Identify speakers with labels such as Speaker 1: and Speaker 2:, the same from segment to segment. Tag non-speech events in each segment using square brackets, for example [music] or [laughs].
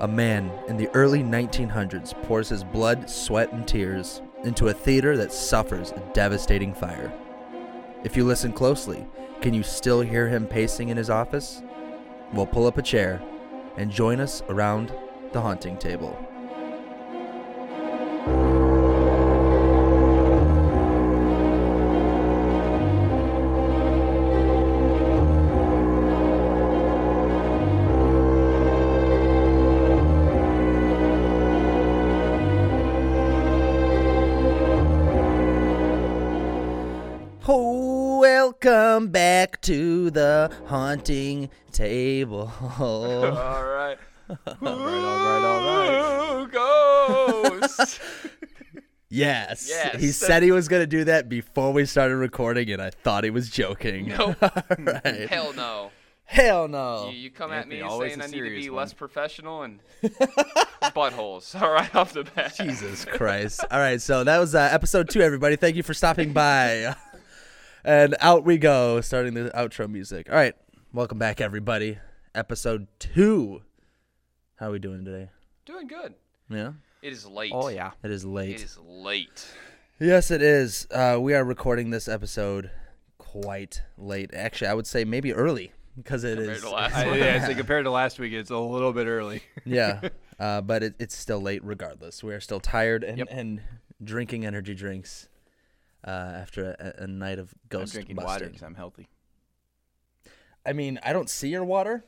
Speaker 1: A man in the early 1900s pours his blood, sweat, and tears into a theater that suffers a devastating fire. If you listen closely, can you still hear him pacing in his office? Well, pull up a chair and join us around the haunting table. Welcome back to the haunting table.
Speaker 2: All right.
Speaker 1: all
Speaker 2: Ooh, ghost.
Speaker 1: yes.
Speaker 2: Yes.
Speaker 1: He said he was going to do that before we started recording, and I thought he was joking.
Speaker 2: Nope.
Speaker 1: [laughs] all right.
Speaker 2: Hell no.
Speaker 1: Hell no.
Speaker 2: You, you come
Speaker 3: Anthony,
Speaker 2: at me
Speaker 3: always
Speaker 2: saying
Speaker 3: a
Speaker 2: I need to
Speaker 3: serious
Speaker 2: be
Speaker 3: one.
Speaker 2: less professional and buttholes. [laughs] All right, off the bat.
Speaker 1: Jesus Christ. All right. So that was uh, episode two, everybody. Thank you for stopping by. [laughs] and out we go, starting the outro music. All right. Welcome back, everybody. Episode two. How are we doing today?
Speaker 2: Doing good.
Speaker 1: Yeah.
Speaker 2: It is late.
Speaker 3: Oh yeah.
Speaker 1: It is late.
Speaker 2: It is late.
Speaker 1: Yes, it is. Uh, we are recording this episode quite late. Actually, I would say maybe early because it
Speaker 2: Compared
Speaker 1: is.
Speaker 2: to last [laughs]
Speaker 3: I, yeah, so compared to last week, it's a little bit early.
Speaker 1: yeah,
Speaker 3: [laughs]
Speaker 1: uh, but it, it's still late regardless. We are still tired and,
Speaker 3: Yep.
Speaker 1: and drinking energy drinks uh, after a, a night of
Speaker 3: I'm
Speaker 1: ghost
Speaker 3: drinking
Speaker 1: busting.
Speaker 3: water because I'm healthy.
Speaker 1: I mean, I don't see your water,
Speaker 2: Are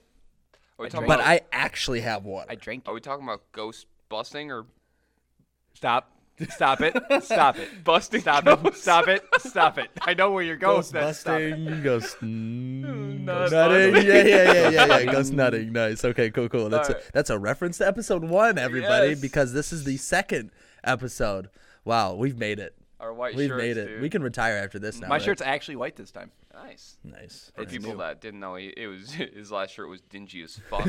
Speaker 2: we
Speaker 3: I
Speaker 2: talking
Speaker 3: drank-
Speaker 1: but
Speaker 2: about,
Speaker 1: I actually have water.
Speaker 3: I drank.
Speaker 2: Are we talking about ghost busting or
Speaker 3: Stop. Stop it. Stop it.
Speaker 2: [laughs] busting?
Speaker 3: Stop it.
Speaker 2: ghosts?
Speaker 3: Stop it. Stop it. I know where you're going.
Speaker 1: Ghost
Speaker 3: with that. Stop it.
Speaker 1: busting,
Speaker 3: [laughs]
Speaker 1: ghost mm,
Speaker 2: Nut
Speaker 1: ghost nutting,
Speaker 2: nutting.
Speaker 1: yeah, yeah, yeah, yeah, yeah,
Speaker 3: [laughs]
Speaker 1: ghost nutting. Nice. Okay, cool, cool. That's a,
Speaker 2: Alright.
Speaker 1: that's a reference to episode one, everybody,
Speaker 2: Yes.
Speaker 1: because this is the second episode. Wow, we've made it.
Speaker 2: Our white
Speaker 1: We've
Speaker 2: shirts,
Speaker 1: made it.
Speaker 2: Dude.
Speaker 1: We can retire after this now.
Speaker 3: My
Speaker 1: right?
Speaker 3: shirt's actually white this time.
Speaker 2: Nice.
Speaker 1: nice.
Speaker 2: For
Speaker 1: nice.
Speaker 2: people that didn't know, he, it was [laughs] his last shirt was dingy as fuck.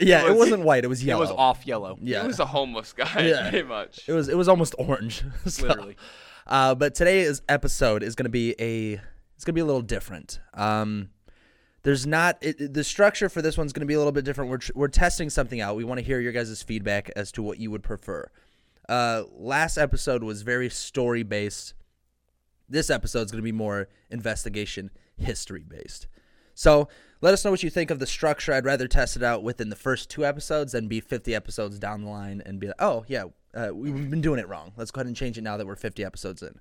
Speaker 1: yeah, it
Speaker 3: was-
Speaker 1: wasn't white. It was
Speaker 3: It
Speaker 1: yellow.
Speaker 3: was off yellow.
Speaker 1: Oh. Yeah,
Speaker 2: He was a homeless guy,
Speaker 1: Yeah.
Speaker 2: pretty much.
Speaker 1: It was it was almost orange. [laughs] so-
Speaker 3: Literally.
Speaker 1: Uh, but today's episode is going to be a it's going to be a little different. Um, there's not it, it- the structure for this one's going to be a little bit different. We're tr- we're testing something out. We want to hear your guys' feedback as to what you would prefer. Uh, last episode was very story based. This episode's going to be more investigation history based. So let us know what you think of the structure. I'd rather test it out within the first two episodes than be 50 episodes down the line and be like, oh, yeah, uh, we- we've been doing it wrong. Let's go ahead and change it now that we're 50 episodes in.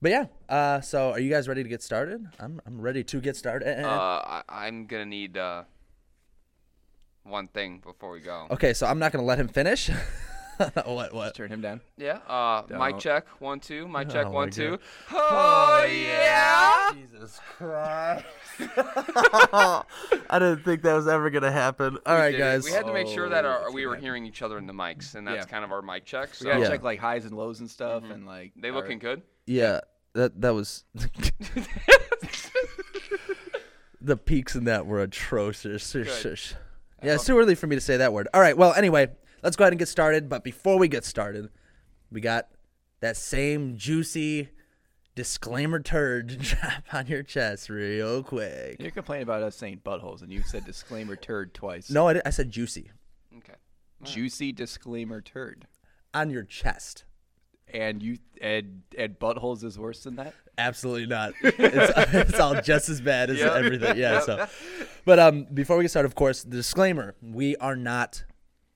Speaker 1: But yeah, uh, so are you guys ready to get started? I'm, I'm ready to get started.
Speaker 2: Uh, I, I'm gonna need uh, one thing before we go.
Speaker 1: okay, so I'm not going to let him finish. [laughs] what, what?
Speaker 3: Turn him down.
Speaker 2: Yeah. Uh, mic
Speaker 3: Don't.
Speaker 2: check one two. Mic
Speaker 1: Oh
Speaker 2: check
Speaker 1: my
Speaker 2: one
Speaker 1: God.
Speaker 2: two. Oh yeah.
Speaker 1: Jesus
Speaker 2: [laughs]
Speaker 1: Christ. [laughs] I didn't think that was ever going to happen. All right,
Speaker 2: Did it.
Speaker 1: guys.
Speaker 2: We had to make sure that
Speaker 3: Oh,
Speaker 2: our,
Speaker 3: that's
Speaker 2: we
Speaker 3: gonna
Speaker 2: were
Speaker 3: happen.
Speaker 2: hearing each other in the mics, and that's
Speaker 3: Yeah.
Speaker 2: kind of our mic check.
Speaker 3: We
Speaker 2: So
Speaker 3: gotta
Speaker 1: Yeah.
Speaker 3: check like highs and lows and stuff, and like
Speaker 2: Mm-hmm. they
Speaker 3: our-
Speaker 2: looking good.
Speaker 1: Yeah, that that was the peaks in that were atrocious. Yeah, it's too early for me to say that word. All right. Well, anyway, let's go ahead and get started. But before we get started, we got that same juicy disclaimer turd [laughs] to drop on your chest real quick.
Speaker 3: You're complaining about us saying buttholes, and you said disclaimer turd twice.
Speaker 1: No, I, did, I said juicy [laughs]
Speaker 2: Okay.
Speaker 3: Juicy disclaimer turd.
Speaker 1: on your chest.
Speaker 3: And you and and buttholes is worse than that.
Speaker 1: Absolutely not. It's, [laughs] it's all just as bad as
Speaker 2: Yeah.
Speaker 1: everything. Yeah. So, but um, before we get started, of course, the disclaimer: we are not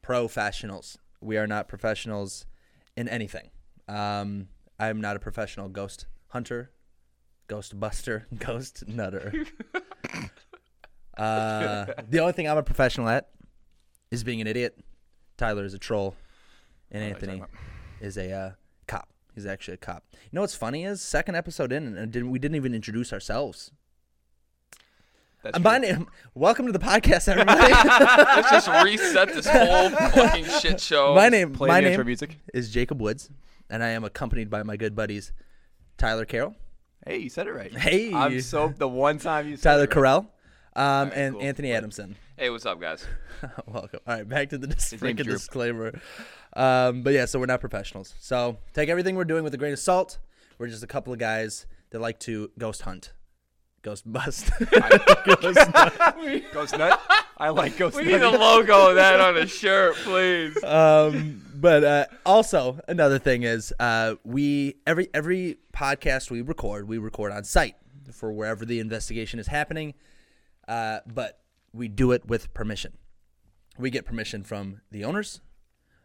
Speaker 1: professionals. We are not professionals in anything. Um, I'm not a professional ghost hunter, ghost buster, [laughs] ghost nutter. uh, the only thing I'm a professional at is being an idiot. Tyler is a troll, and Anthony is a uh, cop. He's actually a cop. You know what's funny is second episode in, and didn't, we didn't even introduce ourselves.
Speaker 3: That's
Speaker 1: Uh,
Speaker 3: true.
Speaker 1: My name. Welcome to the
Speaker 3: [laughs]
Speaker 1: podcast, everybody.
Speaker 2: Let's just reset this whole fucking shit show.
Speaker 1: my name.
Speaker 3: Play
Speaker 1: my
Speaker 3: the
Speaker 1: name
Speaker 3: intro music.
Speaker 1: is Jacob Woods, and I am accompanied by my good buddies, Tyler Carroll,
Speaker 3: Hey, you said it right.
Speaker 1: Hey.
Speaker 3: I'm so the one time you said
Speaker 1: Tyler
Speaker 3: it right.
Speaker 1: Carell, um, and
Speaker 3: cool.
Speaker 1: Anthony Adamson. [laughs]
Speaker 2: Hey, what's up, guys?
Speaker 1: Welcome. All right, back to the dis-
Speaker 3: name's
Speaker 1: freaking
Speaker 3: Drew.
Speaker 1: disclaimer. Um, but yeah, so we're not professionals. So take everything we're doing with a grain of salt. We're just a couple of guys that like [laughs] to ghost hunt, ghost bust.
Speaker 3: [laughs] Ghost nut. I like Ghost
Speaker 2: We need a
Speaker 3: Nugget.
Speaker 2: logo of that on a shirt, please.
Speaker 1: um, but uh, also another thing is uh, we every every podcast we record we record on site for wherever the investigation is happening, uh, but we do it with permission. We get permission from the owners,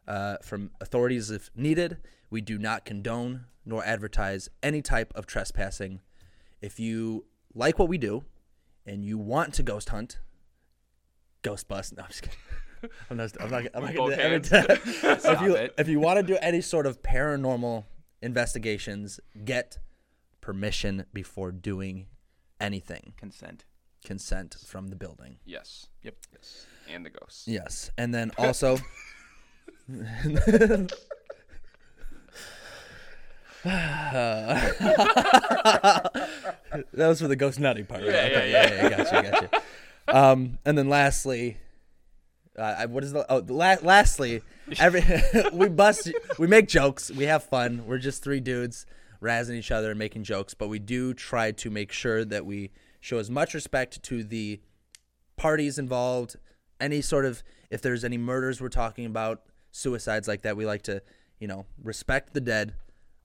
Speaker 1: uh, from authorities if needed. We do not condone nor advertise any type of trespassing. If you like what we do and you want to ghost hunt, ghost bust. No, I'm just kidding. [laughs] I'm not. I'm not. I'm not gonna do
Speaker 2: Both
Speaker 1: that every
Speaker 2: hands.
Speaker 1: time. if
Speaker 3: Stop
Speaker 1: you
Speaker 3: it.
Speaker 1: if you want to do any sort of paranormal investigations, get permission before doing anything.
Speaker 3: Consent.
Speaker 1: Consent from the building.
Speaker 2: Yes.
Speaker 3: Yep.
Speaker 2: Yes. And the ghosts.
Speaker 1: Yes, and
Speaker 2: [laughs]
Speaker 1: then also. [laughs] that was for the ghost nutty part. right?
Speaker 2: Yeah,
Speaker 1: okay,
Speaker 2: yeah,
Speaker 1: yeah, Gotcha, gotcha. Um, and then lastly, uh, I- what is the? Oh, the la- lastly, every [laughs] we bust, we make jokes, we have fun. We're just three dudes razzing each other and making jokes, but we do try to make sure that we show as much respect to the parties involved, any sort of if there's any murders we're talking about, suicides like that, we like to, you know, respect the dead,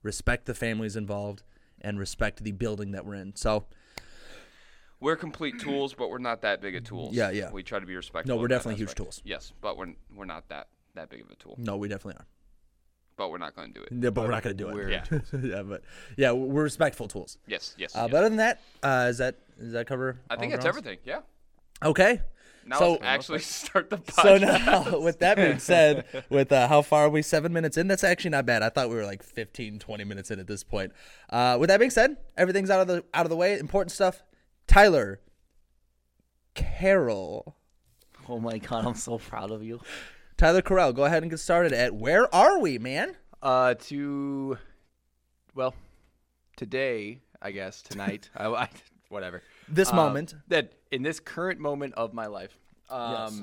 Speaker 1: respect the families involved, and respect the building that we're in. So
Speaker 2: We're complete tools, but we're not that big of tools.
Speaker 1: Yeah, yeah.
Speaker 2: We try to be respectful.
Speaker 1: no, we're
Speaker 2: of that
Speaker 1: definitely huge
Speaker 2: aspect.
Speaker 1: tools. Mm.
Speaker 2: Yes, but we're we're not that that big of a tool.
Speaker 1: No, we definitely are.
Speaker 2: But we're not going to do it.
Speaker 1: Yeah, but we're not gonna do
Speaker 3: We're
Speaker 1: it.
Speaker 2: Yeah.
Speaker 1: [laughs] yeah, but yeah, we're respectful tools.
Speaker 2: Yes. Yes.
Speaker 1: Uh,
Speaker 2: yes.
Speaker 1: But other than that, uh, is that does that cover?
Speaker 2: I
Speaker 1: all
Speaker 2: think that's
Speaker 1: grounds?
Speaker 2: everything. Yeah.
Speaker 1: Okay.
Speaker 2: Now
Speaker 1: So-
Speaker 2: let's actually [laughs] start the podcast.
Speaker 1: So now, [laughs] with that being said, with uh, how far are we? Seven minutes in? That's actually not bad. I thought we were like 15, 20 minutes in at this point. Uh, with that being said, everything's out of the out of the way. Important stuff. Tyler, Carol,
Speaker 4: Oh my god, I'm so proud of you.
Speaker 1: Tyler Carell, go ahead and get started at where are we, man?
Speaker 3: Uh, to, well, today I
Speaker 1: [laughs]
Speaker 3: guess tonight. I, I whatever.
Speaker 1: This
Speaker 3: Um,
Speaker 1: moment.
Speaker 3: That in this current moment of my life. Um,
Speaker 1: Yes.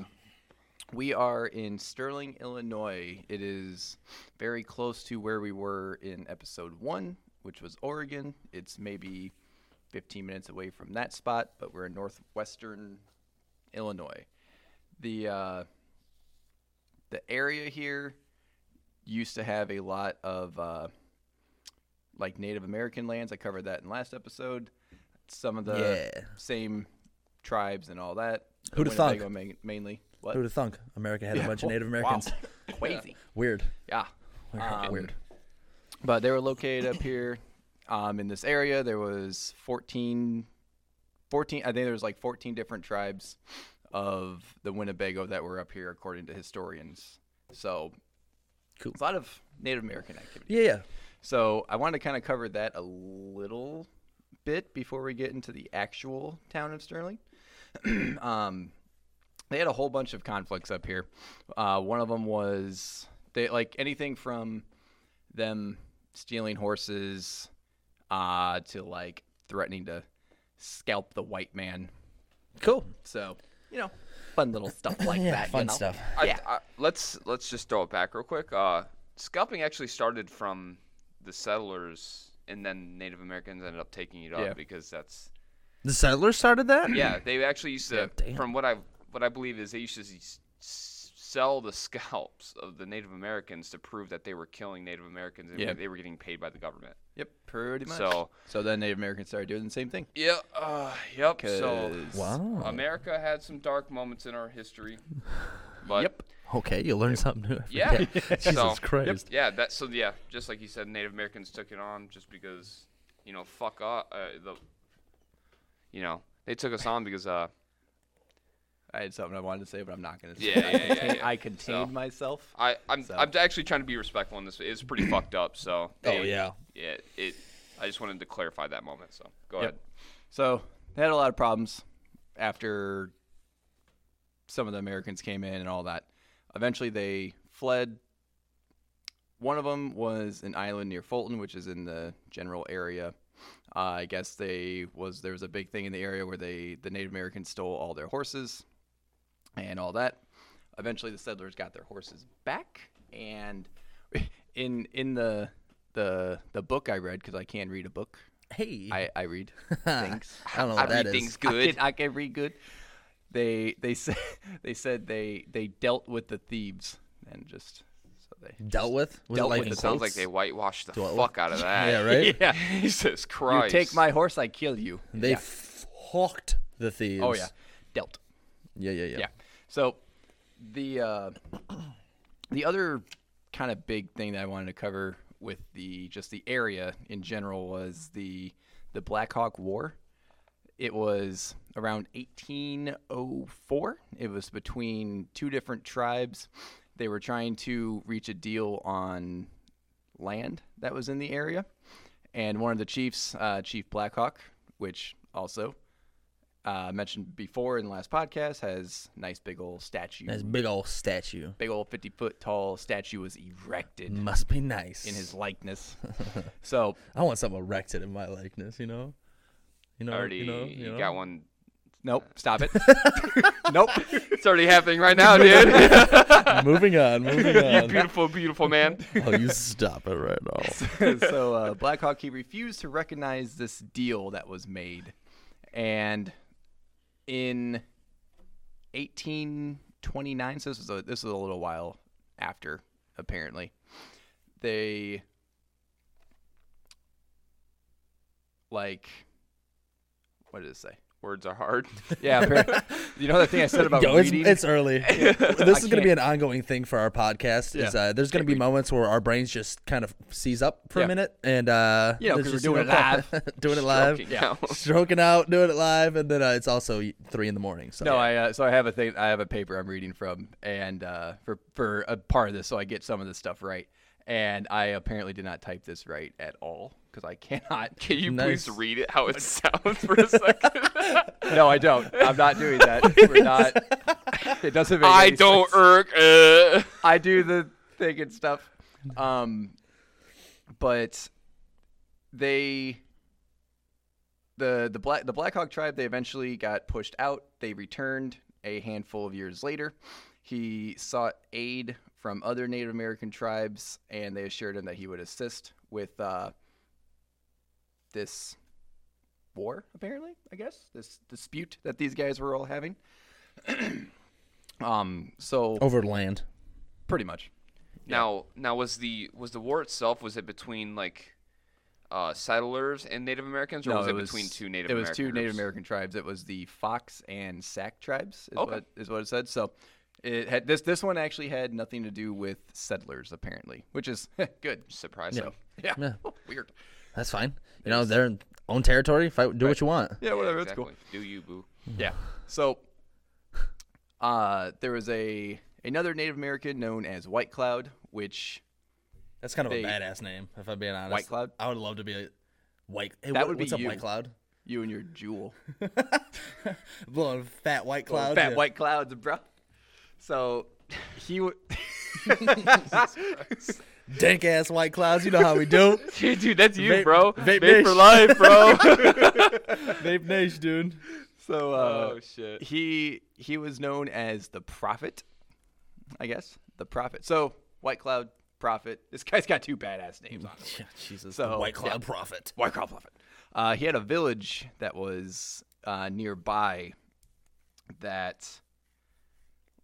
Speaker 3: We are in Sterling, Illinois. It is very close to where we were in episode one, which was Oregon. It's maybe 15 minutes away from that spot, but we're in northwestern Illinois. The uh, the area here used to have a lot of uh, like Native American lands. I covered that in last episode. Some of the
Speaker 1: Yeah.
Speaker 3: same tribes and all that.
Speaker 1: Who'da thunk?
Speaker 3: Winnebago ma- Mainly. What?
Speaker 1: Who'd have thunk? America had a
Speaker 3: Uh, Yeah.
Speaker 1: bunch of Native
Speaker 3: Wow. [laughs]
Speaker 1: Americans.
Speaker 3: Crazy.
Speaker 1: Weird.
Speaker 3: Yeah.
Speaker 1: Weird.
Speaker 3: Um,
Speaker 1: Weird.
Speaker 3: But they were located up here um, in this area. There was 14, 14, I think there was like 14 different tribes of the Winnebago that were up here, according to historians. So
Speaker 1: Cool.
Speaker 3: it's a lot of Native American activity.
Speaker 1: Yeah, yeah.
Speaker 3: So I wanted to kind of cover that a little bit before we get into the actual town of Sterling. [clears throat] um, they had a whole bunch of conflicts up here. Uh, one of them was they like anything from them stealing horses uh, to like threatening to scalp the white man.
Speaker 1: Cool.
Speaker 3: So you know, fun little stuff
Speaker 1: [laughs]
Speaker 3: like
Speaker 1: Yeah,
Speaker 3: that. you
Speaker 1: fun
Speaker 3: know? Uh,
Speaker 1: stuff.
Speaker 2: I,
Speaker 3: Yeah.
Speaker 2: I, let's let's just throw it back real quick. Uh, scalping actually started from the settlers, and then Native Americans ended up taking it up
Speaker 3: Yeah.
Speaker 2: because that's
Speaker 1: The settlers started that?
Speaker 2: yeah they actually used to
Speaker 1: damn.
Speaker 2: from what I what I believe is they used to s- s- sell the [laughs] scalps of the Native Americans to prove that they were killing Native Americans and
Speaker 3: Yeah.
Speaker 2: they were getting paid by the government.
Speaker 3: Yep, pretty much.
Speaker 2: So
Speaker 3: so then Native Americans started doing the same thing.
Speaker 2: yeah, uh, yep. So
Speaker 3: 'cause-
Speaker 1: Wow.
Speaker 2: America had some dark moments in our history, but
Speaker 3: Yep.
Speaker 1: Okay, you learn something new. every
Speaker 2: Yeah. [laughs]
Speaker 1: day. [laughs] Jesus
Speaker 2: So-
Speaker 1: Christ.
Speaker 2: Yeah, that so yeah, just like you said, Native Americans took it on just because you know fuck off uh, the you know they took us on because uh
Speaker 3: I had something I wanted to say, but I'm not going to say.
Speaker 2: Yeah,
Speaker 3: it. [laughs]
Speaker 2: yeah,
Speaker 3: I,
Speaker 2: yeah,
Speaker 3: contain-
Speaker 2: yeah.
Speaker 3: I contained
Speaker 2: So-
Speaker 3: myself.
Speaker 2: I I'm
Speaker 3: So-
Speaker 2: I'm actually trying to be respectful in this.
Speaker 1: [clears throat]
Speaker 2: It's pretty fucked up. So
Speaker 1: Oh
Speaker 2: they-
Speaker 1: yeah.
Speaker 2: yeah. It I just wanted to clarify that moment. So go
Speaker 3: Yep.
Speaker 2: ahead.
Speaker 3: So they had a lot of problems after some of the Americans came in and all that. Eventually, they fled. One of them was an island near Fulton, which is in the general area. Uh, I guess they was there was a big thing in the area where they the Native Americans stole all their horses and all that. Eventually, the settlers got their horses back, and [laughs] in in the the the book I read because I can read a book.
Speaker 1: Hey.
Speaker 3: I, I read. Thanks.
Speaker 1: [laughs] I don't know
Speaker 2: I
Speaker 1: what Oh, that
Speaker 2: read
Speaker 1: is.
Speaker 2: things
Speaker 3: I
Speaker 2: good.
Speaker 3: can, I can read good. they they said [laughs] they said they they dealt with the thieves and just so they
Speaker 1: Dealt with? Was
Speaker 3: Dealt
Speaker 1: like
Speaker 3: with
Speaker 1: in
Speaker 3: it.
Speaker 2: It sounds like
Speaker 1: quotes?
Speaker 2: they whitewashed the
Speaker 1: Dwell-
Speaker 2: fuck out of that.
Speaker 1: [laughs]
Speaker 3: [laughs]
Speaker 1: Yeah, right?
Speaker 2: [laughs] yeah, [laughs] Jesus
Speaker 3: you
Speaker 2: Christ.
Speaker 3: take my horse, I kill you.
Speaker 1: They
Speaker 3: Yeah.
Speaker 1: fucked the thieves.
Speaker 3: oh yeah, dealt.
Speaker 1: Yeah, yeah, yeah.
Speaker 3: Yeah. So the uh, [clears throat] the other kind of big thing that I wanted to cover with the just the area in general was the the Black Hawk War. It was around 1804. It was between two different tribes. They were trying to reach a deal on land that was in the area, and one of the chiefs, uh, Chief Blackhawk, which also uh, mentioned before in the last podcast, has nice big old statue.
Speaker 1: That's big old statue.
Speaker 3: Big old 50 foot tall statue was erected
Speaker 1: Must be nice.
Speaker 3: in his likeness. so
Speaker 1: I want something erected in my likeness, you know? You know,
Speaker 2: already
Speaker 1: you know,
Speaker 2: you
Speaker 1: you know? [laughs]
Speaker 2: got one.
Speaker 3: nope, stop it. nope.
Speaker 2: It's already happening right
Speaker 1: [laughs]
Speaker 2: now, dude.
Speaker 1: Moving on,
Speaker 3: [laughs]
Speaker 1: moving [laughs]
Speaker 2: [laughs]
Speaker 1: on.
Speaker 2: beautiful,
Speaker 1: [laughs]
Speaker 2: beautiful man.
Speaker 1: oh, you stop it right
Speaker 3: [laughs]
Speaker 1: now. [laughs]
Speaker 3: so uh, Black Hawk he refused to recognize this deal that was made, and in 1829, so this was a, this was a little while after apparently, they like what did it say?
Speaker 2: Words
Speaker 1: [laughs]
Speaker 2: are hard.
Speaker 3: Yeah, appar- you know that thing I said about
Speaker 1: Yo, it's,
Speaker 3: reading.
Speaker 1: it's early. [laughs]
Speaker 3: [laughs]
Speaker 1: this is going to
Speaker 3: can't-
Speaker 1: be an ongoing thing for our podcast. Is
Speaker 3: Yeah.
Speaker 1: uh, there's going to be moments where our brains just kind of seize up for a
Speaker 3: Yeah.
Speaker 1: minute, and uh,
Speaker 3: You know,
Speaker 1: there's
Speaker 3: 'cause we're
Speaker 1: just,
Speaker 3: doing it live.
Speaker 1: [laughs] doing it live,
Speaker 2: Stroking out.
Speaker 1: stroking out, doing it live, and then uh, it's also three in the morning. So
Speaker 3: No, I uh, so I have a thing. I have a paper I'm reading from, and uh, for for a part of this, so I get some of this stuff right. And I apparently did not type this right at all because I [laughs] cannot.
Speaker 2: Can you
Speaker 1: Nice.
Speaker 2: [laughs] please read it
Speaker 1: [laughs]
Speaker 2: how it sounds for a second?
Speaker 3: no, I don't. I'm not doing that. We're
Speaker 2: [laughs]
Speaker 3: not. It doesn't make.
Speaker 2: I
Speaker 3: any
Speaker 2: don't
Speaker 3: sense.
Speaker 2: irk. Uh.
Speaker 3: I do the thing and stuff. Um, but they the the black the Black Hawk tribe they eventually got pushed out. They returned a handful of years later. He sought aid from other Native American tribes, and they assured him that he would assist with uh, this war. Apparently, I guess this dispute that these guys were all having. [clears throat] um. So
Speaker 1: over land.
Speaker 3: pretty much.
Speaker 2: Now, now was the was the war itself was it between like uh, settlers and Native Americans, or was it, between two Native?
Speaker 3: It was two Native
Speaker 2: Americans?
Speaker 3: American tribes. It was the Fox and Sac tribes. Is
Speaker 2: Okay.
Speaker 3: what is what it said. So it had this this one actually had nothing to do with settlers apparently, which is [laughs] good.
Speaker 2: Surprising.
Speaker 3: Yeah. [laughs]
Speaker 1: Yeah.
Speaker 3: Weird.
Speaker 1: That's fine. You know, they're in own territory. Fight, do what you want.
Speaker 3: Yeah, whatever. That's
Speaker 2: exactly.
Speaker 3: cool.
Speaker 2: Do you boo?
Speaker 3: Yeah. So uh there was a another Native American known as White Cloud, which
Speaker 1: That's kind of
Speaker 3: They-
Speaker 1: a badass name, if I'm being honest.
Speaker 3: White Cloud?
Speaker 1: I would love to be a white. Hey,
Speaker 3: That
Speaker 1: what-
Speaker 3: would be
Speaker 1: what's up,
Speaker 3: you.
Speaker 1: White Cloud?
Speaker 3: you and your jewel.
Speaker 1: Blowing fat White [laughs] Cloud.
Speaker 3: Fat
Speaker 1: yeah.
Speaker 3: white clouds, bro. So [laughs] he would
Speaker 1: Dank ass White Clouds. You know how we
Speaker 3: [laughs]
Speaker 1: do.
Speaker 2: [laughs] Dude, that's you,
Speaker 1: Vape-
Speaker 2: bro.
Speaker 1: vape
Speaker 2: Vape
Speaker 1: nation.
Speaker 2: for
Speaker 1: [laughs]
Speaker 2: life, bro.
Speaker 1: Vape Nation, dude.
Speaker 3: so uh
Speaker 2: oh shit.
Speaker 3: he he was known as the prophet i guess the prophet so white cloud prophet this guy's got two badass names on him
Speaker 1: [laughs] Yeah, Jesus.
Speaker 3: So,
Speaker 1: the White Cloud
Speaker 3: Oh, yeah.
Speaker 1: Prophet.
Speaker 3: white cloud prophet uh, he had a village that was uh, nearby that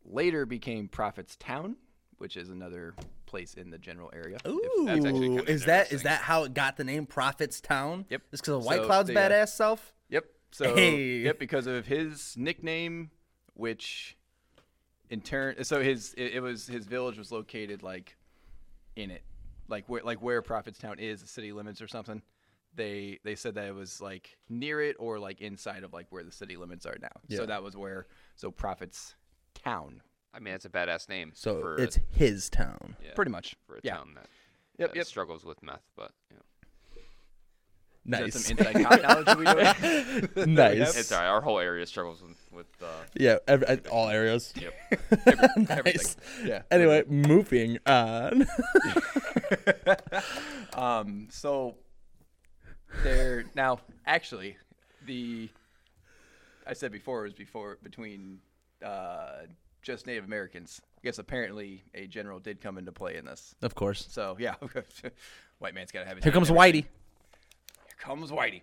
Speaker 3: later became prophet's town which is another place in the general area if-
Speaker 1: Ooh,
Speaker 2: that's actually kinda
Speaker 1: is that is
Speaker 2: interesting.
Speaker 1: that how it got the name Prophet's Town?
Speaker 3: Yep.
Speaker 1: It's because of White
Speaker 3: So
Speaker 1: Cloud's
Speaker 3: they, uh,
Speaker 1: badass self.
Speaker 3: Yep. So
Speaker 1: Hey.
Speaker 3: yep, because of his nickname, which in turn, so his it, it was his village was located like in it, like where like where Prophetstown is, the city limits or something. They they said that it was like near it or like inside of like where the city limits are now.
Speaker 1: Yeah.
Speaker 3: So that was where so Prophet's town,
Speaker 2: I mean, that's a badass name.
Speaker 1: So
Speaker 2: for
Speaker 1: it's
Speaker 2: a,
Speaker 1: his town.
Speaker 2: yeah,
Speaker 3: pretty much.
Speaker 2: for a
Speaker 3: yeah.
Speaker 2: town that,
Speaker 3: Yep,
Speaker 2: that
Speaker 3: yep.
Speaker 2: struggles with meth, but you know.
Speaker 3: Is that
Speaker 1: Nice.
Speaker 3: some inside cop knowledge that we
Speaker 2: [laughs]
Speaker 3: know?
Speaker 1: [laughs] nice.
Speaker 2: it's all right. Our whole area struggles with, with uh,
Speaker 1: Yeah, ev- at all areas.
Speaker 2: yep.
Speaker 1: [laughs] nice.
Speaker 3: Yeah.
Speaker 1: Anyway, moving on.
Speaker 3: Um, so there now actually the I said before it was before between uh, just Native Americans. I guess apparently a general did come into play in this.
Speaker 1: of course.
Speaker 3: So yeah, [laughs] white man's got to have his.
Speaker 1: Here comes Whitey.
Speaker 3: Here comes Whitey.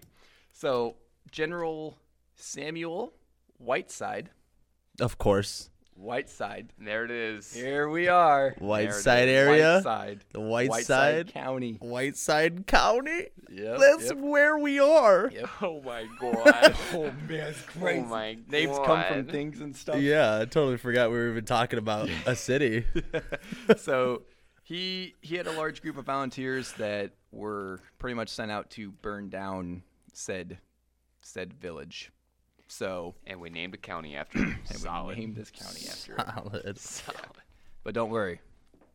Speaker 3: So General Samuel Whiteside
Speaker 1: Of course.
Speaker 3: Whiteside.
Speaker 2: There it is.
Speaker 3: Here we are.
Speaker 1: Whiteside
Speaker 2: is.
Speaker 1: area.
Speaker 3: Whiteside.
Speaker 1: The Whiteside.
Speaker 3: County.
Speaker 1: Whiteside County.
Speaker 3: Yep,
Speaker 1: That's
Speaker 3: yep.
Speaker 1: where we are.
Speaker 2: [laughs] Oh my god.
Speaker 3: [laughs] Oh man, it's
Speaker 2: oh my god.
Speaker 3: Names come from things and stuff.
Speaker 1: Yeah, I totally forgot we were even talking about a city.
Speaker 3: so he he had a large group of volunteers that were pretty much sent out to burn down said said village. So
Speaker 2: And we named a county after him.
Speaker 3: and we
Speaker 2: Solid.
Speaker 3: named this county [laughs]
Speaker 1: [laughs]
Speaker 3: after it.
Speaker 1: Solid.
Speaker 3: But don't worry,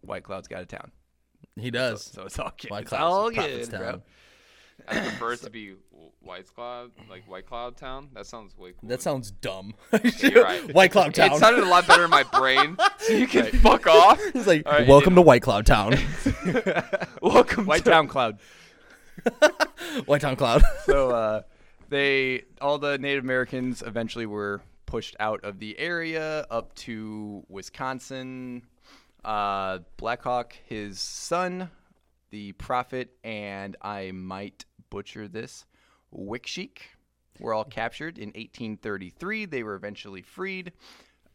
Speaker 3: White Cloud's got a town,
Speaker 1: He does.
Speaker 3: so it's all good.
Speaker 1: White
Speaker 3: it's
Speaker 1: Cloud's
Speaker 3: all
Speaker 1: Prophet's
Speaker 3: good, bro.
Speaker 1: town.
Speaker 2: I prefer it to be White Cloud, like White Cloud Town. That sounds way cool.
Speaker 1: That sounds dumb. [laughs]
Speaker 2: You're right.
Speaker 1: White Cloud Town. [laughs]
Speaker 2: It sounded a lot better in my
Speaker 3: [laughs]
Speaker 2: brain. So you can fuck off.
Speaker 1: He's like,
Speaker 2: All right,
Speaker 1: welcome to White Cloud Town.
Speaker 2: [laughs]
Speaker 3: Welcome, White Town Cloud.
Speaker 1: White Town Cloud. [laughs]
Speaker 3: so uh, they all the Native Americans eventually were pushed out of the area up to Wisconsin. Uh, Blackhawk, his son, the prophet, and I might butcher this, Wikshik, were all captured in 1833. They were eventually freed,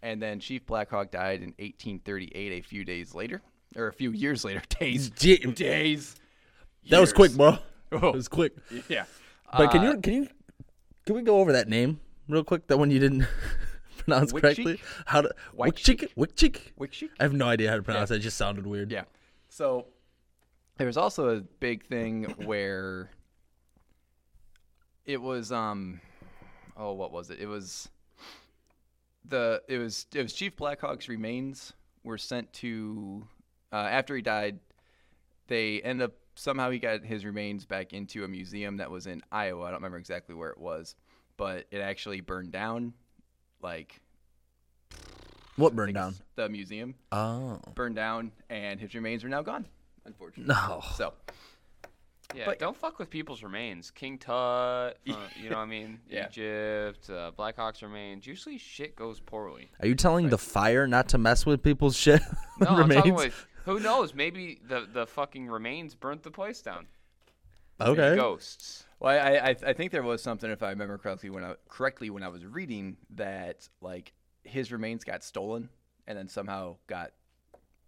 Speaker 3: and then Chief Blackhawk died in 1838. A few days later, or a few years later, [laughs] days,
Speaker 1: Gee,
Speaker 3: days.
Speaker 1: that was quick, bro.
Speaker 3: Oh.
Speaker 1: It was quick.
Speaker 3: Yeah.
Speaker 1: But can
Speaker 2: Uh,
Speaker 1: you can you can we go over that name real quick? That one you didn't [laughs] pronounce
Speaker 3: Wichik?
Speaker 1: correctly. How to Wichik
Speaker 3: Wichik.
Speaker 1: Wichik?
Speaker 3: Wikshik?
Speaker 1: I have no idea how to pronounce that. It just sounded weird.
Speaker 3: Yeah. So there was also a big thing where it was um oh what was it? It was the it was it was Chief Blackhawk's remains were sent to uh, after he died they end up somehow he got his remains back into a museum that was in Iowa. I don't remember exactly where it was, but it actually burned down like
Speaker 1: What
Speaker 3: I
Speaker 1: burned
Speaker 3: think
Speaker 1: down?
Speaker 3: it's the museum
Speaker 1: Oh
Speaker 3: burned down and his remains are now gone, unfortunately.
Speaker 1: no.
Speaker 3: So
Speaker 2: Yeah,
Speaker 3: But-
Speaker 2: don't fuck with people's remains. King
Speaker 1: [laughs]
Speaker 2: Tut, uh, you know what I mean?
Speaker 3: Yeah.
Speaker 2: Egypt, uh, Blackhawks remains. Usually shit
Speaker 1: [laughs]
Speaker 2: goes poorly.
Speaker 1: [laughs] Are you telling the fire not to mess with people's shit? [laughs]
Speaker 2: No, I'm talking
Speaker 1: remains?
Speaker 2: with, who knows? Maybe the, the fucking remains burnt the place down. Maybe
Speaker 1: okay.
Speaker 2: Ghosts.
Speaker 3: Well, I, I I think there was something, if I remember correctly, when I correctly when I was reading that like his remains got stolen and then somehow got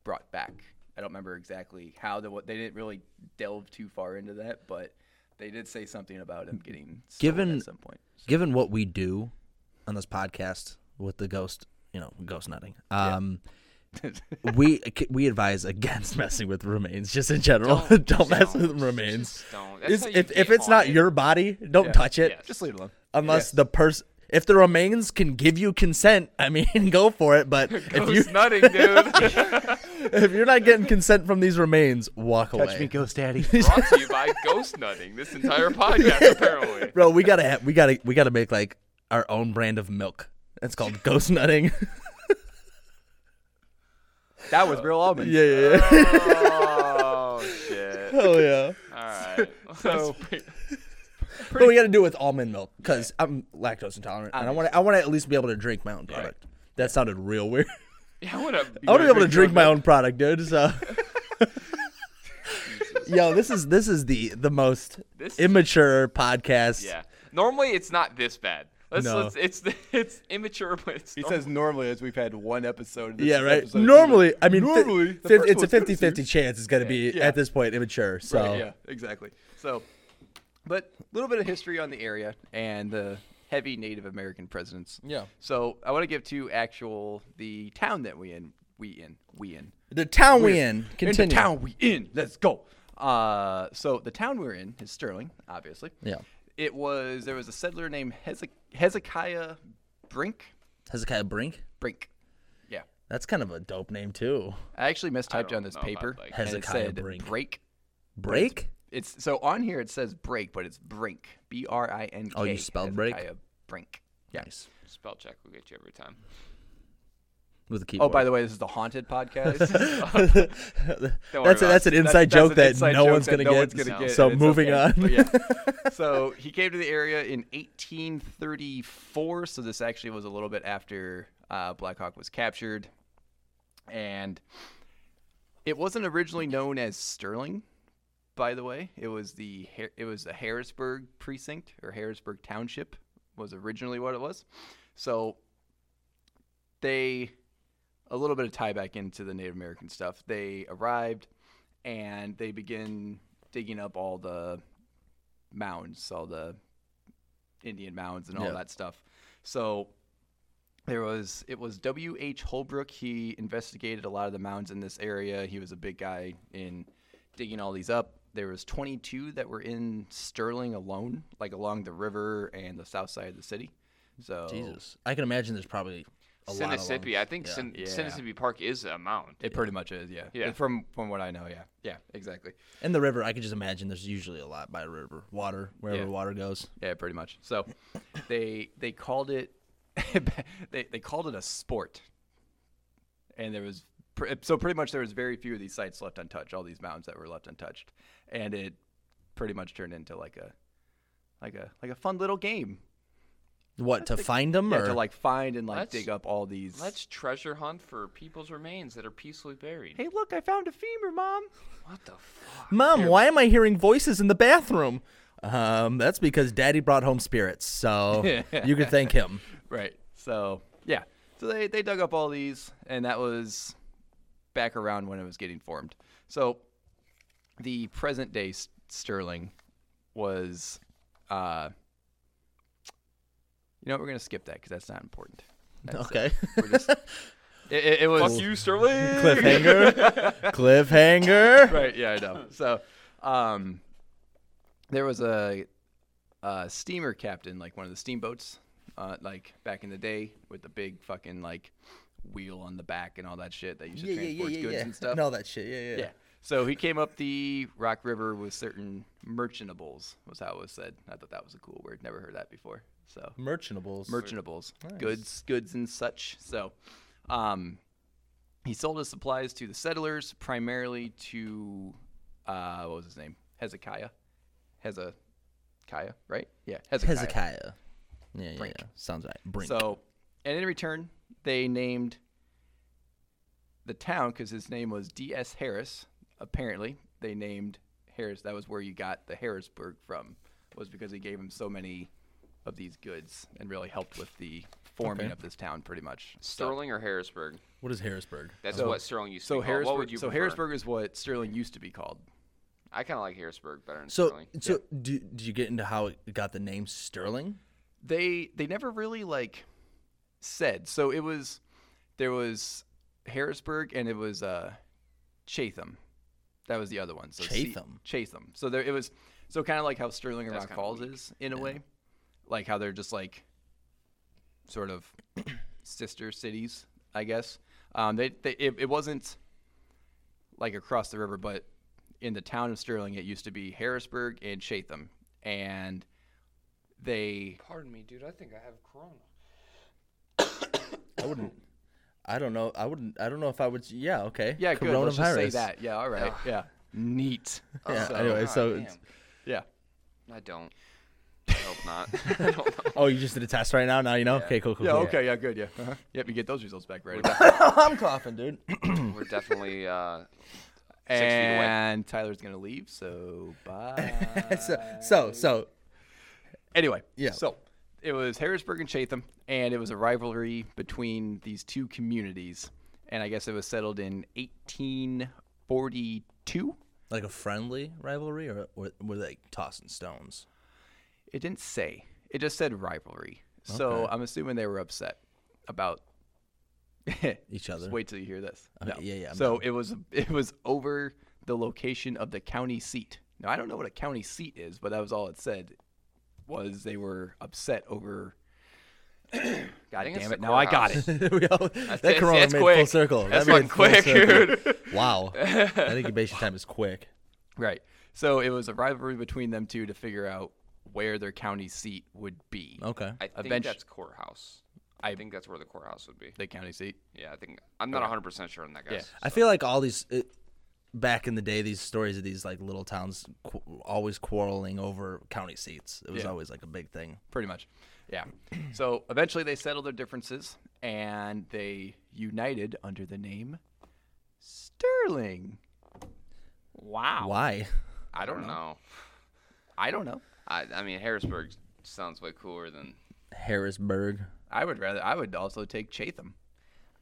Speaker 3: brought back. I don't remember exactly how the what they didn't really delve too far into that, but they did say something about him getting stolen
Speaker 1: Given-
Speaker 3: at some point.
Speaker 1: Given what we do on this podcast with the ghost, you know, ghost nutting.
Speaker 2: [laughs]
Speaker 1: Um, we we advise against [laughs] messing with remains just in general. [laughs] [laughs] Don't, mess
Speaker 2: don't.
Speaker 1: with remains.
Speaker 2: Oh, Just don't. That's
Speaker 1: It's,
Speaker 2: how you
Speaker 1: if if
Speaker 2: get
Speaker 1: it's not
Speaker 2: haunted.
Speaker 1: your body, don't
Speaker 3: Yeah.
Speaker 1: touch it.
Speaker 2: Yes.
Speaker 3: Just leave it alone.
Speaker 1: unless the person if the remains can give you consent i mean [laughs] go for it but if you
Speaker 2: Who's nutting, dude?
Speaker 1: [laughs] if you're not getting consent from these remains walk away
Speaker 4: Ghost Daddy.
Speaker 2: Brought to you by Ghost Nutting. This
Speaker 1: [laughs]
Speaker 2: entire podcast, apparently.
Speaker 1: bro we gotta have, we gotta we gotta make like our own brand of milk it's
Speaker 2: [laughs]
Speaker 1: called ghost nutting
Speaker 3: [laughs] That was real almonds.
Speaker 1: yeah yeah yeah
Speaker 2: Oh
Speaker 1: [laughs]
Speaker 2: shit!
Speaker 1: hell yeah
Speaker 2: All
Speaker 1: [laughs]
Speaker 2: right.
Speaker 3: So
Speaker 1: but we gotta do it with almond milk because i'm lactose intolerant and i want to i want to at least be able to drink my own product that sounded real weird
Speaker 2: [laughs] yeah, I want to.
Speaker 1: i want to be able to drink my own product dude
Speaker 3: [laughs]
Speaker 1: so yo this is this is the the most
Speaker 2: This-
Speaker 1: immature podcast
Speaker 2: Yeah. Normally, it's not this bad. Let's,
Speaker 1: No.
Speaker 2: let's it's [laughs] it's immature, but it's
Speaker 3: he
Speaker 2: normal.
Speaker 3: says normally as we've had one episode.
Speaker 1: Yeah, right. Normally, I mean, fi- fi- it's a 50 50 chance it's going to be,
Speaker 3: Yeah.
Speaker 1: at this point, immature. So,
Speaker 3: Right, yeah, exactly. So, but a little bit of history on the area and the heavy Native American presence.
Speaker 1: Yeah.
Speaker 3: So I want to give to actual the town that we in we in we in
Speaker 1: the town we in, continue.
Speaker 3: in the town we in. Let's go. Uh, so the town we're in is Sterling, obviously.
Speaker 1: Yeah.
Speaker 3: It was there was a settler named Hezek- Hezekiah Brink
Speaker 1: Hezekiah Brink.
Speaker 3: Brink. Yeah.
Speaker 1: That's kind of a dope name, too.
Speaker 3: I actually mistyped
Speaker 2: don't
Speaker 3: on this
Speaker 2: know if I'd
Speaker 3: paper.
Speaker 2: like
Speaker 3: and it
Speaker 1: Hezekiah
Speaker 3: said
Speaker 1: Brink.
Speaker 3: Break.
Speaker 1: Break?
Speaker 3: It's so on here it says break, but it's brink. B R I N K.
Speaker 1: Oh, you spelled break?
Speaker 3: Hezekiah Brink. Yeah.
Speaker 1: Nice.
Speaker 2: spell check will get you every time.
Speaker 1: With a
Speaker 3: Oh,
Speaker 1: keyboard. [laughs]
Speaker 3: by the way, [laughs] this is the haunted podcast.
Speaker 2: Don't worry
Speaker 1: that's, a,
Speaker 2: about
Speaker 1: that's
Speaker 2: it.
Speaker 1: an inside
Speaker 3: That's- that's
Speaker 1: joke
Speaker 3: an
Speaker 1: that
Speaker 3: inside
Speaker 1: no
Speaker 3: joke
Speaker 1: one's
Speaker 3: that
Speaker 1: going to
Speaker 3: no
Speaker 1: get.
Speaker 3: one's gonna get,
Speaker 1: so,
Speaker 3: and it's
Speaker 1: moving
Speaker 3: okay.
Speaker 1: on. [laughs]
Speaker 3: But yeah. So he came to the area in 1834. So this actually was a little bit after uh, Black Hawk was captured, and it wasn't originally known as Sterling. By the way, it was the Har- it was the Harrisburg precinct or Harrisburg Township was originally what it was. So they a little bit of tie back into the Native American stuff. They arrived and they begin digging up all the mounds, all the Indian mounds and all
Speaker 1: Yeah.
Speaker 3: that stuff. So there was it was W. H. Holbrook. He investigated a lot of the mounds in this area. He was a big guy in digging all these up. There was 22 that were in Sterling alone, like along the river and the south side of the city. So
Speaker 1: Jesus, I can imagine there's probably a lot of
Speaker 2: Sinisippi.
Speaker 1: lungs.
Speaker 2: I think
Speaker 1: Yeah.
Speaker 2: Sin-
Speaker 3: Yeah.
Speaker 2: Sinisippi Park is a mound.
Speaker 3: It pretty much is, yeah.
Speaker 2: Yeah.
Speaker 3: From from what I know, yeah. Yeah, exactly.
Speaker 1: And the river, I could just imagine there's usually a lot by a river, water, wherever
Speaker 3: Yeah.
Speaker 1: water goes.
Speaker 3: Yeah, pretty much. So [laughs] they they called it [laughs] they they called it a sport. And there was pr- so pretty much there was very few of these sites left untouched, all these mounds that were left untouched. And it pretty much turned into like a like a like a fun little game.
Speaker 1: What to find them
Speaker 3: Yeah,
Speaker 1: or
Speaker 3: to like find and like
Speaker 2: Let's-
Speaker 3: dig up all these
Speaker 2: Let's treasure hunt for people's remains that are peacefully buried.
Speaker 3: Hey, look, I found a femur, mom.
Speaker 2: What the fuck?
Speaker 1: Mom, why am I hearing voices in the bathroom? Um, that's because Daddy brought home spirits,
Speaker 3: [laughs]
Speaker 1: so you can thank him.
Speaker 3: Right. So yeah. So they, they dug up all these, and that was back around when it was getting formed. So the present day S- Sterling was, uh, you know, what, we're gonna skip that because that's not important. That's
Speaker 1: Okay,
Speaker 3: We're just, it, it, it was
Speaker 2: Fuck you, Sterling.
Speaker 1: cliffhanger, cliffhanger.
Speaker 3: [laughs] right. Yeah, I know. So, um, there was a, a steamer captain, like one of the steamboats, uh, like back in the day with the big fucking like wheel on the back and all that shit that used to transport goods and stuff.
Speaker 1: and all that shit. Yeah, yeah.
Speaker 3: Yeah. So he came up the Rock River with certain merchantables, was how it was said. I thought that was a cool word. Never heard that before. So
Speaker 1: Merchantables.
Speaker 3: merchantables, goods, goods and such. So, um, he sold his supplies to the settlers, primarily to uh, what was his name? Hezekiah. Hezekiah, right? Yeah, Hezekiah.
Speaker 1: Hezekiah. Yeah, yeah,
Speaker 3: Brink.
Speaker 1: yeah. Sounds right. Brink.
Speaker 3: So, and in return, they named the town because his name was D.S. Harris. Apparently, they named Harris. That was where you got the Harrisburg from, was because he gave him so many of these goods and really helped with the forming of this town, pretty much. So-
Speaker 2: Sterling or Harrisburg?
Speaker 1: what is Harrisburg?
Speaker 2: That's what Sterling used to
Speaker 3: So
Speaker 2: be called.
Speaker 3: Harrisburg,
Speaker 2: What would you
Speaker 3: so
Speaker 2: prefer?
Speaker 3: Harrisburg is what Sterling used to be called.
Speaker 2: I kind of like Harrisburg better than
Speaker 1: So,
Speaker 2: Sterling.
Speaker 1: so do, do you get into how it got the name Sterling?
Speaker 3: They they never really like said. So it was there was Harrisburg and it was uh Chatham. That was the other one. So C-
Speaker 1: Chatham.
Speaker 3: Chatham. So there it was so kind of like how Sterling and
Speaker 2: That's
Speaker 3: Rock
Speaker 2: kinda
Speaker 3: Falls
Speaker 2: weak.
Speaker 3: is in a way. Like how they're just like sort of [clears throat] sister cities, I guess. Um, they, they it, it wasn't like across the river, but in the town of Sterling, it used to be Harrisburg and Chatham, and they
Speaker 2: Pardon me, dude. I think I have corona.
Speaker 1: I wouldn't. I don't know. I wouldn't. I don't know if I would. Yeah. Okay.
Speaker 3: yeah, good. Let's just say
Speaker 1: Coronavirus.
Speaker 3: that. Yeah, all right. Yeah, [laughs] neat.
Speaker 1: Yeah.
Speaker 3: So- ah,
Speaker 1: anyway, so
Speaker 2: God
Speaker 1: it's-
Speaker 3: Yeah,
Speaker 2: I don't. I hope not. [laughs] I don't know.
Speaker 1: oh, you just did a test right now. Now you know. Okay. Cool. Cool.
Speaker 3: yeah,
Speaker 1: cool.
Speaker 3: okay, yeah, good. Yeah, uh-huh. yep. You get those results back right away.
Speaker 1: [laughs]
Speaker 3: [laughs]
Speaker 1: I'm coughing, dude. [laughs]
Speaker 2: We're definitely. Uh, feet away.
Speaker 3: And Tyler's gonna leave, so bye.
Speaker 1: so,
Speaker 3: Uh,
Speaker 1: so, so
Speaker 3: [laughs] Anyway,
Speaker 1: Yeah.
Speaker 3: So it was Harrisburg and Chatham, and it was a rivalry between these two communities, and I guess it was settled in 1842.
Speaker 1: like a friendly rivalry, or, or were they tossing stones?
Speaker 3: It didn't say. It just said rivalry. So
Speaker 1: Okay.
Speaker 3: I'm assuming they were upset about [laughs]
Speaker 1: Each other.
Speaker 3: Just wait till you hear this.
Speaker 1: Okay, yeah, yeah, I'm
Speaker 3: so it was it was over the location of the county seat. Now I don't know what a county seat is, but that was all it said. Was they were upset [coughs] over. God
Speaker 2: think
Speaker 3: damn
Speaker 2: it's
Speaker 3: it!
Speaker 2: the
Speaker 3: Now I got
Speaker 2: courthouse.
Speaker 1: [laughs]
Speaker 3: it.
Speaker 1: We all- that
Speaker 2: that's-
Speaker 1: corona
Speaker 2: that's
Speaker 1: made full
Speaker 2: quick.
Speaker 1: circle.
Speaker 2: That's
Speaker 1: that made full
Speaker 2: fucking quick,
Speaker 1: circle. Wow. that
Speaker 3: [laughs]
Speaker 1: incubation time is quick.
Speaker 3: [laughs] Right. So it was a rivalry between them two to figure out where their county seat would be.
Speaker 1: Okay.
Speaker 2: I think
Speaker 3: Eventu-
Speaker 2: that's courthouse. I think that's where the courthouse would be.
Speaker 3: The county seat.
Speaker 2: Yeah, I think I'm not 100 percent sure on that, guys.
Speaker 1: I feel like all these it, back in the day, these stories of these like little towns qu- always quarreling over county seats. It was
Speaker 3: Yeah.
Speaker 1: always like a big thing.
Speaker 3: pretty much. Yeah. [clears throat] So eventually they settled their differences and they united under the name Sterling.
Speaker 4: Wow.
Speaker 1: Why?
Speaker 2: I don't know.
Speaker 3: I don't know.
Speaker 2: I, I mean, Harrisburg sounds way cooler than
Speaker 1: Harrisburg.
Speaker 3: I would rather I would also take Chatham.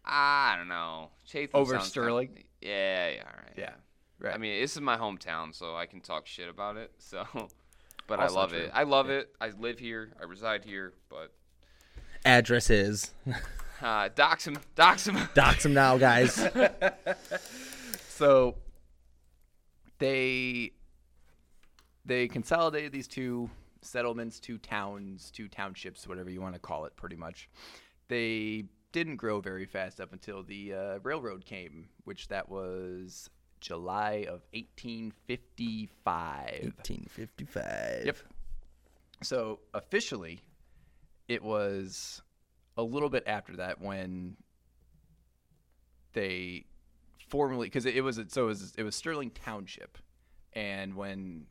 Speaker 2: I don't know. Chatham
Speaker 3: Over
Speaker 2: sounds kinda-
Speaker 3: Sterling?
Speaker 2: yeah, yeah, all right.
Speaker 3: Yeah, right.
Speaker 2: I mean, this is my hometown, so I can talk shit about it. So, [laughs] but
Speaker 3: Also
Speaker 2: I love
Speaker 3: true.
Speaker 2: it. I love it. I live here. I reside here. But
Speaker 1: Address is.
Speaker 2: uh, dox him.
Speaker 3: [laughs]
Speaker 2: Dox him.
Speaker 1: Dox him now, guys.
Speaker 3: so they they consolidated these two settlements two towns two townships whatever you want to call it pretty much they didn't grow very fast up until the uh, railroad came which that was july of 1855
Speaker 1: 1855.
Speaker 3: Yep. So officially, it was a little bit after that when they formally because it was so it was, it was Sterling Township, and when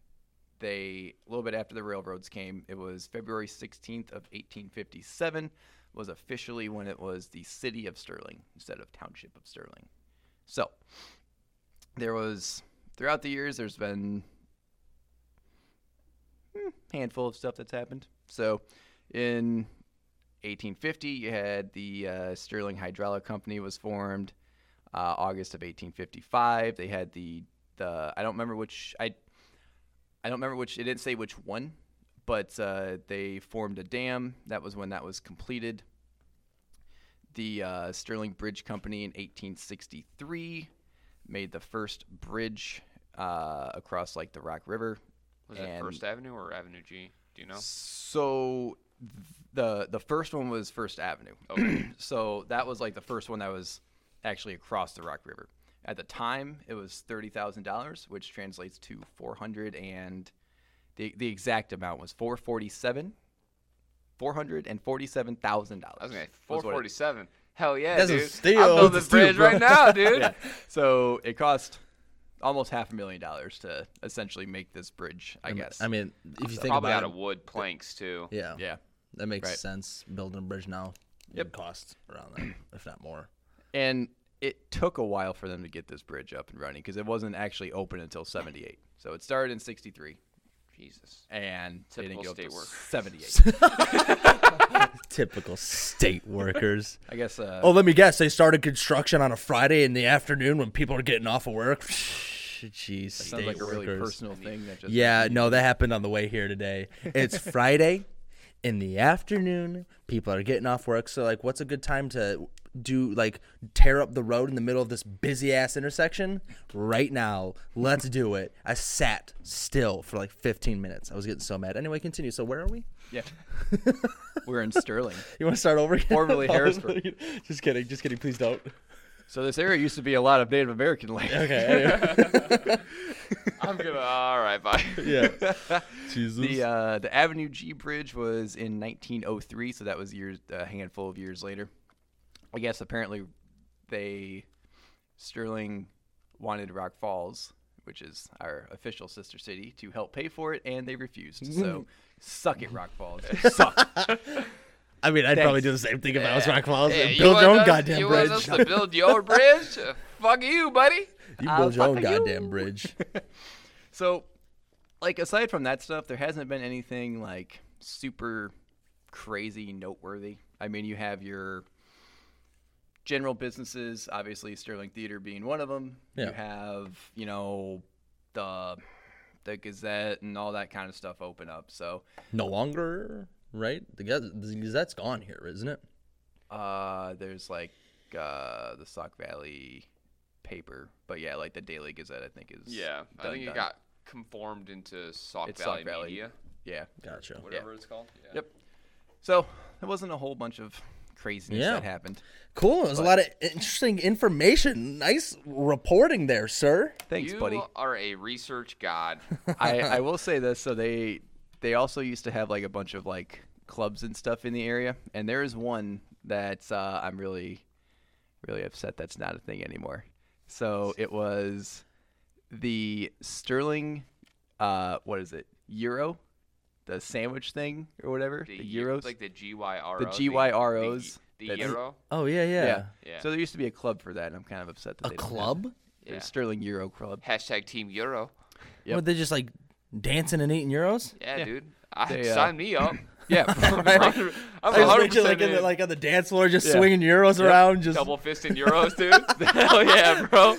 Speaker 3: they a little bit after the railroads came, it was February 16th of 1857 was officially when it was the city of Sterling instead of township of Sterling. So there was throughout the years there's been handful of stuff that's happened. So, in 1850, you had the uh, Sterling Hydraulic Company was formed. Uh, August of 1855, they had the the I don't remember which I I don't remember which it didn't say which one, but uh, they formed a dam. That was when that was completed. The uh, Sterling Bridge Company in 1863 made the first bridge uh, across like the Rock River.
Speaker 2: Was it
Speaker 3: and-
Speaker 2: First Avenue or Avenue G? Do you know?
Speaker 3: so th- the the first one was First Avenue.
Speaker 2: Oh,
Speaker 3: [clears throat] so that was like the first one that was actually across the Rock River. At the time, it was thirty thousand dollars, which translates to four hundred and the the exact amount was four forty seven. Four hundred and forty-seven thousand dollars.
Speaker 2: I was gonna say 447. Hell yeah,
Speaker 1: That's a
Speaker 2: dude.
Speaker 1: steal.
Speaker 3: [laughs]
Speaker 2: I'll build
Speaker 1: That's
Speaker 2: this
Speaker 1: a steal,
Speaker 2: bridge right
Speaker 1: bro.
Speaker 2: now, dude.
Speaker 3: So it cost almost half a million dollars to essentially make this bridge. I,
Speaker 1: I mean-
Speaker 3: guess.
Speaker 1: I mean, if you think
Speaker 2: Probably
Speaker 1: about
Speaker 2: out
Speaker 1: it,
Speaker 2: of wood planks too.
Speaker 1: yeah,
Speaker 3: yeah.
Speaker 1: that makes
Speaker 3: Right.
Speaker 1: sense. Building a bridge now would cost around that, if not more.
Speaker 3: And it took a while for them to get this bridge up and running because it wasn't actually open until 78. So it started in 63
Speaker 2: Jesus.
Speaker 3: and they didn't
Speaker 2: Typical
Speaker 3: go up
Speaker 2: state
Speaker 3: to
Speaker 2: work.
Speaker 3: 78.
Speaker 1: Typical state workers.
Speaker 3: I guess uh,
Speaker 1: Oh, let me guess. They started construction on a Friday in the afternoon when people are getting off of work. [sighs] Jeez,
Speaker 3: sounds
Speaker 1: state
Speaker 3: like a really
Speaker 1: workers.
Speaker 3: personal thing that just
Speaker 1: Yeah, no, that happened on the way here today.
Speaker 3: [laughs]
Speaker 1: It's Friday in the afternoon. People are getting off work, so like, what's a good time to do like tear up the road in the middle of this busy ass intersection? Right now, let's do it. I sat still for like 15 minutes. I was getting so mad. Anyway, continue. So where are we?
Speaker 3: Yeah. We're in Sterling.
Speaker 1: You want to start over? Again? [laughs] Oh,
Speaker 3: Formerly Harrisburg.
Speaker 1: just kidding. Just kidding. Please
Speaker 3: [laughs]
Speaker 1: don't.
Speaker 3: So this area used to be a lot of Native American
Speaker 1: [laughs]
Speaker 3: land.
Speaker 1: Okay. anyway.
Speaker 2: I'm gonna. All right, bye.
Speaker 1: yeah. Jesus.
Speaker 3: The uh, the Avenue G Bridge was in 1903, so that was years a handful of years later. I guess apparently they Sterling wanted Rock Falls, which is our official sister city, to help pay for it, and they refused. So suck it, Rock Falls. You suck.
Speaker 1: I mean, I'd probably
Speaker 3: thanks.
Speaker 1: do the same thing if I was Rock Falls.
Speaker 2: Yeah, you
Speaker 1: build
Speaker 2: want
Speaker 1: your own
Speaker 2: us-
Speaker 1: goddamn
Speaker 2: you
Speaker 1: bridge.
Speaker 2: want us to build your bridge? Fuck you, buddy.
Speaker 1: You build your own
Speaker 3: fuck you.
Speaker 1: goddamn bridge.
Speaker 3: So, like, aside from that stuff, there hasn't been anything like super crazy noteworthy. I mean, you have your general businesses, obviously Sterling Theater being one of them.
Speaker 1: Yeah.
Speaker 3: You have, you know, the the Gazette and all that kind of stuff open up. So,
Speaker 1: No longer, right? The, Gaz- the Gazette's gone here, isn't it?
Speaker 3: uh, there's like uh, the Sauk Valley paper, but yeah, like the Daily Gazette, I think is
Speaker 2: Yeah, I
Speaker 3: done-
Speaker 2: think
Speaker 3: done.
Speaker 2: it got conformed into Sauk
Speaker 3: It's
Speaker 2: Valley
Speaker 3: Sauk Valley.
Speaker 2: Media,
Speaker 3: yeah.
Speaker 1: Gotcha.
Speaker 2: whatever it's called. Yeah.
Speaker 3: Yep. So there wasn't a whole bunch of craziness
Speaker 1: Yeah.
Speaker 3: that happened.
Speaker 1: Cool. There's a lot of interesting information. Nice reporting there, sir.
Speaker 3: Thanks,
Speaker 2: you
Speaker 3: [laughs] buddy.
Speaker 2: are a research god.
Speaker 3: I, I will say this. So they they also used to have like a bunch of like clubs and stuff in the area, and there is one that's uh, I'm really really upset that's not a thing anymore. So it was the Sterling, uh, what is it? Euro, the sandwich thing or whatever. The,
Speaker 2: y-
Speaker 3: Euros,
Speaker 2: like the GYRO,
Speaker 3: the GYROs.
Speaker 2: the, the
Speaker 3: That's-
Speaker 2: Euro.
Speaker 1: Oh yeah, yeah.
Speaker 3: Yeah.
Speaker 2: Yeah.
Speaker 3: So there used to be a club for that, and I'm kind of upset that
Speaker 1: A
Speaker 3: they don't have it.
Speaker 1: club?
Speaker 3: There's
Speaker 2: Yeah.
Speaker 3: Sterling Euro Club.
Speaker 2: Hashtag Team Euro.
Speaker 3: Yep.
Speaker 1: What? They just like dancing and eating euros?
Speaker 2: Yeah, dude. I,
Speaker 3: They, uh,
Speaker 2: sign me up.
Speaker 3: Yeah,
Speaker 2: I'm
Speaker 1: I just
Speaker 2: 100
Speaker 1: picture, like,
Speaker 2: percent
Speaker 1: in the, like on the dance floor, just
Speaker 3: Yeah.
Speaker 1: swinging euros around, just
Speaker 2: double fisting euros, dude. [laughs] Hell yeah, bro.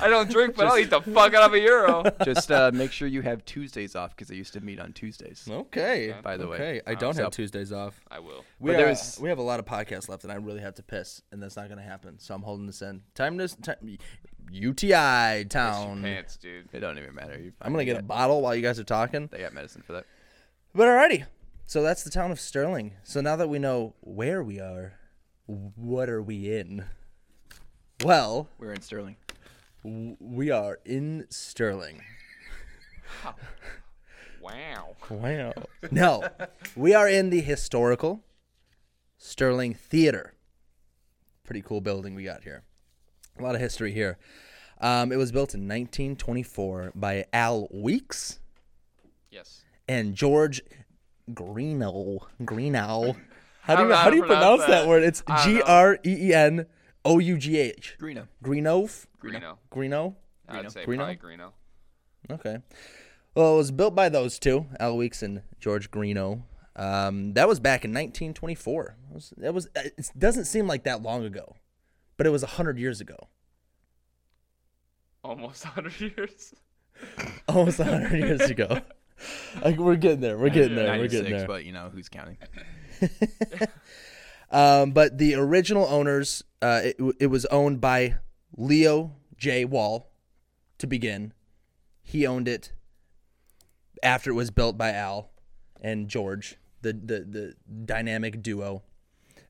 Speaker 2: I don't drink, but I'll eat the fuck out of a euro.
Speaker 3: [laughs] Just uh, make sure you have Tuesdays off because they used to meet on Tuesdays.
Speaker 1: okay.
Speaker 3: By the way,
Speaker 1: okay, I
Speaker 3: um,
Speaker 1: don't have
Speaker 3: so-
Speaker 1: Tuesdays off.
Speaker 2: I will.
Speaker 1: We,
Speaker 3: But there
Speaker 1: are-
Speaker 3: was-
Speaker 1: we have a lot of podcasts left, and I really have to piss, and that's not gonna happen. So I'm holding this in. Time to time, UTI town.
Speaker 2: Pants, dude.
Speaker 3: It don't even matter. You
Speaker 1: I'm gonna get a bottle while you guys are talking.
Speaker 3: They got medicine for that.
Speaker 1: But alrighty, so that's the town of Sterling. So now that we know where we are, what are we in? Well,
Speaker 3: We're in Sterling.
Speaker 1: w- we are in Sterling.
Speaker 2: Wow.
Speaker 1: Wow. No, we are in the historical Sterling Theater. Pretty cool building we got here. A lot of history here. Um, it was built in 1924 by Al Weeks
Speaker 2: Yes.
Speaker 1: and George Greenow. Greenow. How do
Speaker 2: don't
Speaker 1: you,
Speaker 2: know
Speaker 1: how do
Speaker 2: how to
Speaker 1: you pronounce
Speaker 2: pronounce
Speaker 1: that
Speaker 2: that.
Speaker 1: word? It's
Speaker 2: I don't
Speaker 1: G
Speaker 2: know.
Speaker 1: R E E N O U G H.
Speaker 3: Greeno.
Speaker 1: Greenow?
Speaker 2: Greeno.
Speaker 1: Greenow?
Speaker 2: I'd say
Speaker 1: Greeno?
Speaker 2: probably Greeno.
Speaker 1: Okay. Well, it was built by those two, Al Weeks and George Greeno. Um, that was back in 1924. That was, that was uh, it doesn't seem like that long ago, but it was 100 years ago. [laughs]
Speaker 2: Almost 100 years.
Speaker 1: Almost 100 years ago. Like, we're getting there. We're getting there. We're
Speaker 3: 96,
Speaker 1: getting there.
Speaker 3: but you know who's counting?
Speaker 1: Um, but the original owners, uh, it, w- it was owned by Leo J. Wall to begin. He owned it after it was built by Al and George, the the, the dynamic duo.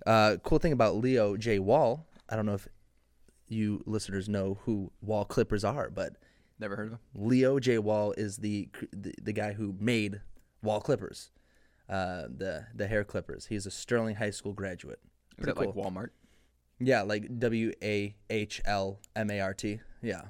Speaker 1: Uh, cool thing about Leo J. Wall, I don't know if you listeners know who Wall Clippers are, but
Speaker 3: Never heard of him.
Speaker 1: Leo J. Wall is the cr- the, the guy who made Wall Clippers, uh, the the hair clippers. He's a Sterling High School graduate.
Speaker 3: Is
Speaker 1: Pretty
Speaker 3: that
Speaker 1: cool.
Speaker 3: like Walmart?
Speaker 1: Yeah, like W A H L M A R T. Yeah,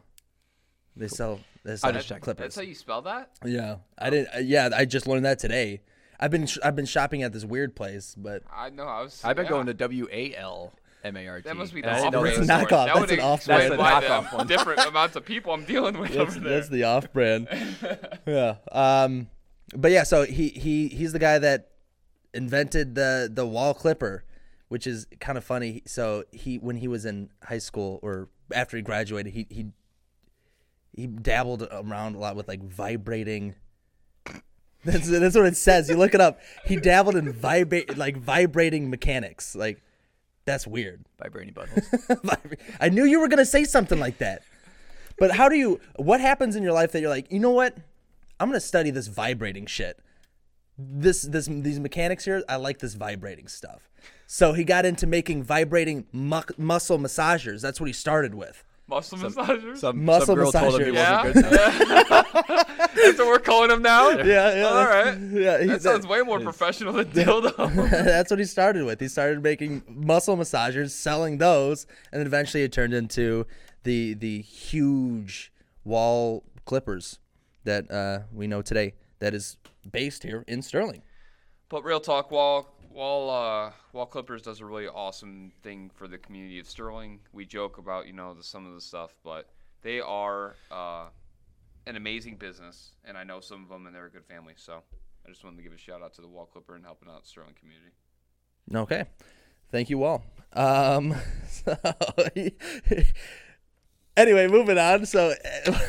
Speaker 1: they sell they sell
Speaker 3: just checked.
Speaker 1: clippers.
Speaker 2: That's how you spell that?
Speaker 1: yeah, I didn't. uh, Yeah, I just learned that today. I've been sh- I've been shopping at this weird place, but
Speaker 2: I know. I was.
Speaker 3: I've been
Speaker 2: yeah.
Speaker 3: going to W A L M A R T.
Speaker 2: That must be
Speaker 3: and
Speaker 2: the
Speaker 3: I didn't
Speaker 2: off
Speaker 3: know
Speaker 1: It's
Speaker 3: there was-
Speaker 1: a knockoff.
Speaker 2: That
Speaker 1: That's
Speaker 2: would
Speaker 1: an off-
Speaker 2: explain
Speaker 3: that's a
Speaker 2: why
Speaker 3: knockoff
Speaker 2: the
Speaker 3: one.
Speaker 2: [laughs] different amounts of people I'm dealing with
Speaker 1: that's,
Speaker 2: over there.
Speaker 1: that's the off
Speaker 2: [laughs]
Speaker 1: brand. yeah. Um, but yeah, so he he he's the guy that invented the the wall clipper, which is kind of funny. So he when he was in high school or after he graduated, he he he dabbled around a lot with like vibrating. That's that's what it says. You look it up. He dabbled in vibrate like vibrating mechanics. Like that's weird. [laughs]
Speaker 3: Vibrating buttholes.
Speaker 1: I knew you were gonna say something like that. But how do you? What happens in your life that you're like, you know what? I'm gonna study this vibrating shit. This this these mechanics here. I like this vibrating stuff. So he got into making vibrating mu- muscle massagers. That's what he started with.
Speaker 2: Muscle massagers?
Speaker 3: Some,
Speaker 1: Muscle
Speaker 3: some girl told
Speaker 1: massager.
Speaker 3: him he
Speaker 2: yeah.
Speaker 3: wasn't
Speaker 2: [laughs]
Speaker 3: good enough.
Speaker 2: That's what we're calling them now?
Speaker 1: Yeah, yeah.
Speaker 2: All right.
Speaker 1: Yeah, [laughs] he-
Speaker 2: That sounds way more professional than
Speaker 1: [laughs]
Speaker 2: dildo.
Speaker 1: that's what he started with. He started making muscle massagers, selling those, and then eventually it turned into the the huge wall clippers that uh, we know today. That is based here in Sterling.
Speaker 2: But real talk, while while uh, while Clippers does a really awesome thing for the community of Sterling, we joke about you know the, some of the stuff, but they are uh, an amazing business, and I know some of them, and they're a good family. So I just wanted to give a shout out to the Wall Clipper and helping out Sterling community.
Speaker 1: Okay, thank you all. Um, [laughs] so anyway, moving on. So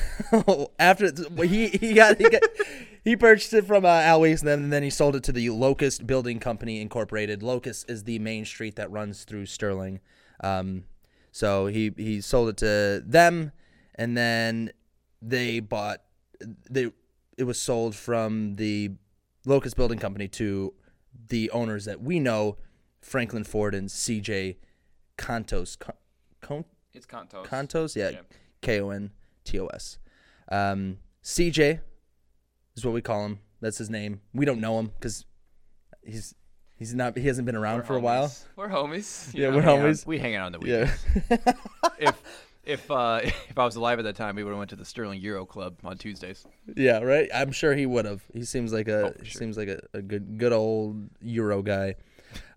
Speaker 1: [laughs] after well, he he got he, got, [laughs] he purchased it from uh, Al Weeks, and then, and then he sold it to the Locust Building Company Incorporated. Locust is the main street that runs through Sterling. Um, so he he sold it to them, and then they bought they it was sold from the Locust Building Company to the owners that we know, Franklin Ford and C.J. Contos. Con- Con-
Speaker 2: It's Contos.
Speaker 1: Contos, yeah,
Speaker 2: Yeah.
Speaker 1: K O N T O S. Um, CJ is what we call him. That's his name. We don't know him because he's he's not he hasn't been around [laughs]
Speaker 2: We're
Speaker 1: for a while.
Speaker 2: homies. We're homies.
Speaker 1: Yeah,
Speaker 2: you
Speaker 1: we're
Speaker 2: know?
Speaker 1: always
Speaker 3: we hang out on the weekend.
Speaker 2: [laughs]
Speaker 1: yeah.
Speaker 3: [laughs] if if uh, [laughs] if I was alive at that time, we would have went to the Sterling Euro Club on Tuesdays.
Speaker 1: Yeah, right. I'm sure he would have. He seems like a
Speaker 3: Oh, for
Speaker 1: he
Speaker 3: sure.
Speaker 1: seems like a, a good good old Euro guy.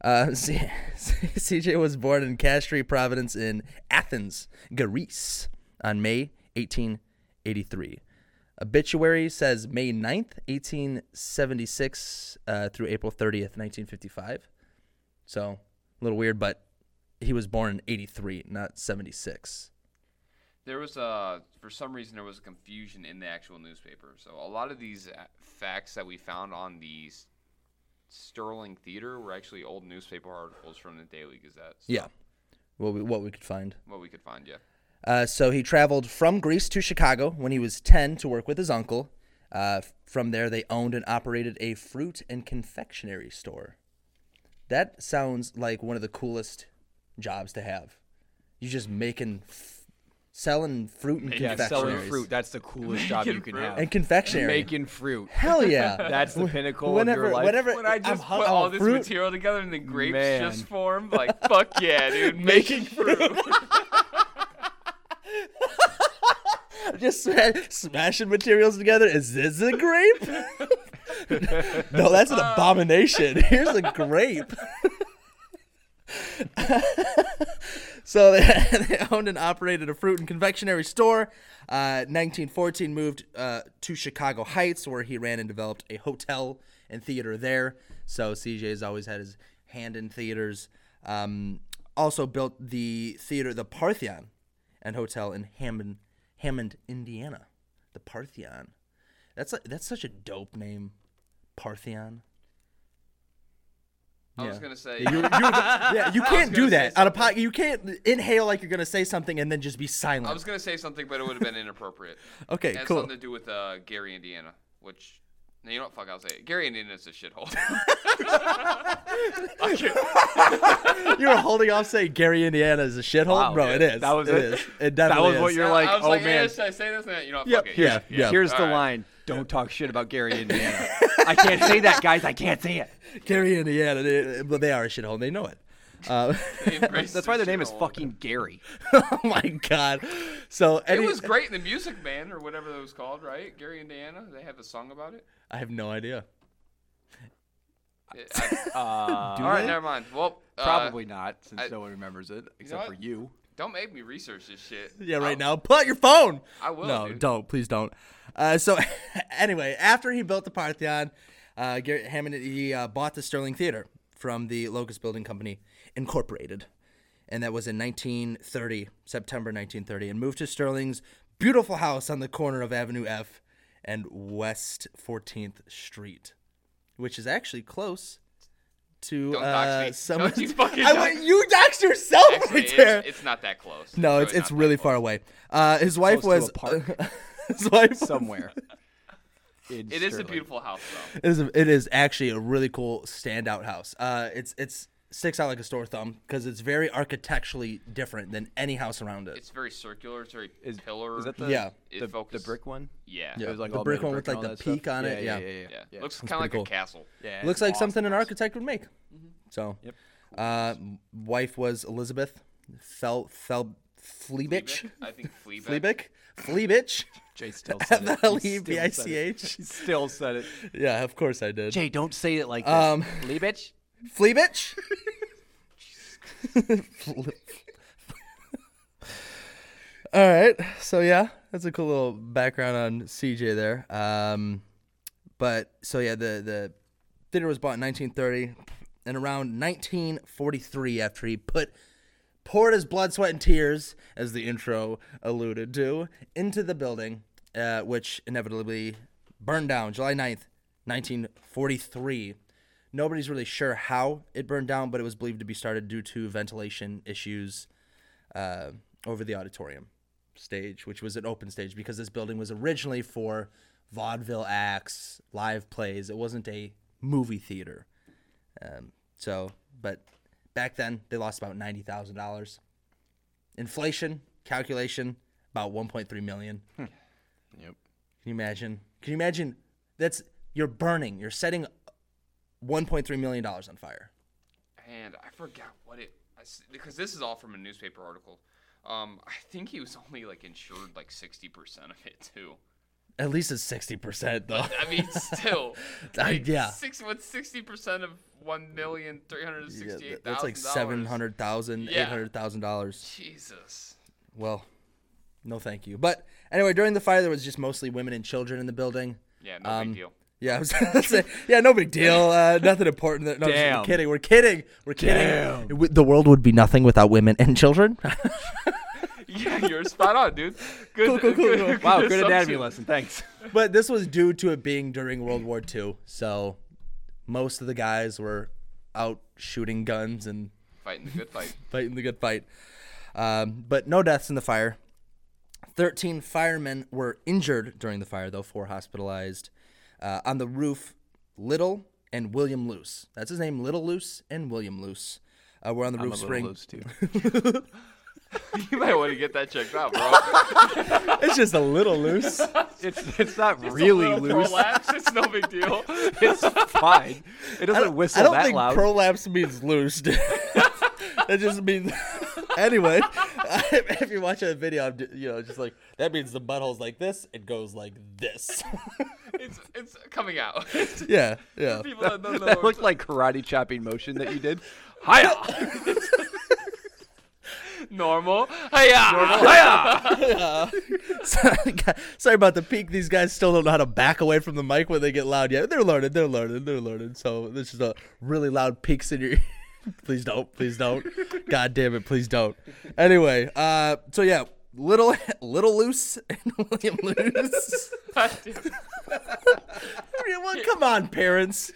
Speaker 1: Uh, [laughs] C- CJ was born in Castries, Providence, in Athens, Greece, on May 1883. Obituary says May 9th, 1876 uh, through April 30th, 1955. So a little weird, but he was born in 83, not 76.
Speaker 2: There was a for some reason there was a confusion in the actual newspaper. So a lot of these uh, facts that we found on these Sterling Theater were actually old newspaper articles from the Daily Gazette. So
Speaker 1: Yeah. What we, what we could find.
Speaker 2: What we could find, yeah.
Speaker 1: Uh, so he traveled from Greece to Chicago when he was 10 to work with his uncle. Uh, from there, they owned and operated a fruit and confectionery store. That sounds like one of the coolest jobs to have. You're just making, f- selling fruit and
Speaker 3: Yeah, selling
Speaker 1: confectionery.
Speaker 3: fruit. That's the coolest job you can
Speaker 2: fruit.
Speaker 3: have.
Speaker 1: And confectionery.
Speaker 3: Making fruit.
Speaker 1: [laughs] Hell
Speaker 3: [laughs]
Speaker 1: yeah.
Speaker 3: That's the pinnacle
Speaker 1: whenever,
Speaker 3: of your life.
Speaker 1: whenever
Speaker 2: When I
Speaker 1: I'm
Speaker 2: just
Speaker 1: hung-
Speaker 2: put
Speaker 1: oh,
Speaker 2: all this
Speaker 1: fruit-
Speaker 2: material together and the grapes
Speaker 3: Man.
Speaker 2: just formed, like fuck yeah, dude, making fruit.
Speaker 1: [laughs] just sma- smashing materials together. Is this a grape? [laughs] no, that's an
Speaker 3: Uh,
Speaker 1: abomination. [laughs] Here's a grape. so [laughs] they, they owned and operated a fruit and confectionery store. Uh, 1914 moved uh, to Chicago Heights, where he ran and developed a hotel and theater there. So CJ has always had his hand in theaters. Um, also built the theater, the Parthenon, and hotel in Hammond, Hammond, Indiana. The Parthenon. That's a, that's such a dope name, Parthenon.
Speaker 2: I was
Speaker 1: Yeah.
Speaker 2: gonna say
Speaker 1: You, you-
Speaker 2: [laughs]
Speaker 1: yeah, you can't do
Speaker 2: gonna
Speaker 1: that
Speaker 2: say
Speaker 1: on a pot. You can't inhale like you're gonna say something and then just be silent.
Speaker 2: I was gonna say something, but it would have been inappropriate.
Speaker 1: okay,
Speaker 2: It has
Speaker 1: cool. [laughs]
Speaker 2: something to do with uh, Gary, Indiana, which no, you know what? Fuck, I'll say it. Gary, Indiana is a shithole. I can't-
Speaker 1: you were holding off saying Gary, Indiana is a shithole,
Speaker 3: Wow,
Speaker 1: bro.
Speaker 3: yeah,
Speaker 1: it is.
Speaker 3: [laughs] that was
Speaker 1: it.
Speaker 3: it.
Speaker 1: Is. It definitely
Speaker 3: was what
Speaker 1: is.
Speaker 3: you're
Speaker 2: I-
Speaker 3: like,
Speaker 2: [laughs] I was
Speaker 3: "Oh,
Speaker 2: like, eh,
Speaker 3: man."
Speaker 2: should I say this? And that? You know what?
Speaker 3: Yep.
Speaker 2: Fuck it.
Speaker 1: Yeah, yeah.
Speaker 3: Here's the
Speaker 2: All right.
Speaker 3: line. Don't talk shit about Gary, Indiana. I can't say that, guys. I can't say it.
Speaker 1: Gary, Indiana, they, but they are a shithole. and They know it. Uh, [laughs]
Speaker 2: They embraced
Speaker 3: That's why
Speaker 2: the
Speaker 3: the name is
Speaker 2: shithole.
Speaker 3: fucking Gary.
Speaker 1: oh my god. So
Speaker 2: It
Speaker 1: any,
Speaker 2: was great in the Music Man or whatever that was called, right? Gary, Indiana. They have a song about it.
Speaker 1: I have no idea.
Speaker 2: It- I-
Speaker 3: Uh,
Speaker 2: all right, never mind. Well, uh,
Speaker 3: probably not, since
Speaker 2: I-
Speaker 3: no one remembers it
Speaker 2: what?
Speaker 3: except for you.
Speaker 2: Don't make me research this shit.
Speaker 1: Yeah, right
Speaker 2: I'll-
Speaker 1: now. Pull out your phone.
Speaker 2: I will,
Speaker 1: No,
Speaker 2: dude.
Speaker 1: don't. Please don't. Uh, so, [laughs] anyway, after he built the Parthenon, uh, Garrett Hammond he uh, bought the Sterling Theater from the Locust Building Company Incorporated, and that was in 1930, September 1930, and moved to Sterling's beautiful house on the corner of Avenue F and West 14th Street, which is actually close. To
Speaker 2: Don't dox
Speaker 1: uh,
Speaker 2: me.
Speaker 1: someone,
Speaker 2: Don't you fucking
Speaker 1: I
Speaker 2: dox-
Speaker 1: went- you doxed yourself
Speaker 2: Actually,
Speaker 1: right there.
Speaker 2: it's, it's not that close.
Speaker 1: No, it's
Speaker 2: really
Speaker 1: it's
Speaker 2: not that
Speaker 1: really
Speaker 2: close.
Speaker 1: far away. Uh, his wife
Speaker 3: Close to Oh, a
Speaker 1: was
Speaker 3: park.
Speaker 1: [laughs] his wife
Speaker 3: Somewhere. in
Speaker 2: It is a
Speaker 3: Sterling.
Speaker 2: beautiful house,
Speaker 1: [laughs]
Speaker 2: though.
Speaker 1: It is a, it is actually a really cool standout house. Uh, it's it's sticks out like a sore thumb because it's very architecturally different than any house around it.
Speaker 2: It's very circular. It's very
Speaker 3: Is,
Speaker 2: pillar.
Speaker 3: is that the,
Speaker 1: Yeah.
Speaker 2: It
Speaker 3: the, the
Speaker 2: focus-
Speaker 3: brick one?
Speaker 2: Yeah.
Speaker 1: Yeah.
Speaker 3: It was like
Speaker 1: The
Speaker 3: all
Speaker 1: brick
Speaker 3: made of
Speaker 1: one with,
Speaker 3: and
Speaker 1: like,
Speaker 3: all
Speaker 1: the
Speaker 3: that stuff?
Speaker 1: peak on it,
Speaker 3: Yeah,
Speaker 1: yeah.
Speaker 3: yeah, yeah.
Speaker 2: Yeah.
Speaker 3: yeah.
Speaker 2: Looks kind of like
Speaker 1: pretty cool.
Speaker 2: a castle.
Speaker 3: Yeah, it's
Speaker 1: Looks like
Speaker 3: awesome. Mm-hmm.
Speaker 1: something an architect would make. So,
Speaker 3: Yep.
Speaker 1: uh, wife was Elizabeth Fel Fel Fleabich.
Speaker 2: Fleabich? I think Fleabich.
Speaker 1: Fleabich. Fleabich.
Speaker 3: Jay still said it. He still said it.
Speaker 1: F-L-E-B-I-C-H.
Speaker 3: He still said it.
Speaker 1: [laughs] Yeah, of course I did.
Speaker 3: Jay, don't say it like this.
Speaker 1: Um,
Speaker 3: Lee bitch.
Speaker 1: Fleabich. Fle- [laughs] All right. So yeah, that's a cool little background on CJ there. Um, but so yeah, the the theater was bought in 1930, and around 1943, after he put poured his blood, sweat, and tears, as the intro alluded to, into the building, uh, which inevitably burned down July 9th, 1943. Nobody's really sure how it burned down, but it was believed to be started due to ventilation issues uh, over the auditorium stage, which was an open stage because this building was originally for vaudeville acts, live plays. It wasn't a movie theater. Um, so, but back then they lost about ninety thousand dollars. Inflation calculation about one point three million.
Speaker 2: Hmm.
Speaker 1: Can
Speaker 3: Yep.
Speaker 1: you imagine? Can you imagine? That's you're burning. You're setting one point three million dollars on fire.
Speaker 2: And I forgot what it I s- because this is all from a newspaper article. Um, I think he was only like insured like sixty percent of it too.
Speaker 1: At least it's sixty percent
Speaker 2: [laughs]
Speaker 1: though. [laughs]
Speaker 2: I
Speaker 3: [laughs]
Speaker 2: mean, still,
Speaker 1: I-
Speaker 2: like,
Speaker 1: yeah.
Speaker 2: six what's sixty percent of one million three hundred
Speaker 1: Yeah,
Speaker 2: sixty-eight thousand.
Speaker 1: that's like seven hundred thousand,
Speaker 2: Yeah.
Speaker 1: eight hundred thousand dollars.
Speaker 2: Jesus.
Speaker 1: Well, No, thank you. But anyway, during the fire, there was just mostly women and children in the building.
Speaker 2: Yeah, no
Speaker 1: Um,
Speaker 2: big deal.
Speaker 1: Yeah, [laughs] I was gonna say- yeah, no big deal. Uh, nothing important. No, I'm just-
Speaker 3: Damn.
Speaker 1: we're kidding. We're kidding. We're kidding. It w- The world would be nothing without women and children. [laughs]
Speaker 2: Yeah, you're spot on, dude. Good,
Speaker 1: Cool, cool, cool,
Speaker 2: good,
Speaker 1: cool.
Speaker 2: [laughs]
Speaker 3: Wow, good anatomy
Speaker 2: assumption.
Speaker 3: lesson. Thanks.
Speaker 1: but this was due to it being during World War II, so most of the guys were out shooting guns and
Speaker 2: Fighting the good fight. [laughs]
Speaker 1: fighting the good fight. Um, but no deaths in the fire. 13 firemen were injured during the fire, though, four hospitalized. Uh, on the roof, Little and William Luce. That's his name, Little Luce and William Luce. Uh, we're on the
Speaker 3: I'm a
Speaker 1: roof
Speaker 3: little
Speaker 1: spring.
Speaker 3: loose too.
Speaker 2: You might want to get that checked out, bro.
Speaker 1: It's just a little
Speaker 3: [laughs]
Speaker 1: loose.
Speaker 3: It's it's not really
Speaker 2: Little
Speaker 3: [laughs] loose.
Speaker 2: prolapse, It's no big deal.
Speaker 3: [laughs] It's fine. It
Speaker 1: I
Speaker 3: doesn't
Speaker 1: don't,
Speaker 3: whistle
Speaker 1: I don't
Speaker 3: that
Speaker 1: think
Speaker 3: loud.
Speaker 1: prolapse means loose. dude. [laughs] that just means. [laughs] anyway, [laughs] if you watch that video, I'm, ju- you know, just like that means the butthole's like this. It goes like
Speaker 3: [laughs]
Speaker 1: this. [laughs]
Speaker 2: It's it's coming out. [laughs]
Speaker 1: yeah, yeah.
Speaker 2: People that don't know
Speaker 3: that
Speaker 2: what-
Speaker 3: looked like karate chopping motion that you [laughs] did. Hiya!
Speaker 2: normal. ah! Hiya!
Speaker 1: [laughs] Sorry about the peak. These guys still don't know how to back away from the mic when they get loud. Yeah, they're learning. They're learning. They're learning. So this is a really loud peaks in your. [laughs] please don't. Please don't. God damn it. Please don't. Anyway, uh, so yeah, little [laughs] little loose and [laughs] William loose. [laughs]
Speaker 2: [laughs]
Speaker 1: I mean, well, come on, parents.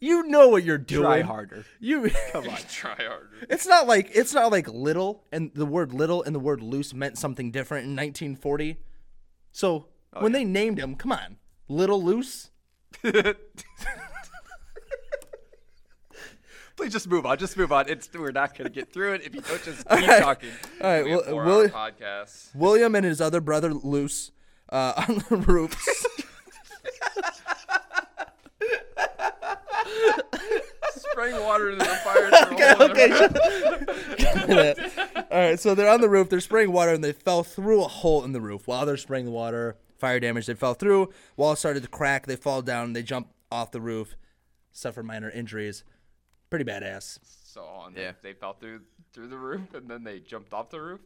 Speaker 1: You know what you're doing.
Speaker 3: Try harder.
Speaker 1: You. [laughs]
Speaker 2: Try harder.
Speaker 1: It's not like it's not like little and the word little and the word loose meant something different in 1940. So when they named him, come on, little loose.
Speaker 3: Please just move on. Just move on. It's we're not gonna get through it if you don't just keep
Speaker 1: right.
Speaker 3: talking. [laughs]
Speaker 1: All right,
Speaker 2: We have
Speaker 1: well,
Speaker 2: four
Speaker 1: Willi- [laughs]
Speaker 2: podcasts.
Speaker 1: William and his other brother loose uh, [laughs] on the roofs.
Speaker 2: Spraying
Speaker 1: [laughs]
Speaker 2: water into the fire. okay,
Speaker 1: okay. All right, so they're on the roof. They're spraying water, and they fell through a hole in the roof while they're spraying the water. Fire damage. They fell through. Wall started to crack. They fall down. They jump off the roof, suffer minor injuries. Pretty badass.
Speaker 2: So on.
Speaker 3: Yeah.
Speaker 2: They fell through through the roof and then they jumped off the roof.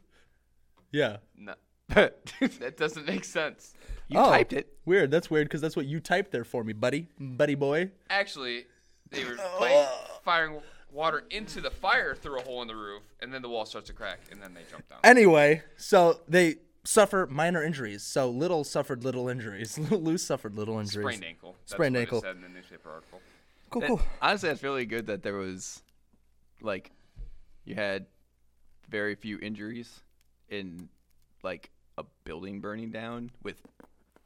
Speaker 1: Yeah.
Speaker 2: No, [laughs]
Speaker 3: you
Speaker 2: that doesn't make sense.
Speaker 3: typed it.
Speaker 1: Oh. Weird. That's weird because that's what you typed there for me, buddy, buddy boy.
Speaker 2: Actually, they were playing, firing water into the fire through a hole in the roof, and then the wall starts to crack, and then they jump down.
Speaker 1: Anyway, so they suffer minor injuries. So little suffered little injuries. [laughs] Little Lou suffered little injuries.
Speaker 2: Sprained ankle. That's
Speaker 1: Sprained
Speaker 2: what it
Speaker 1: ankle.
Speaker 2: said in the newspaper article.
Speaker 1: Cool,
Speaker 3: That-
Speaker 1: cool.
Speaker 3: honestly, that's really good that there was, like, you had very few injuries in, like, a building burning down with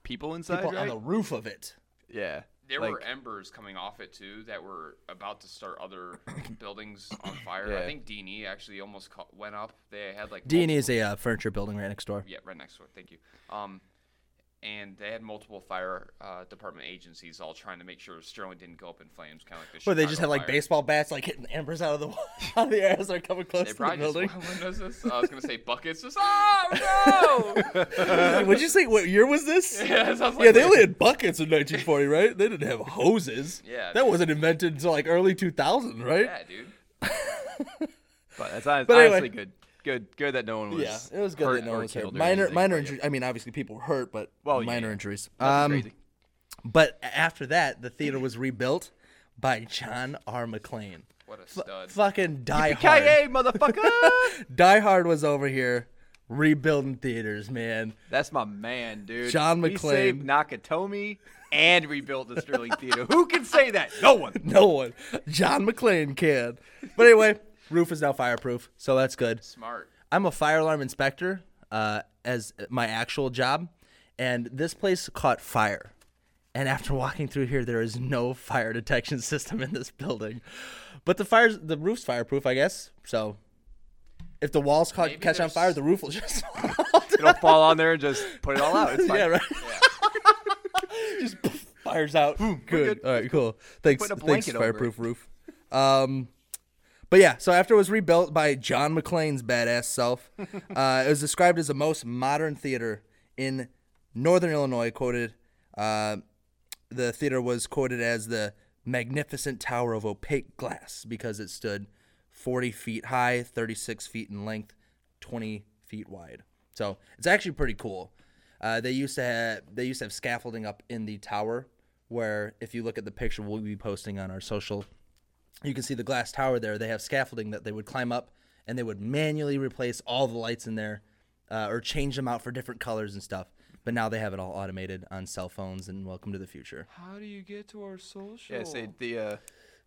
Speaker 3: people inside.
Speaker 1: People on
Speaker 3: right?
Speaker 1: the roof of it.
Speaker 3: yeah.
Speaker 2: There were
Speaker 3: like,
Speaker 2: embers coming off it too that were about to start
Speaker 1: [coughs]
Speaker 2: other buildings on fire. I
Speaker 3: Yeah.
Speaker 2: think D&E actually almost caught, went up. They had like
Speaker 1: D and E is a uh, furniture building right next door.
Speaker 2: yeah, right next door. Thank you. Um, and they had multiple fire uh, department agencies all trying to make sure Sterling didn't go up in flames, kind of like the.
Speaker 1: Where they just
Speaker 2: Chicago
Speaker 1: have like
Speaker 2: fire.
Speaker 1: baseball bats, like hitting embers out of the [laughs] out of the air as they're coming close
Speaker 2: They
Speaker 1: to the
Speaker 2: probably just [laughs]
Speaker 1: building.
Speaker 2: what windows is this? uh, I was gonna say buckets. Just oh
Speaker 1: [laughs]
Speaker 2: no! [laughs]
Speaker 1: Would you say what year was this?
Speaker 2: yeah, so I was
Speaker 1: Yeah,
Speaker 2: like,
Speaker 1: they only had buckets in 1940, right? They didn't have hoses.
Speaker 2: Yeah.
Speaker 1: that wasn't invented until like early 2000, right?
Speaker 2: yeah, dude.
Speaker 3: But that's hon-
Speaker 1: But anyway.
Speaker 3: honestly good. Good. Good that no one was.
Speaker 1: Yeah, it was good
Speaker 3: hurt
Speaker 1: that no
Speaker 3: or
Speaker 1: one cared.
Speaker 3: killed or
Speaker 1: Minor,
Speaker 3: anything,
Speaker 1: minor
Speaker 3: but yeah,
Speaker 1: injuries. I mean, obviously people were hurt, but
Speaker 3: Well, yeah,
Speaker 1: minor
Speaker 3: yeah.
Speaker 1: injuries.
Speaker 3: nothing
Speaker 1: Um,
Speaker 3: crazy.
Speaker 1: but after that, the theater was rebuilt by John R. McClane.
Speaker 2: What a stud.
Speaker 1: Fucking Die Hard.
Speaker 3: Yippee-ki-yay,
Speaker 1: [laughs]
Speaker 3: motherfucker!
Speaker 1: Die Hard was over here rebuilding theaters, man.
Speaker 3: That's my man, dude.
Speaker 1: John
Speaker 3: He saved
Speaker 1: McClane.
Speaker 3: Nakatomi and rebuilt the Sterling Theater. Who can say that? No one.
Speaker 1: [laughs] No one. John McClane can. But anyway, [laughs] roof is now fireproof, so that's good.
Speaker 2: Smart.
Speaker 1: I'm a fire alarm inspector uh, as my actual job, and this place caught fire. And after walking through here, there is no [laughs] fire detection system in this building. But the fires, the roof's fireproof, I guess. So if the walls caught,
Speaker 2: Maybe
Speaker 1: catch on
Speaker 2: there's-
Speaker 1: fire, the roof will [laughs] just
Speaker 3: It'll fall on there and just put it all out. It's
Speaker 1: [laughs]
Speaker 3: fine.
Speaker 1: yeah right. [laughs] just poof, fires out. good.
Speaker 3: good.
Speaker 1: All right, cool. Thanks,
Speaker 3: Put a
Speaker 1: thanks,
Speaker 3: blanket over it.
Speaker 1: fireproof roof. Um, but yeah, so after it was rebuilt by John McClane's badass
Speaker 3: [laughs]
Speaker 1: self, uh, it was described as the most modern theater in Northern Illinois. Quoted, uh, the theater was quoted as the magnificent tower of opaque glass because it stood 40 feet high, 36 feet in length, 20 feet wide. So it's actually pretty cool. Uh, they used to have they used to have scaffolding up in the tower, where if you look at the picture we'll be posting on our social, you can see the glass tower there. They have scaffolding that they would climb up, and they would manually replace all the lights in there, uh, or change them out for different colors and stuff. But now they have it all automated on cell phones, and welcome to the future.
Speaker 2: How do you get to our social?
Speaker 3: Yeah, say the uh,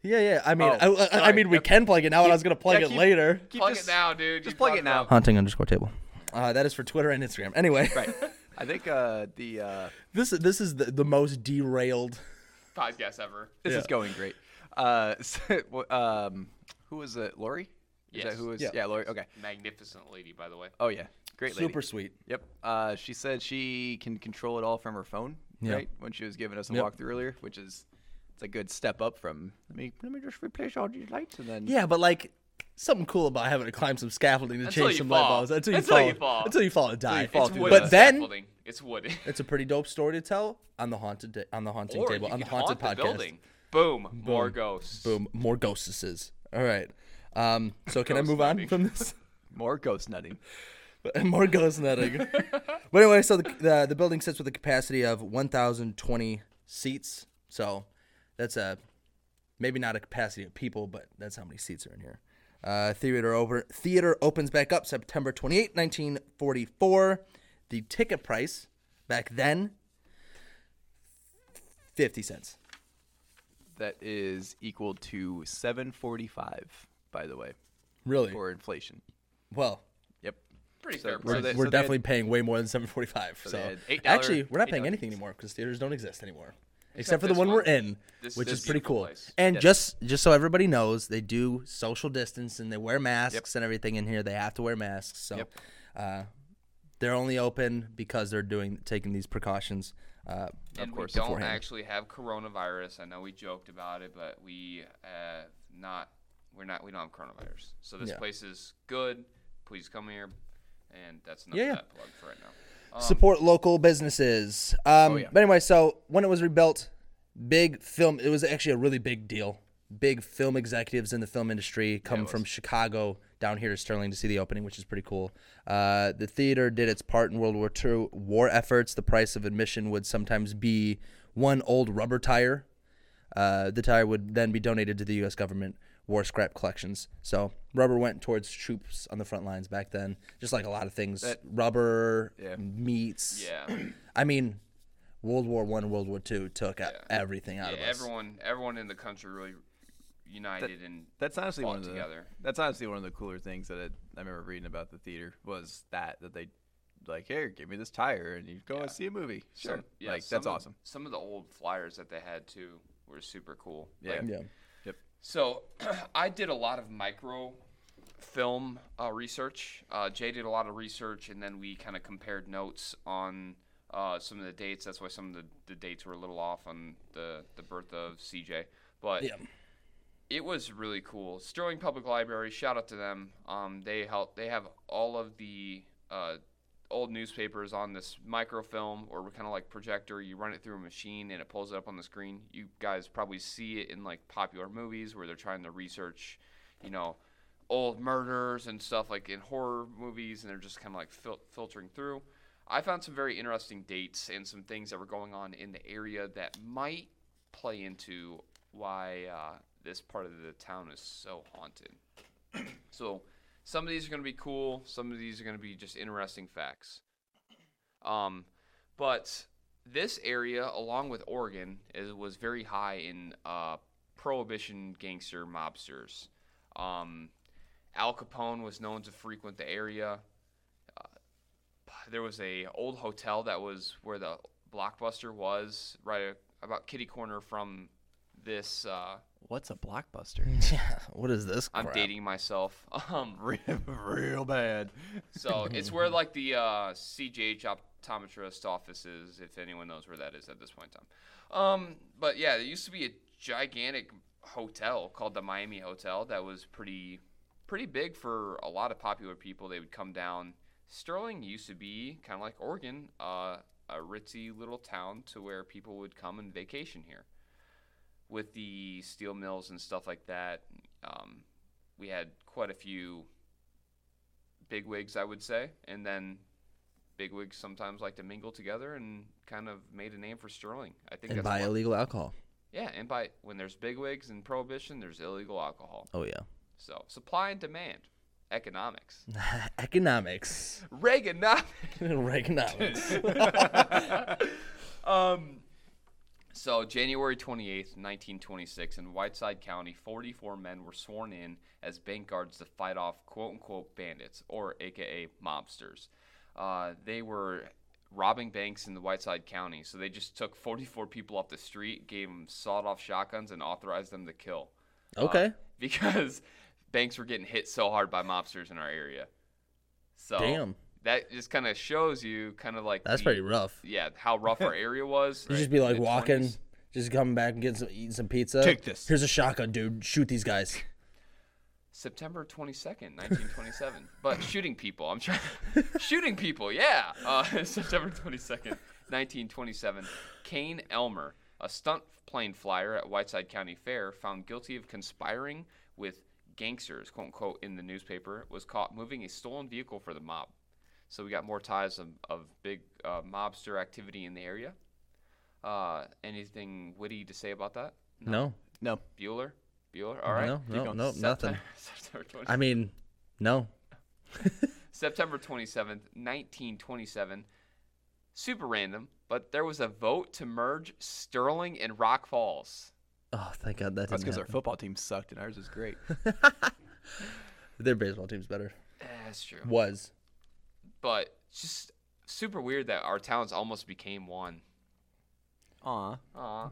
Speaker 1: Yeah, yeah. I mean,
Speaker 3: Oh,
Speaker 1: I, I, I
Speaker 3: sorry.
Speaker 1: mean, we can plug it now, and I was gonna plug
Speaker 3: yeah,
Speaker 1: it
Speaker 3: keep-
Speaker 1: later.
Speaker 3: keep
Speaker 2: plug
Speaker 3: this-
Speaker 2: it now, dude.
Speaker 3: Just
Speaker 2: You
Speaker 3: plug
Speaker 2: plugged
Speaker 3: it now.
Speaker 1: Haunting underscore table. Uh, that is for Twitter and Instagram. Anyway,
Speaker 3: Right. I think uh, the uh,
Speaker 1: [laughs] this this is the, the most derailed.
Speaker 2: Podcast ever.
Speaker 3: this
Speaker 1: Yeah.
Speaker 3: is going great. Uh, [laughs] so, w- um, who was it? Lori? Is
Speaker 2: Yes.
Speaker 3: that who was?
Speaker 1: Yeah.
Speaker 3: Yeah. Lori. Okay.
Speaker 2: Magnificent lady, by the way.
Speaker 3: Oh yeah, great lady.
Speaker 1: Super sweet.
Speaker 3: Yep. Uh, she said she can control it all from her phone,
Speaker 1: Yeah.
Speaker 3: right? When she was giving us a
Speaker 1: Yep.
Speaker 3: walkthrough earlier, which is it's a good step up from let me let me just replace all these lights and then
Speaker 1: Yeah, but like something cool about having to climb some scaffolding to
Speaker 2: Until
Speaker 1: change
Speaker 2: you
Speaker 1: some light
Speaker 2: fall.
Speaker 1: bulbs until you
Speaker 2: Until
Speaker 1: fall
Speaker 2: you fall.
Speaker 1: until you fall and die.
Speaker 3: you fall
Speaker 2: it's
Speaker 3: through
Speaker 2: wood.
Speaker 1: but then
Speaker 2: scaffolding. it's wood.
Speaker 1: it's a pretty dope story to tell on the haunted da- on the haunting
Speaker 2: or
Speaker 1: table
Speaker 2: you
Speaker 1: on the
Speaker 2: could
Speaker 1: haunted
Speaker 2: haunt
Speaker 1: podcast.
Speaker 2: building. Boom, More ghosts.
Speaker 1: Boom, more ghostesses. All right. Um, so can I
Speaker 2: Ghost
Speaker 1: move on
Speaker 2: nutting.
Speaker 1: from this?
Speaker 3: more ghost nutting.
Speaker 1: [laughs] More ghost nutting. but anyway, so the, the the building sits with a capacity of 1,020 seats. So that's a maybe not a capacity of people, but that's how many seats are in here. Uh, theater over theater opens back up September 28, 1944. The ticket price back then 50 cents.
Speaker 3: That is equal to seven forty five, by the way,
Speaker 1: Really?
Speaker 3: for inflation.
Speaker 1: Well,
Speaker 3: Yep.
Speaker 2: Pretty
Speaker 3: So
Speaker 2: fair.
Speaker 3: we're-
Speaker 2: price.
Speaker 3: they-
Speaker 1: we're
Speaker 3: so they had-
Speaker 1: definitely paying way more than 745. So,
Speaker 3: they had $8
Speaker 1: actually, we're not paying
Speaker 3: $8
Speaker 1: anything
Speaker 3: tickets.
Speaker 1: anymore because theaters don't exist anymore, except, for the
Speaker 2: this
Speaker 1: one, we're
Speaker 2: one.
Speaker 1: in,
Speaker 2: This-
Speaker 1: which
Speaker 2: this
Speaker 1: is pretty
Speaker 2: beautiful
Speaker 1: cool.
Speaker 2: place.
Speaker 1: And
Speaker 3: Yes.
Speaker 1: just just so everybody knows, they do social distance and they wear masks and everything in here. They have to wear masks, so
Speaker 3: Yep.
Speaker 1: uh, they're only open because they're doing taking these precautions. Uh,
Speaker 2: and
Speaker 1: of course,
Speaker 2: we don't
Speaker 1: beforehand.
Speaker 2: actually have coronavirus. I know we joked about it, but we uh, not we're not we don't have coronavirus. So this
Speaker 1: Yeah.
Speaker 2: place is good. Please come here, and that's enough
Speaker 1: Yeah, yeah.
Speaker 2: of that plug for right now. Um,
Speaker 1: support local businesses. Um,
Speaker 3: yeah.
Speaker 1: But anyway, so when it was rebuilt, big film. It was actually a really big deal. Big film executives in the film industry come from Chicago down here to Sterling to see the opening, which is pretty cool. Uh, the theater did its part in World War II war efforts. The price of admission would sometimes be one old rubber tire. Uh, the tire would then be donated to the U.S. government war scrap collections. So rubber went towards troops on the front lines back then, just like a lot of things. rubber,
Speaker 3: Yeah.
Speaker 1: meats. [clears throat]
Speaker 2: yeah,
Speaker 1: I mean, World War One, World War Two took out everything out
Speaker 2: yeah,
Speaker 1: of us.
Speaker 2: everyone everyone in the country really united and
Speaker 3: That's honestly one
Speaker 2: fought
Speaker 3: of the
Speaker 2: together.
Speaker 3: that's honestly one of the cooler things that it, I remember reading about the theater was that that they like here give me this tire and you go and see a movie. Sure,
Speaker 2: some- yeah,
Speaker 3: like
Speaker 2: some
Speaker 3: that's
Speaker 2: of-
Speaker 3: awesome.
Speaker 2: Some of the old flyers that they had too were super cool.
Speaker 3: Yeah.
Speaker 2: Like,
Speaker 1: Yeah.
Speaker 2: So [clears throat] I did a lot of micro film uh, research. Uh, Jay did a lot of research, and then we kind of compared notes on uh, some of the dates. That's why some of the, the dates were a little off on the, the birth of CJ. But
Speaker 1: Yeah.
Speaker 2: it was really cool. Sterling Public Library, shout out to them. Um, they help. They have all of the uh, old newspapers on this microfilm or kind of like projector. You run it through a machine and it pulls it up on the screen. You guys probably see it in like popular movies where they're trying to research, you know, old murders and stuff like in horror movies, and they're just kind of like fil- filtering through. I found some very interesting dates and some things that were going on in the area that might play into why uh, this part of the town is so haunted. so, some of these are going to be cool. Some of these are going to be just interesting facts. Um, but this area, along with Oregon, is, was very high in uh, prohibition gangster mobsters. Um, Al Capone was known to frequent the area Uh, there was a old hotel that was where the blockbuster was right about kitty corner from this uh,
Speaker 3: What's a blockbuster?
Speaker 1: Yeah. What is this?
Speaker 2: i'm
Speaker 1: crap?
Speaker 2: dating myself [laughs] um,
Speaker 3: real, [laughs] real bad.
Speaker 2: so it's where like the uh, cjh optometrist office is if anyone knows where that is at this point in time um, but yeah there used to be a gigantic hotel called the miami hotel that was pretty pretty big for a lot of popular people they would come down sterling used to be kind of like oregon uh, a ritzy little town to where people would come and vacation here with the steel mills and stuff like that, um, we had quite a few bigwigs, I would say, and then bigwigs sometimes like to mingle together and kind of made a name for Sterling. I think
Speaker 1: and
Speaker 2: that's
Speaker 1: buy
Speaker 2: one-
Speaker 1: illegal alcohol.
Speaker 2: yeah, and by when there's bigwigs and prohibition, there's illegal alcohol.
Speaker 1: Oh
Speaker 2: So supply and demand, economics,
Speaker 1: yeah, [laughs] [laughs] economics,
Speaker 2: Reaganomics. [laughs]
Speaker 1: economics.
Speaker 2: Um, so January 28th, 1926, in Whiteside County, 44 men were sworn in as bank guards to fight off quote unquote bandits, or AKA mobsters. Uh, they were robbing banks in the Whiteside County, so they just took 44 people off the street, gave them sawed off shotguns, and authorized them to kill. [laughs] Uh,
Speaker 1: Okay,
Speaker 2: because banks were getting hit so hard by mobsters in our area. So
Speaker 1: Damn.
Speaker 2: that just kind of shows you kind of like
Speaker 1: that's
Speaker 2: the-
Speaker 1: pretty rough.
Speaker 2: yeah, how rough
Speaker 1: [laughs]
Speaker 2: our area was.
Speaker 1: You just be like
Speaker 2: in the
Speaker 1: walking,
Speaker 2: 20s.
Speaker 1: just coming back and getting some, eating some pizza.
Speaker 3: Take this.
Speaker 1: Here's a shotgun, dude. Shoot these guys.
Speaker 2: September 22nd, 1927. [laughs] but shooting people, I'm trying. [laughs] shooting people, yeah. Uh, [laughs] September 22nd, 1927. Kane Elmer, a stunt plane flyer at Whiteside County Fair, found guilty of conspiring with gangsters, quote unquote, in the newspaper, was caught moving a stolen vehicle for the mob. So we got more ties of, of big uh, mobster activity in the area. Uh, anything witty to say about that?
Speaker 1: No,
Speaker 3: No.
Speaker 2: Bueller? Bueller? All right.
Speaker 1: no, no,
Speaker 3: going.
Speaker 1: no, nothing.
Speaker 2: [laughs] September 20
Speaker 1: I mean, no.
Speaker 2: September 27th, 1927. Super random, but there was a vote to merge Sterling and Rock Falls.
Speaker 1: Oh, thank God that didn't
Speaker 3: That's because our
Speaker 1: happen.
Speaker 3: football team sucked and ours was great.
Speaker 1: Their baseball team's better.
Speaker 2: Eh, That's true.
Speaker 1: Was [laughs]
Speaker 2: But it's just super weird that our towns almost became one.
Speaker 3: [laughs] Aw.
Speaker 2: [laughs] Aw.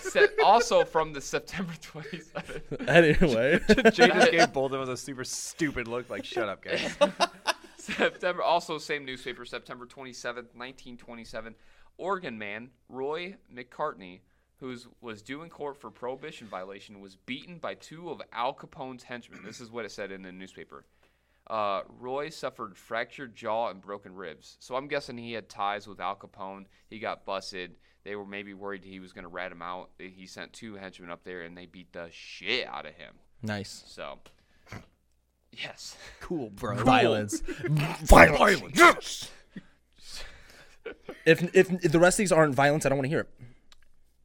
Speaker 2: Se- also from the September 27th.
Speaker 1: anyway.
Speaker 3: Jay just [laughs] gave both of us a super stupid look like, shut up, guys.
Speaker 2: September, also same newspaper, September 27th, 1927, Oregon man Roy McCartney, who was due in court for prohibition violation, was beaten by two of Al Capone's henchmen. This is what it said in the newspaper. Uh, Roy suffered fractured jaw and broken ribs. So I'm guessing he had ties with Al Capone. He got busted. They were maybe worried he was going to rat him out. He sent two henchmen up there and they beat the shit out of him.
Speaker 1: nice.
Speaker 2: So, yes.
Speaker 3: [laughs]
Speaker 2: [laughs]
Speaker 3: Cool, bro.
Speaker 1: Violence. violence. If, if if the rest of these aren't violence, I don't want to hear it.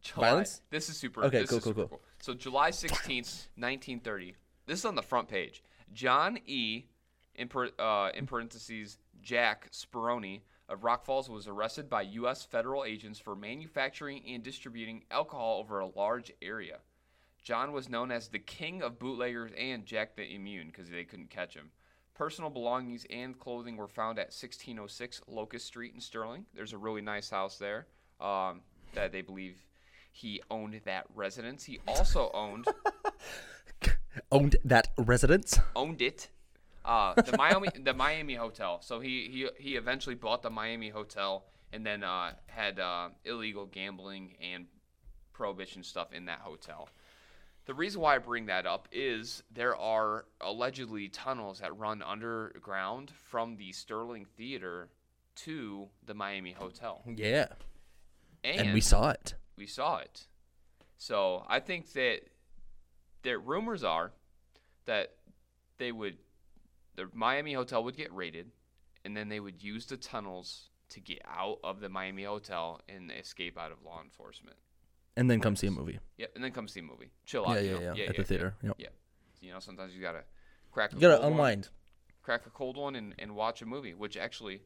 Speaker 2: July-
Speaker 1: Violence?
Speaker 2: This is super.
Speaker 1: Okay,
Speaker 2: this
Speaker 1: cool,
Speaker 2: is
Speaker 1: cool,
Speaker 2: super
Speaker 1: cool.
Speaker 2: So July 16th, 1930. This is on the front page. John E. In, par- uh, in parentheses, Jack Speroni of Rock Falls was arrested by U.S. federal agents for manufacturing and distributing alcohol over a large area. John was known as the king of bootleggers and Jack the Immune because they couldn't catch him. Personal belongings and clothing were found at 1606 Locust Street in Sterling. There's a really nice house there um, that they believe he owned that residence. He also owned
Speaker 1: Owned that residence.
Speaker 2: owned it. Uh,
Speaker 1: [laughs]
Speaker 2: the Miami, the Miami hotel. So he, he he eventually bought the Miami hotel and then uh, had uh, illegal gambling and prohibition stuff in that hotel. The reason why I bring that up is there are allegedly tunnels that run underground from the Sterling Theater to the Miami Hotel,
Speaker 1: Yeah,
Speaker 2: and,
Speaker 1: and we saw it.
Speaker 2: we saw it. So I think that there rumors are that they would the Miami hotel would get raided, and then they would use the tunnels to get out of the Miami hotel and escape out of law enforcement.
Speaker 1: And then come see a movie.
Speaker 2: Yep, and then come see a movie, chill
Speaker 1: Yeah,
Speaker 2: out.
Speaker 1: yeah,
Speaker 2: you know?
Speaker 1: yeah, at the theater,
Speaker 2: Yeah.
Speaker 1: yep.
Speaker 2: yeah. you know sometimes you gotta crack. A
Speaker 1: You gotta
Speaker 2: cold one-
Speaker 1: unwind.
Speaker 2: crack a cold one and, and watch a movie, which actually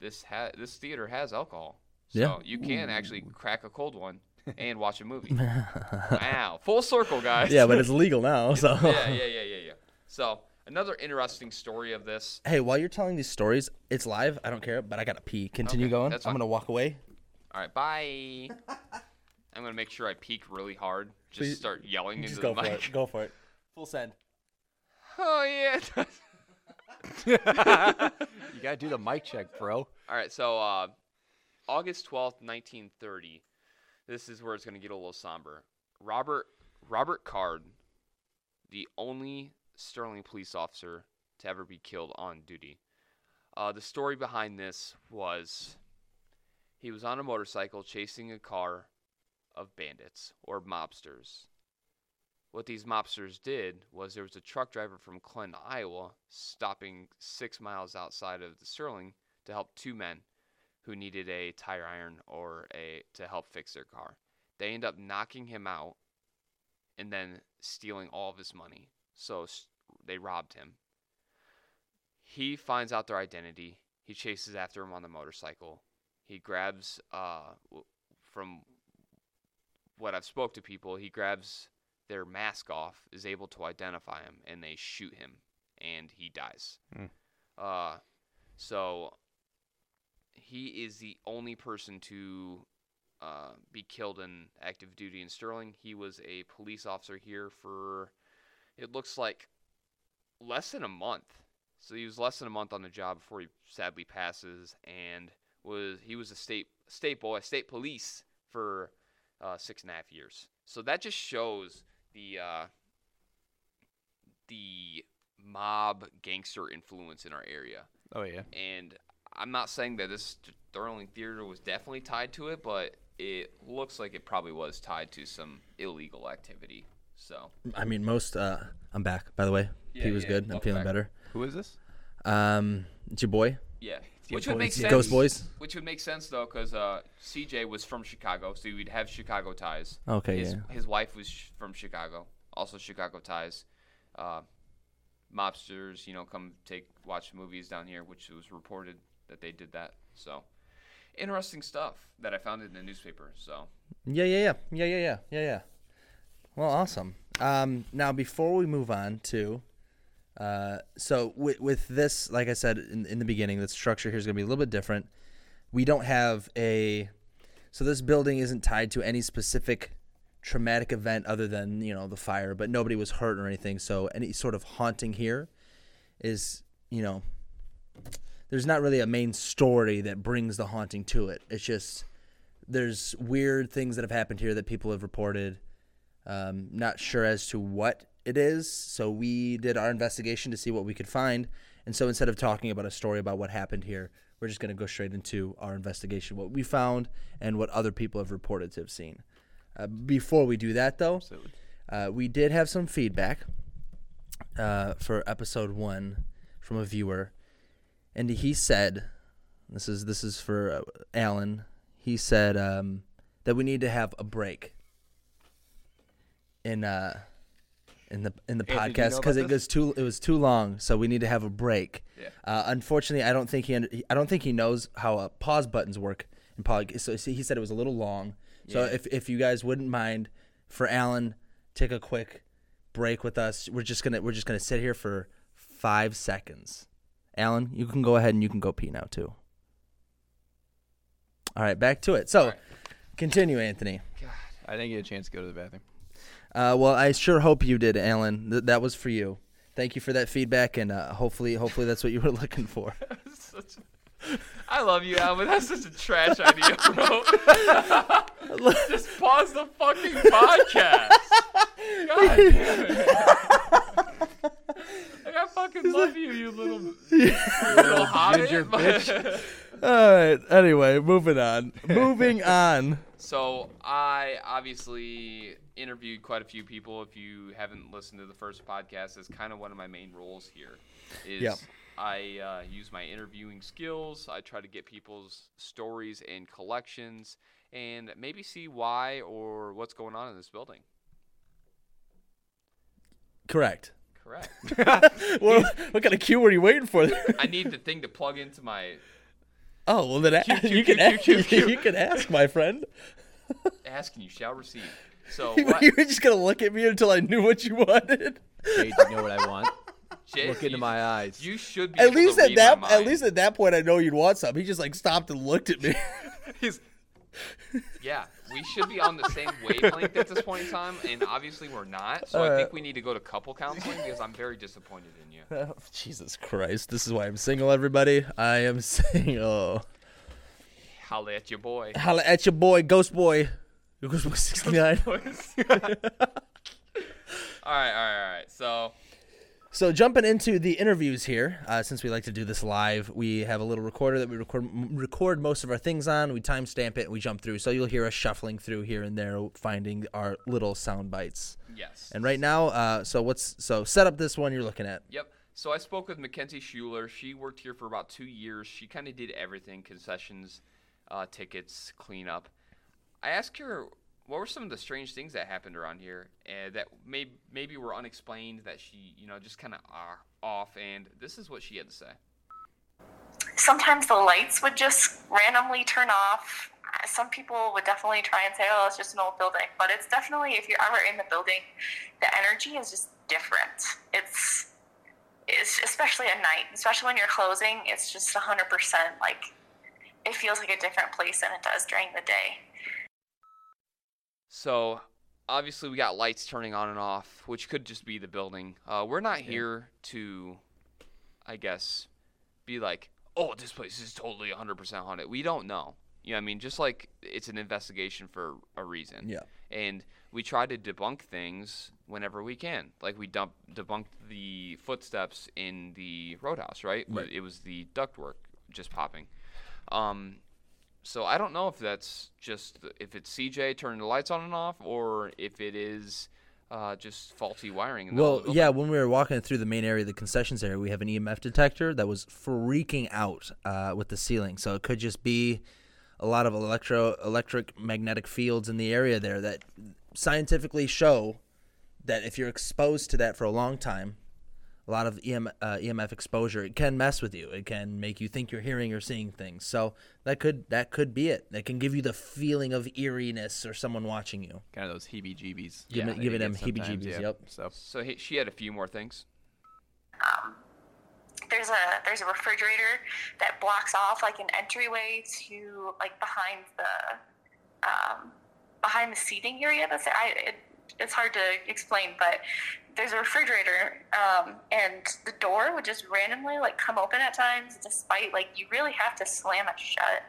Speaker 2: this ha- this theater has alcohol. So
Speaker 1: Yeah.
Speaker 2: you can actually crack a cold one and watch
Speaker 1: [laughs]
Speaker 2: a movie. wow. Full circle, guys.
Speaker 1: Yeah,
Speaker 2: [laughs]
Speaker 1: but it's legal now. So
Speaker 2: yeah, yeah, yeah, yeah, yeah. So another interesting story of this.
Speaker 1: hey, while you're telling these stories, it's live. I don't care, but I gotta pee. Continue going. I'm
Speaker 2: that's fine.
Speaker 1: gonna walk away.
Speaker 2: All right, bye. I'm gonna make sure I peek really hard. Just
Speaker 1: Please-
Speaker 2: start yelling
Speaker 1: Just
Speaker 2: into
Speaker 1: go
Speaker 2: the
Speaker 1: for
Speaker 2: mic.
Speaker 1: it. Go for it. Full send.
Speaker 2: [laughs] Oh yeah. [laughs] it does.
Speaker 3: You got to do the mic check, bro.
Speaker 2: All right, so uh, August 12th, 1930. This is where it's going to get a little somber. Robert Robert Card, the only Sterling police officer to ever be killed on duty. Uh, the story behind this was he was on a motorcycle chasing a car of bandits or mobsters. What these mobsters did was there was a truck driver from Clinton, Iowa, stopping six miles outside of the Sterling to help two men who needed a tire iron or a to help fix their car. They end up knocking him out and then stealing all of his money. So s- they robbed him. He finds out their identity. He chases after him on the motorcycle. He grabs uh w- from what I've spoke to people, he grabs their mask off, is able to identify him, and they shoot him, and he dies.
Speaker 5: Hmm.
Speaker 2: Uh, so he is the only person to uh, be killed in active duty in Sterling. He was a police officer here for, it looks like, less than a month. So he was less than a month on the job before he sadly passes, and was he was a state state boy, state police for uh, six and a half years. So that just shows the uh, the mob gangster influence in our area.
Speaker 3: Oh yeah.
Speaker 2: And I'm not saying that this Sterling Theater was definitely tied to it, but it looks like it probably was tied to some illegal activity. So
Speaker 1: I mean, most. Uh, I'm back, by the way.
Speaker 2: Yeah,
Speaker 1: he was
Speaker 2: yeah,
Speaker 1: good. I'm
Speaker 2: welcome
Speaker 1: feeling
Speaker 2: back.
Speaker 1: better.
Speaker 3: Who is this?
Speaker 1: Um, it's your boy,
Speaker 2: yeah,
Speaker 3: your
Speaker 2: which would make
Speaker 3: boys,
Speaker 2: sense.
Speaker 1: Ghost Boys.
Speaker 2: Which would make sense though, because uh, CJ was from Chicago, so we'd have Chicago ties.
Speaker 1: Okay,
Speaker 2: his,
Speaker 1: yeah.
Speaker 2: his wife was sh- from Chicago, also Chicago ties. Uh, mobsters, you know, come take watch movies down here, which was reported that they did that. So interesting stuff that I found in the newspaper. So
Speaker 1: Yeah, yeah, yeah, yeah, yeah, yeah, yeah, yeah. Well, awesome. Um, now before we move on to, uh, so with, with this, like I said in, in the beginning, the structure here is going to be a little bit different. We don't have a, so this building isn't tied to any specific traumatic event other than you know the fire, but nobody was hurt or anything. So any sort of haunting here is you know there's not really a main story that brings the haunting to it. It's just there's weird things that have happened here that people have reported. Um, not sure as to what it is, so we did our investigation to see what we could find. And so instead of talking about a story about what happened here, we're just going to go straight into our investigation, what we found, and what other people have reported to have seen. Uh, before we do that, though, uh, we did have some feedback uh, for episode one from a viewer, and he said, "This is this is for uh, Alan." He said um, that we need to have a break in uh, in the in the
Speaker 3: Anthony, do you
Speaker 1: podcast
Speaker 3: know
Speaker 1: because
Speaker 3: about
Speaker 1: it
Speaker 3: this?
Speaker 1: goes too it was too long, so we need to have a break.
Speaker 2: Yeah.
Speaker 1: Uh, unfortunately, I don't think he under, I don't think he knows how uh, pause buttons work in pod. So see, he said it was a little long. So if if you guys wouldn't mind, for Alan, take a quick break with us. We're just gonna we're just gonna sit here for five seconds. Alan, you can go ahead and you can go pee now too. All right, back to it. So, continue, Anthony.
Speaker 3: I didn't get a chance to go to the bathroom.
Speaker 1: Uh, well, I sure hope you did, Alan. Th- that was for you. Thank you for that feedback, and uh, hopefully, hopefully that's what you were [laughs] looking for.
Speaker 2: Such a- I love you, Alvin. That's such a trash idea, bro. Just pause the fucking podcast. God damn it. Like, I fucking love you, you little, you little hobbit.
Speaker 3: ginger
Speaker 2: [laughs]
Speaker 3: bitch.
Speaker 1: All right. Anyway, moving [laughs] on. Moving on.
Speaker 2: So I obviously interviewed quite a few people. If you haven't listened to the first podcast, that's kind of one of my main roles here. Is
Speaker 1: Yeah.
Speaker 2: I uh, use my interviewing skills. I try to get people's stories and collections, and maybe see why or what's going on in this building.
Speaker 1: Correct.
Speaker 2: Correct.
Speaker 3: [laughs]
Speaker 1: Well, what kind of cue were you waiting for? There?
Speaker 2: [laughs] I need the thing to plug into my
Speaker 1: [laughs] Oh well, then a- you can ask, you can ask my friend.
Speaker 2: ask and you shall receive.
Speaker 1: [laughs]
Speaker 2: So
Speaker 1: You
Speaker 2: what,
Speaker 1: were just gonna look at me until I knew what you wanted.
Speaker 3: Jade, do you know what I want?
Speaker 2: Jay,
Speaker 3: Look into
Speaker 2: you-
Speaker 3: my eyes.
Speaker 2: You should be
Speaker 1: At
Speaker 2: able to
Speaker 1: least at
Speaker 2: read my
Speaker 1: that at
Speaker 2: mind.
Speaker 1: least at that point, I know you'd want some. He just like stopped and looked at me. [laughs]
Speaker 3: He's
Speaker 2: Yeah, we should be on the same wavelength at this point in time, and obviously we're not. So I think we need to go to couple counseling because I'm very disappointed in you.
Speaker 1: Jesus Christ! This is why I'm single, everybody. I am [laughs] single.
Speaker 2: Holla at your boy. [laughs]
Speaker 1: Holla at your boy, Ghost Boy. Ghost Boy sixty nine.
Speaker 2: all right, all right, all right. So
Speaker 1: [laughs] So jumping into the interviews here, uh, since we like to do this live, we have a little recorder that we record m- record most of our things on. We timestamp it and we jump through. So you'll hear us shuffling through here and there, finding our little sound bites.
Speaker 2: yes.
Speaker 1: And right now, uh, so what's so set up this one you're looking at?
Speaker 2: Yep. So I spoke with Mackenzie Schuler. She worked here for about two years. She kind of did everything: concessions, uh, tickets, cleanup. I asked her what were some of the strange things that happened around here uh, that may, maybe were unexplained that she, you know, just kind of off. And this is what she had to say.
Speaker 6: Sometimes the lights would just randomly turn off. Uh, Some people would definitely try and say, oh, it's just an old building. But it's definitely, if you're ever in the building, the energy is just different. It's, it's especially at night, especially when you're closing, it's just 100% like it feels like a different place than it does during the day.
Speaker 2: So obviously we got lights turning on and off, which could just be the building. Uh, we're not here to, I guess, be like, oh, this place is totally 100% haunted. We don't know. You know, what I mean, just like it's an investigation for a reason.
Speaker 1: Yeah.
Speaker 2: And we try to debunk things whenever we can. Like we dump debunked the footsteps in the roadhouse, right?
Speaker 1: Right.
Speaker 2: It was the ductwork just popping. Um, so I don't know if that's just if it's CJ turning the lights on and off, or if it is uh, just faulty wiring. in the
Speaker 1: Well,
Speaker 2: building.
Speaker 1: yeah, when we were walking through the main area, the concessions area, we have an EMF detector that was freaking out uh, with the ceiling. So it could just be a lot of electro electric magnetic fields in the area there that scientifically show that if you're exposed to that for a long time, a lot of EM, uh, EMF exposure, it can mess with you. It can make you think you're hearing or seeing things. So that could that could be it. That can give you the feeling of eeriness or someone watching you.
Speaker 3: Kind of those heebie-jeebies.
Speaker 1: Give me-
Speaker 3: that
Speaker 1: give
Speaker 3: you
Speaker 1: it
Speaker 3: get
Speaker 1: them
Speaker 3: sometimes,
Speaker 1: heebie-jeebies,
Speaker 3: yeah.
Speaker 1: yep.
Speaker 3: So
Speaker 2: So he, she had a few more things.
Speaker 6: there's a there's a refrigerator that blocks off like an entryway to like behind the um, behind the seating area. That's I. It, it's hard to explain, but there's a refrigerator, um, and the door would just randomly like come open at times, despite like you really have to slam it shut.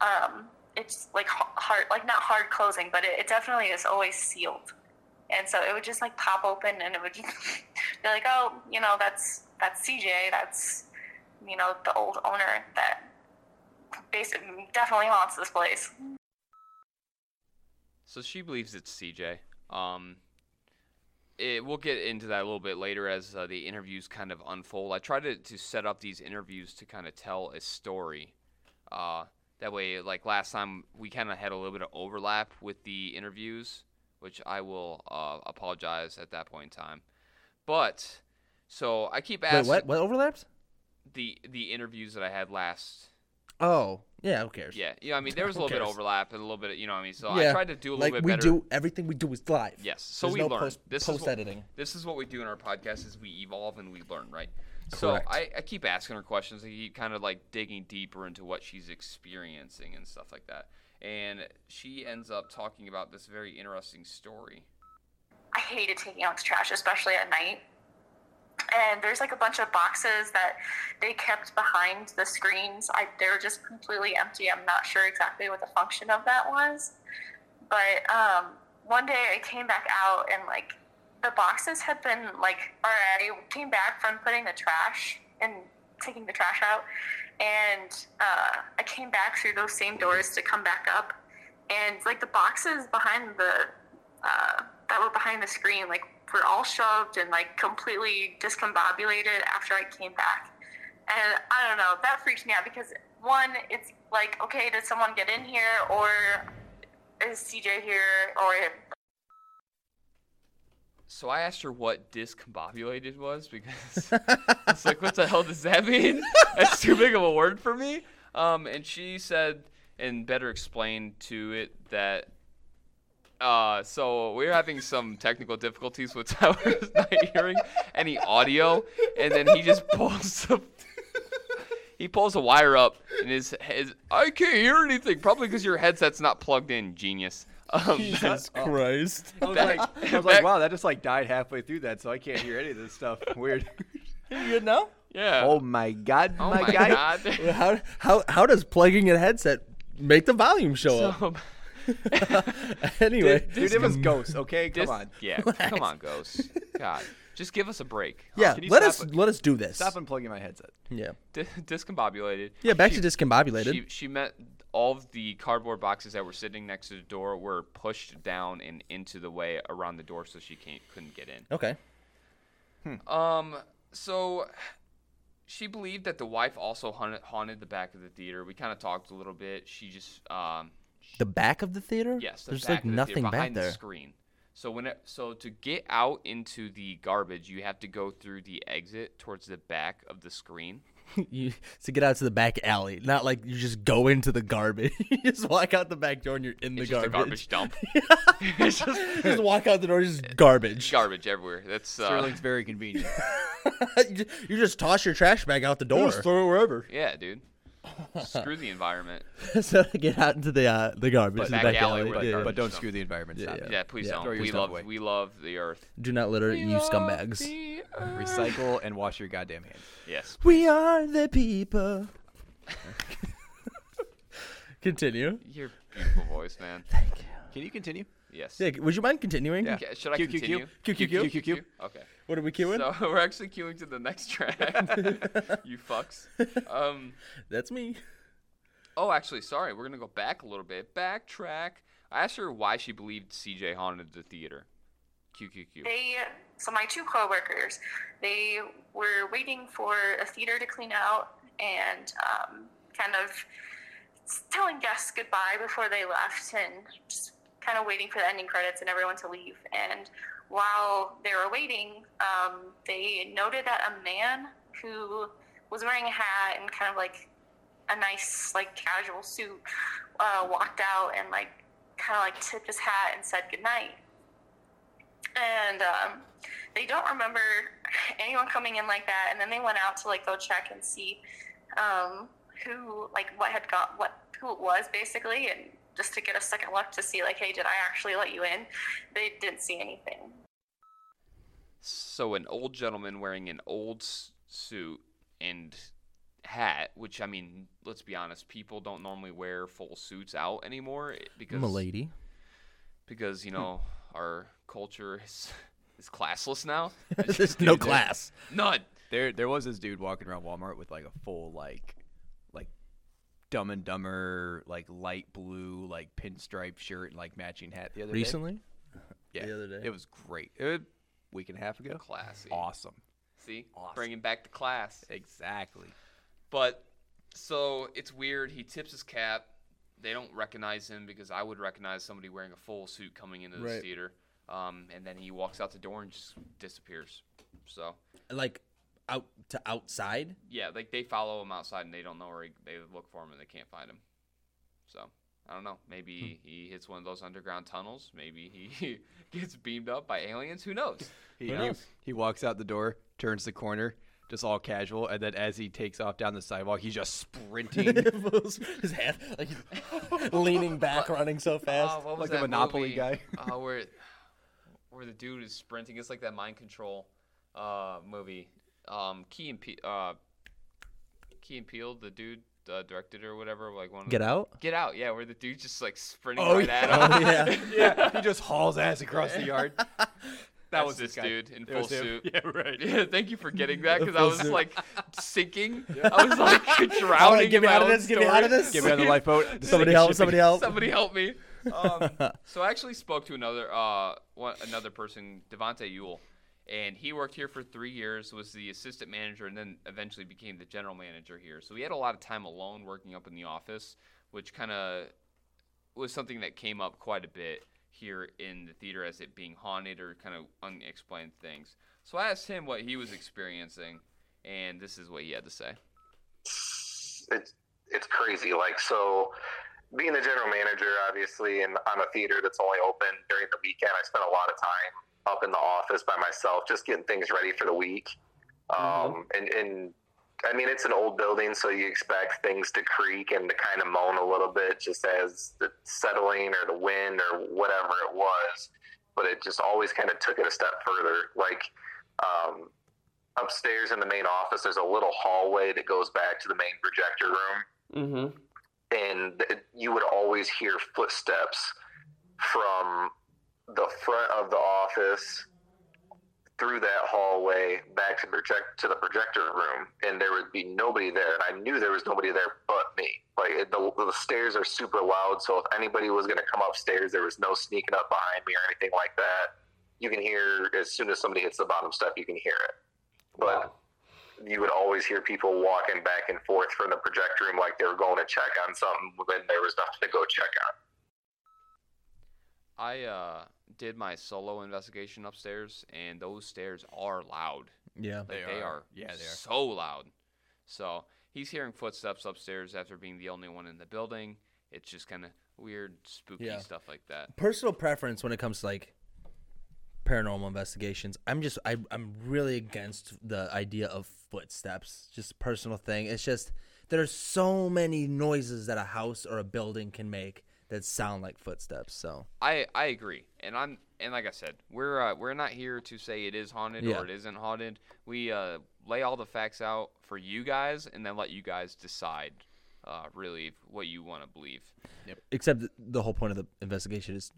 Speaker 6: Um, it's like h- hard, like not hard closing, but it, it definitely is always sealed and so it would just like pop open and it would [laughs] just be like oh you know that's that's cj that's you know the old owner that basically definitely haunts this place
Speaker 2: So she believes it's CJ. Um, it, we'll get into that a little bit later as uh, the interviews kind of unfold. I try to, to set up these interviews to kind of tell a story. Uh, that way, like last time, we kind of had a little bit of overlap with the interviews, which I will uh, apologize at that point in time. But so I keep
Speaker 1: Wait,
Speaker 2: asking
Speaker 1: what? What overlaps?
Speaker 2: the the interviews that I had last
Speaker 1: Oh, yeah. Who cares?
Speaker 2: Yeah, yeah. I mean, there was a
Speaker 1: [laughs] Who
Speaker 2: little bit of
Speaker 1: cares?
Speaker 2: overlap and a little bit. Of, you know, what I mean, so I
Speaker 1: Yeah,
Speaker 2: tried to do a little
Speaker 1: like
Speaker 2: bit
Speaker 1: we
Speaker 2: better.
Speaker 1: do everything we do is live.
Speaker 2: Yes, so
Speaker 1: There's
Speaker 2: we
Speaker 1: no
Speaker 2: learn.
Speaker 1: Post,
Speaker 2: this
Speaker 1: post
Speaker 2: is what, [laughs]
Speaker 1: editing.
Speaker 2: This is what we do in our podcast: is we evolve and we learn, right? So
Speaker 1: Correct.
Speaker 2: I, I keep asking her questions. I keep kind of like digging deeper into what she's experiencing and stuff like that. And she ends up talking about this very interesting story.
Speaker 6: I hated taking out the trash, especially at night. And there's like a bunch of boxes that they kept behind the screens. I, they were just completely empty. I'm not sure exactly what the function of that was. But um, one day I came back out and like the boxes had been like, or I came back from putting the trash and taking the trash out. And uh, I came back through those same doors to come back up. And like the boxes behind the uh, that were behind the screen like were all shoved and like completely discombobulated after I came back. And I don't know, that freaked me out because one, it's like, okay, did someone get in here or is CJ here or
Speaker 2: So I asked her what discombobulated was because
Speaker 3: [laughs]
Speaker 2: it's like, what the hell does that mean? That's too big of a word for me. Um, and she said, and better explained to it that. Uh, so we were having some technical difficulties with [laughs] Tyler's not hearing any audio, and then he just pulls the [laughs] he pulls a wire up, and his, his I can't hear anything. Probably because your headset's not plugged in, genius. Um,
Speaker 3: Jesus
Speaker 1: Christ.
Speaker 3: I was
Speaker 2: Back-
Speaker 3: like, [laughs] I was
Speaker 2: back-
Speaker 3: like, wow, that just like died halfway through that, so I can't hear any of this stuff. [laughs] Weird.
Speaker 1: You good
Speaker 4: [laughs]
Speaker 1: now?
Speaker 2: [laughs] yeah.
Speaker 3: oh my god,
Speaker 2: Oh
Speaker 3: my,
Speaker 2: my
Speaker 3: guy. [laughs]
Speaker 2: god.
Speaker 1: How how how does plugging in a headset make the volume show
Speaker 4: [laughs]
Speaker 2: So,
Speaker 1: up? anyway,
Speaker 3: Dude, it was ghosts. Okay, come
Speaker 2: dis-
Speaker 3: on.
Speaker 2: Yeah, come on, Ghost. God, just give us a break.
Speaker 1: [laughs]
Speaker 2: [laughs]
Speaker 1: yeah.
Speaker 3: Can you
Speaker 1: Let us
Speaker 3: stop
Speaker 1: let us do this.
Speaker 3: Stop unplugging my headset.
Speaker 1: Yeah.
Speaker 2: Di- discombobulated.
Speaker 1: Yeah. Back
Speaker 2: She-
Speaker 1: to discombobulated.
Speaker 2: She, she meant all of the cardboard boxes that were sitting next to the door were pushed down and into the way around the door, so she can't, couldn't get in.
Speaker 1: okay.
Speaker 2: Um, so she believed that the wife also haunted, haunted the back of the theater. We kind of talked a little bit. She just um,
Speaker 4: The back of the theater?
Speaker 2: Yes, the
Speaker 4: There's
Speaker 2: back
Speaker 4: like
Speaker 2: of the
Speaker 4: nothing
Speaker 2: theater,
Speaker 4: back
Speaker 2: behind
Speaker 4: there.
Speaker 2: The screen. So when it, so to get out into the garbage, you have to go through the exit towards the back of the screen.
Speaker 4: [laughs] you, to get out to the back alley. Not like you just go into the garbage. [laughs] you just walk out the back door and you're in the
Speaker 2: It's just
Speaker 4: garbage.
Speaker 2: a garbage dump.
Speaker 4: [laughs]
Speaker 2: [laughs] it's just
Speaker 4: just walk out the door,
Speaker 2: [laughs]
Speaker 4: just garbage.
Speaker 2: garbage everywhere. That's uh,
Speaker 3: Sterling's
Speaker 4: [laughs]
Speaker 3: very convenient.
Speaker 4: you ju- [laughs] you just toss your trash bag out the door.
Speaker 3: throw it wherever.
Speaker 2: yeah, dude.
Speaker 4: [laughs]
Speaker 2: Screw the environment.
Speaker 4: so to get out into the uh, the garbage,
Speaker 3: But
Speaker 4: the
Speaker 2: back
Speaker 4: back
Speaker 2: alley
Speaker 4: alley.
Speaker 2: where
Speaker 4: yeah.
Speaker 2: the
Speaker 3: But
Speaker 2: Garbage
Speaker 3: don't
Speaker 2: dump.
Speaker 3: screw the environment. Stop
Speaker 4: Yeah.
Speaker 3: it.
Speaker 2: Yeah, please
Speaker 4: Yeah,
Speaker 2: don't.
Speaker 3: throw your
Speaker 2: We
Speaker 3: stuff
Speaker 2: love
Speaker 3: away.
Speaker 2: we love the earth.
Speaker 4: Do not litter, you scumbags.
Speaker 2: The earth.
Speaker 3: Recycle and wash your goddamn hands.
Speaker 2: Yes.
Speaker 4: [laughs] We are the people. [laughs] Continue.
Speaker 2: Your beautiful voice, man.
Speaker 3: Can you continue?
Speaker 2: Yes.
Speaker 4: Yeah, would you mind continuing?
Speaker 3: Yeah.
Speaker 2: Okay, Should I
Speaker 3: Q, Q, Q.
Speaker 2: continue?
Speaker 4: Q, Q, Q.
Speaker 3: Q, Q, Q.
Speaker 2: Okay.
Speaker 4: What are we queuing?
Speaker 2: So [laughs] we're actually queuing to the
Speaker 4: [laughs]
Speaker 2: next track. you fucks. Um.
Speaker 4: That's me.
Speaker 2: Oh, actually, sorry. We're gonna go back a little bit. Backtrack. I asked her why she believed CJ haunted the theater. QQQ.
Speaker 6: They, so my two coworkers, they were waiting for a theater to clean out and um, kind of telling guests goodbye before they left and just kind of waiting for the ending credits and everyone to leave. And while they were waiting, um, they noted that a man who was wearing a hat and kind of like a nice like casual suit uh, walked out and like kind of like tipped his hat and said goodnight and um, they don't remember anyone coming in like that. And then they went out to like go check and see um, who like what had got what who it was basically, and just to get a second look to see like, hey, did I actually let you in? They didn't see anything.
Speaker 2: So an old gentleman wearing an old s- suit and hat, which I mean, let's be honest, people don't normally wear full suits out anymore eh, because
Speaker 4: I'm a lady.
Speaker 2: because
Speaker 4: [laughs]
Speaker 2: you know our culture is is classless now.
Speaker 4: There's no class.
Speaker 2: None.
Speaker 3: There, there was this dude walking around Walmart with like a full like, like, Dumb and Dumber like light blue like pinstripe shirt and like matching hat the other
Speaker 4: Recently?
Speaker 3: day. Yeah,
Speaker 4: the other day.
Speaker 3: it was great. It was a week and a half ago.
Speaker 2: Classy.
Speaker 3: Awesome.
Speaker 2: See,
Speaker 3: Awesome.
Speaker 2: bringing back the class.
Speaker 3: Exactly.
Speaker 2: But so it's weird. He tips his cap. They don't recognize him because I would recognize somebody wearing a full suit coming into the
Speaker 4: Right.
Speaker 2: theater. Um, and then he walks out the door and just disappears. So
Speaker 4: Like out to outside? [laughs]
Speaker 2: yeah, like they follow him outside and they don't know where he, they look for him and they can't find him. So I don't know. Maybe he hits one of those underground tunnels. Maybe he [laughs] gets beamed up by aliens. Who knows?
Speaker 3: He, he, he walks out the door, turns the corner, just all casual, and then as he takes off down the sidewalk, he's
Speaker 4: [laughs]
Speaker 3: just sprinting
Speaker 4: His hand, like he's leaning back, running so fast.
Speaker 2: Oh, what was
Speaker 3: Like the
Speaker 2: that
Speaker 3: Monopoly
Speaker 2: movie?
Speaker 3: guy.
Speaker 4: [laughs]
Speaker 2: Oh, where where the dude is sprinting. It's like that mind control uh, movie. Um, Key and Pe- uh, Key and Peele, the dude uh, directed or whatever. Like one. of
Speaker 4: Get
Speaker 2: the-
Speaker 4: out?
Speaker 2: Get out. Yeah, where the dude just like sprinting right at [laughs] him.
Speaker 4: Oh, yeah.
Speaker 1: [laughs]
Speaker 3: [laughs] yeah, he just hauls ass across the
Speaker 2: [laughs]
Speaker 3: yard. That
Speaker 2: That's
Speaker 3: was
Speaker 2: this
Speaker 3: guy.
Speaker 2: dude in
Speaker 3: It
Speaker 2: full
Speaker 3: was him.
Speaker 2: suit.
Speaker 4: [laughs]
Speaker 2: [laughs]
Speaker 3: Yeah, right. [laughs]
Speaker 2: Yeah, thank you for getting that because I
Speaker 4: full
Speaker 2: was
Speaker 4: suit.
Speaker 2: like [laughs] sinking. I was like [laughs] drowning.
Speaker 4: get
Speaker 2: in
Speaker 4: me
Speaker 2: my
Speaker 4: out of
Speaker 2: own
Speaker 4: this, get me out of
Speaker 2: story.
Speaker 4: this.
Speaker 3: Get me out of the lifeboat. This
Speaker 4: Somebody
Speaker 3: thing is
Speaker 4: help! Somebody
Speaker 3: shipping.
Speaker 4: help!
Speaker 2: Somebody help me. Um, so I actually spoke to another uh, one, another person, Devonte Yule, and he worked here for three years, was the assistant manager, and then eventually became the general manager here. So he had a lot of time alone working up in the office, which kind of was something that came up quite a bit here in the theater as it being haunted or kind of unexplained things. So I asked him what he was experiencing, and this is what he had to say.
Speaker 7: it's it's crazy. Like so, being the general manager, obviously, and on a theater that's only open during the weekend, I spent a lot of time up in the office by myself, just getting things ready for the week. Um, And and I mean, it's an old building, so you expect things to creak and to kind of moan a little bit, just as the settling or the wind or whatever it was. But it just always kind of took it a step further. Like um, upstairs in the main office, there's a little hallway that goes back to the main projector room,
Speaker 8: Mm-hmm.
Speaker 7: and th- you would always hear footsteps from the front of the office through that hallway back to project to the projector room, and there would be nobody there, and I knew there was nobody there but me. Like it, the, the stairs are super loud, so if anybody was going to come upstairs, there was no sneaking up behind me or anything like that. You can hear as soon as somebody hits the bottom step, you can hear it. But you would always hear people walking back and forth from the projector room like they were going to check on something when there was nothing to go check on.
Speaker 2: I uh, did my solo investigation upstairs, and those stairs are loud.
Speaker 1: Yeah.
Speaker 2: Like,
Speaker 3: They
Speaker 2: they,
Speaker 3: are.
Speaker 2: are.
Speaker 3: Yeah, they are.
Speaker 2: So loud. So he's hearing footsteps upstairs after being the only one in the building. It's just kind of weird, spooky
Speaker 1: Yeah.
Speaker 2: stuff like that.
Speaker 1: Personal preference when it comes to like paranormal investigations. I'm just I I'm really against the idea of footsteps. Just a personal thing. It's just there's so many noises that a house or a building can make that sound like footsteps. So
Speaker 2: I I agree, and I'm and like I said, we're uh, we're not here to say it is haunted
Speaker 1: Yeah.
Speaker 2: or it isn't haunted. We uh, lay all the facts out for you guys, and then let you guys decide, uh, really what you want to believe.
Speaker 1: except th- the whole point of the investigation is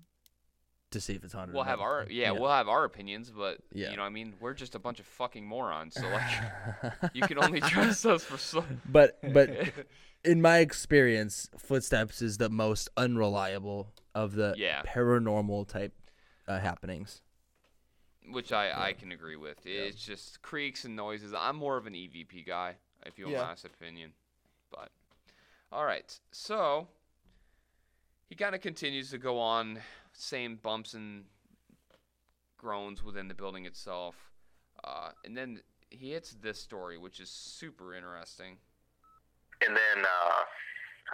Speaker 1: to see if it's haunted. or
Speaker 2: We'll have
Speaker 1: not.
Speaker 2: our yeah, we'll have our opinions, but
Speaker 1: Yeah.
Speaker 2: you know, what I mean, we're just a bunch of fucking morons. So like, you can only trust us for so. [laughs]
Speaker 1: but but in my experience, footsteps is the most unreliable of the
Speaker 2: Yeah.
Speaker 1: paranormal type uh, happenings.
Speaker 2: which I, I can agree with. It's just creaks and noises. I'm more of an EVP guy, if you want my honest opinion. But all right, so he kind of continues to go on, same bumps and groans within the building itself, uh, and then he hits this story, which is super interesting.
Speaker 7: And then, uh,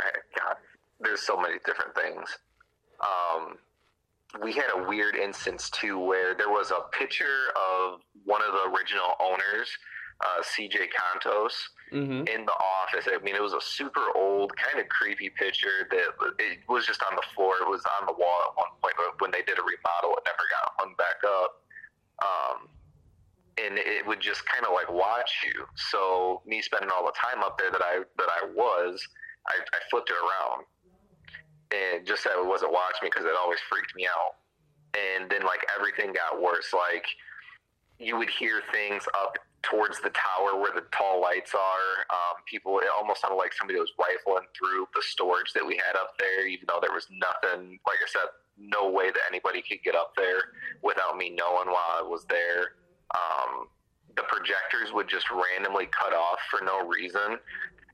Speaker 7: I, God, there's so many different things. Um, we had a weird instance too where there was a picture of one of the original owners, uh, CJ Contos,
Speaker 4: Mm-hmm.
Speaker 7: in the office. I mean, it was a super old, kind of creepy picture that it was just on the floor. It was on the wall at one point, but when they did a remodel, it never got hung back up. Um, and it would just kind of like watch you. So me spending all the time up there that I that I was, I, I flipped it around, and just that it wasn't watching me because it always freaked me out. And then like everything got worse. Like you would hear things up towards the tower where the tall lights are. Um, people, it almost sounded like somebody was rifling through the storage that we had up there, even though there was nothing. Like I said, no way that anybody could get up there without me knowing while I was there. Um, the projectors would just randomly cut off for no reason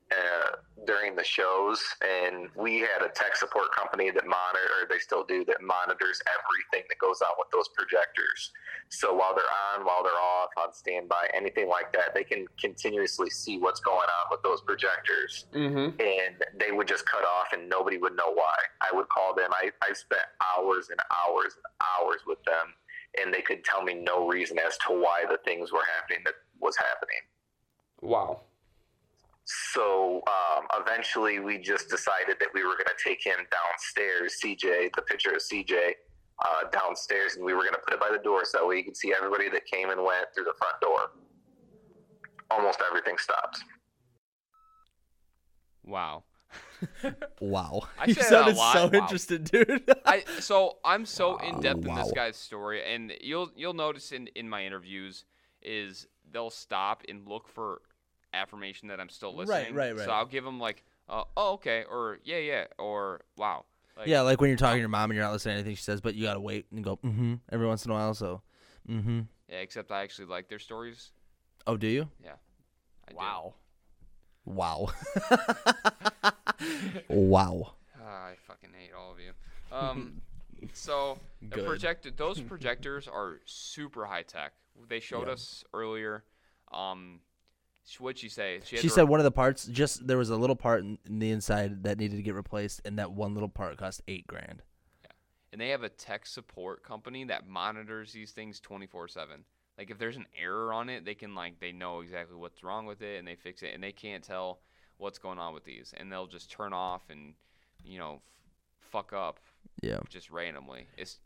Speaker 7: uh, during the shows, and we had a tech support company that monitor, or they still do, that monitors everything that goes on with those projectors. So while they're on, while they're off, on standby, anything like that, they can continuously see what's going on with those projectors.
Speaker 4: Mm-hmm.
Speaker 7: And they would just cut off and nobody would know why. I would call them. I, I spent hours and hours and hours with them, and they could tell me no reason as to why the things were happening that was happening
Speaker 4: Wow.
Speaker 7: so um, eventually we just decided that we were going to take him downstairs cj the picture of cj uh, downstairs and we were going to put it by the door so that way you could see everybody that came and went through the front door almost everything stops
Speaker 2: Wow.
Speaker 1: Wow, [laughs]
Speaker 2: I
Speaker 1: you
Speaker 2: say that
Speaker 1: sounded
Speaker 2: a lot,
Speaker 1: so
Speaker 2: wow.
Speaker 1: interested, dude. [laughs]
Speaker 2: I so I'm so in depth in
Speaker 1: Oh, Wow.
Speaker 2: this guy's story, and you'll you'll notice in in my interviews is they'll stop and look for affirmation that I'm still
Speaker 1: Right,
Speaker 2: listening.
Speaker 1: right, right.
Speaker 2: So I'll give them like, uh, oh okay, or yeah, yeah, or wow. Like,
Speaker 1: yeah, like when you're talking to your mom and you're not listening to anything she says, but you gotta wait and go mm-hmm every once in a while. So mm-hmm.
Speaker 2: yeah. Except I actually like their stories.
Speaker 1: Oh, do you?
Speaker 2: I do.
Speaker 3: Wow.
Speaker 2: [laughs]
Speaker 1: Wow. [laughs] wow.
Speaker 2: Ah, I fucking hate all of you.
Speaker 1: [laughs]
Speaker 2: Um, so the
Speaker 1: Good.
Speaker 2: projected
Speaker 1: [laughs]
Speaker 2: those projectors are super high tech. They showed us earlier. Um, sh- what'd she say? had
Speaker 1: She
Speaker 2: to
Speaker 1: said one of the parts just there was a little part in, in the inside that needed to get replaced, and that one little part cost eight grand.
Speaker 2: and they have a tech support company that monitors these things 24/7. Like if there's an error on it, they can like they know exactly what's wrong with it and they fix it and they can't tell what's going on with these and they'll just turn off and you know f- fuck up
Speaker 1: Yeah.
Speaker 2: just randomly. It's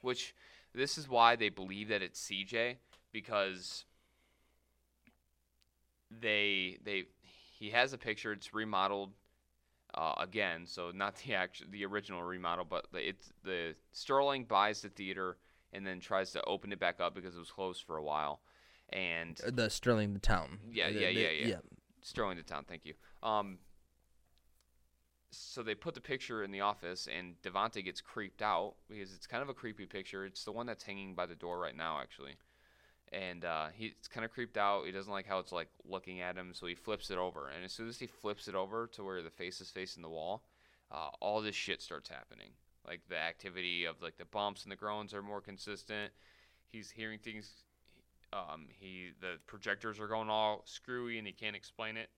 Speaker 2: which this is why they believe that it's CJ because they they he has a picture. It's remodeled uh, again, so not the actual the original remodel, but the, it's the Sterling buys the theater and then tries to open it back up because it was closed for a while, and
Speaker 1: Uh, The Sterling, the town.
Speaker 2: Yeah,
Speaker 1: The-
Speaker 2: yeah,
Speaker 1: the-
Speaker 2: yeah, yeah. Sterling to town. Thank you. Um, so they put the picture in the office, and Devante gets creeped out because it's kind of a creepy picture. It's the one that's hanging by the door right now, actually. and uh, he's kind of creeped out. He doesn't like how it's like looking at him, so he flips it over. And as soon as he flips it over to where the face is facing the wall, uh, all this shit starts happening. Like the activity of like the bumps and the groans are more consistent. He's hearing things. Um, he the projectors are going all screwy, and he can't explain it.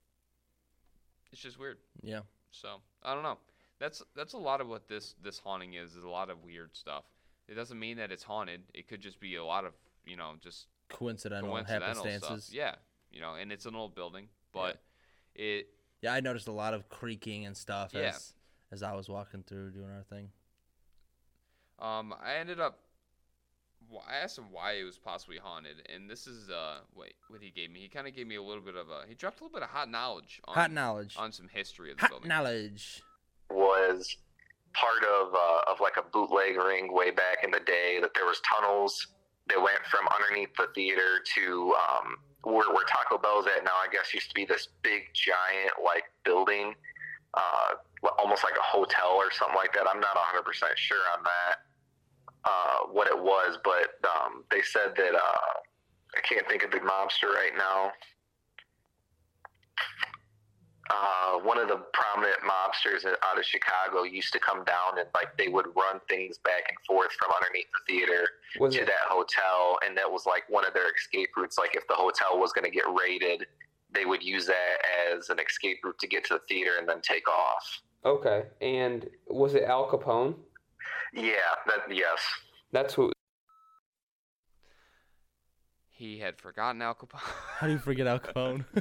Speaker 2: It's just weird.
Speaker 1: Yeah.
Speaker 2: So I don't know. That's that's a lot of what this this haunting is. Is a lot of weird stuff. It doesn't mean that it's haunted. It could just be a lot of you know just
Speaker 1: Coincidental,
Speaker 2: coincidental
Speaker 1: happenstances.
Speaker 2: stuff. Yeah, you know, and it's an old building, but it
Speaker 1: Yeah, I noticed a lot of creaking and stuff
Speaker 2: Yeah.
Speaker 1: as as I was walking through doing our thing.
Speaker 2: um I ended up wh- I asked him why it was possibly haunted, and this is uh what what he gave me. He kind of gave me a little bit of a he dropped a little bit of hot knowledge on
Speaker 1: Hot knowledge.
Speaker 2: on some history of the
Speaker 1: Hot
Speaker 2: building.
Speaker 1: knowledge.
Speaker 7: was part of uh, of like a bootleg ring way back in the day. That there was tunnels that went from underneath the theater to um, where, where Taco Bell's at now. I guess used to be this big giant like building, uh, li- almost like a hotel or something like that. I'm not 100 percent sure on that uh, what it was, but um, they said that uh, I can't think of the mobster right now. uh, one of the prominent mobsters out of Chicago used to come down and like they would run things back and forth from underneath the theater
Speaker 2: Was
Speaker 7: to that hotel, and that was like one of their escape routes. Like if the hotel was going to get raided, they would use that as an escape route to get to the theater and then take off.
Speaker 9: Okay, and was it Al Capone?
Speaker 7: Yeah, that yes,
Speaker 9: That's who.
Speaker 2: He had forgotten Al Capone.
Speaker 1: How do you forget Al Capone?
Speaker 2: [laughs]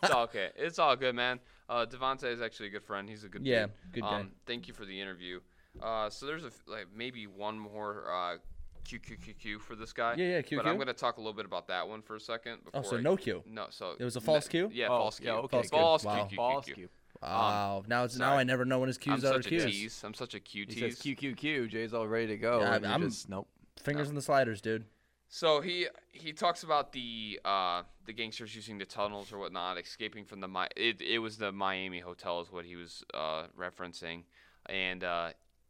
Speaker 2: it's all okay. It's all good, man. Uh, Devonte is actually a good friend. He's
Speaker 1: [laughs]
Speaker 2: a good
Speaker 1: Yeah,
Speaker 2: dude. Um,
Speaker 1: good guy.
Speaker 2: Thank you for the interview. Uh, so there's a f- like maybe one more uh, QQQQ for this guy.
Speaker 1: Yeah, yeah,
Speaker 2: But I'm
Speaker 1: QQ.
Speaker 2: gonna Um, talk a little bit about that one for a second.
Speaker 1: oh,
Speaker 2: Before
Speaker 1: so
Speaker 2: I-
Speaker 1: no cue.
Speaker 2: [laughs] No, so
Speaker 1: It was a false
Speaker 2: no-
Speaker 1: cue?
Speaker 2: Yeah,
Speaker 3: Oh,
Speaker 2: false cue.
Speaker 3: yeah, okay,
Speaker 2: false,
Speaker 3: good.
Speaker 1: Wow.
Speaker 2: cue. QQQ.
Speaker 3: False Q.
Speaker 1: Wow. now it's now
Speaker 2: sorry.
Speaker 1: I never know when his
Speaker 2: I'm
Speaker 1: cues are
Speaker 2: such a
Speaker 1: cues.
Speaker 2: tease. I'm such a Q
Speaker 3: He says
Speaker 2: tease.
Speaker 3: QQQ. Jay's all ready to go.
Speaker 1: Yeah,
Speaker 3: and you're
Speaker 1: I'm-
Speaker 3: just, nope.
Speaker 1: Fingers on the sliders, dude.
Speaker 2: So he he talks about the uh, the gangsters using the tunnels or whatnot, escaping from the Mi- it it was the Miami hotel is what he was uh, referencing, and uh,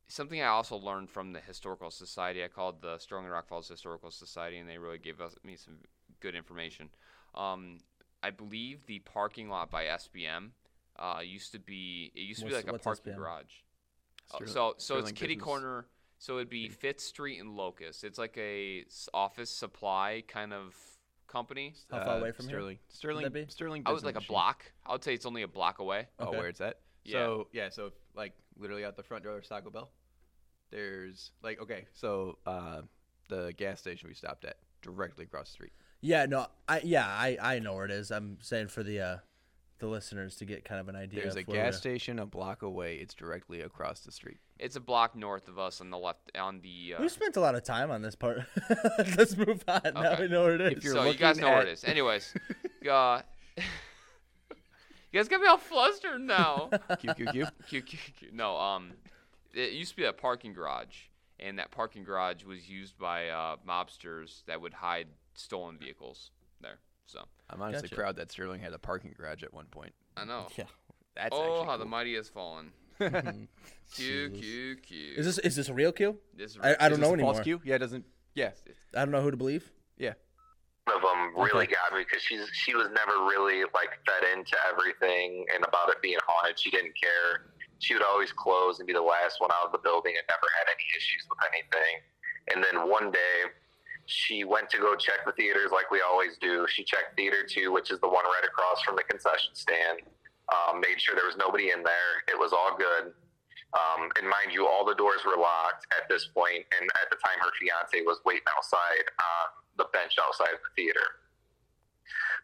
Speaker 2: something I also learned from the historical society. I called the Sterling and Rock Falls Historical Society, and they really gave us me some good information. Um, I believe the parking lot by SBM uh, used to be it used to be
Speaker 1: What's-
Speaker 2: like a
Speaker 1: what's
Speaker 2: parking
Speaker 1: SBM?
Speaker 2: garage. Uh,
Speaker 3: Sterling-
Speaker 2: so so it's
Speaker 3: Sterling
Speaker 2: kitty
Speaker 3: Business.
Speaker 2: corner. So it'd be Fifth Street and Locust. It's like a s- office supply kind of company.
Speaker 1: How far
Speaker 2: Uh,
Speaker 1: away from here?
Speaker 3: Sterling. Sterling.
Speaker 1: that be?
Speaker 3: Sterling.
Speaker 2: I was
Speaker 3: Business
Speaker 2: like a
Speaker 3: Machine.
Speaker 2: block. I would say it's only a block away.
Speaker 1: Okay.
Speaker 3: Oh, where it's at?
Speaker 2: Yeah.
Speaker 3: So yeah, so like literally out the front door of Taco Bell, there's like okay, so uh, the gas station we stopped at directly across the street.
Speaker 1: Yeah, no, I yeah, I I know where it is. I'm saying for the uh the listeners to get kind of an idea.
Speaker 3: There's
Speaker 1: of
Speaker 3: a
Speaker 1: where
Speaker 3: gas
Speaker 1: we're-
Speaker 3: station a block away. It's directly across the street.
Speaker 2: It's a block north of us on the left on the. Uh,
Speaker 1: We've spent a lot of time on this part. [laughs] Let's move on. Now
Speaker 2: Okay.
Speaker 1: we know where it is.
Speaker 3: If you're
Speaker 2: so you guys
Speaker 3: looking
Speaker 2: know where it
Speaker 3: at- [laughs]
Speaker 2: is. Anyways, [laughs] uh, you guys got me all flustered
Speaker 3: [laughs]
Speaker 2: now.
Speaker 1: [laughs]
Speaker 3: QQQ.
Speaker 2: Q- Q- Q- no, um, it used to be a parking garage, and that parking garage was used by uh, mobsters that would hide stolen vehicles there. So
Speaker 3: I'm honestly
Speaker 1: Gotcha.
Speaker 3: proud that Sterling had a parking garage at one point. [laughs]
Speaker 2: I know.
Speaker 1: Yeah.
Speaker 3: That's
Speaker 2: oh,
Speaker 3: actually
Speaker 2: how the
Speaker 3: cool.
Speaker 2: mighty has fallen.
Speaker 1: Mm-hmm.
Speaker 2: Q Q Q.
Speaker 1: Is this is this a real cue?
Speaker 2: This is
Speaker 1: I, I
Speaker 3: Is
Speaker 1: don't
Speaker 3: this
Speaker 1: know
Speaker 3: a
Speaker 1: anymore.
Speaker 3: False Q? Yeah, it doesn't. Yeah,
Speaker 1: I don't know who to believe.
Speaker 3: yeah.
Speaker 7: one of them really
Speaker 1: Okay.
Speaker 7: got me because she's she was never really like fed into everything and about it being haunted. She didn't care. She would always close and be the last one out of the building and never had any issues with anything. And then one day, she went to go check the theaters like we always do. She checked theater two, which is the one right across from the concession stand. Um, made sure there was nobody in there. It was all good. Um, and mind you, all the doors were locked at this point, and at the time, her fiance was waiting outside on the bench outside of the theater.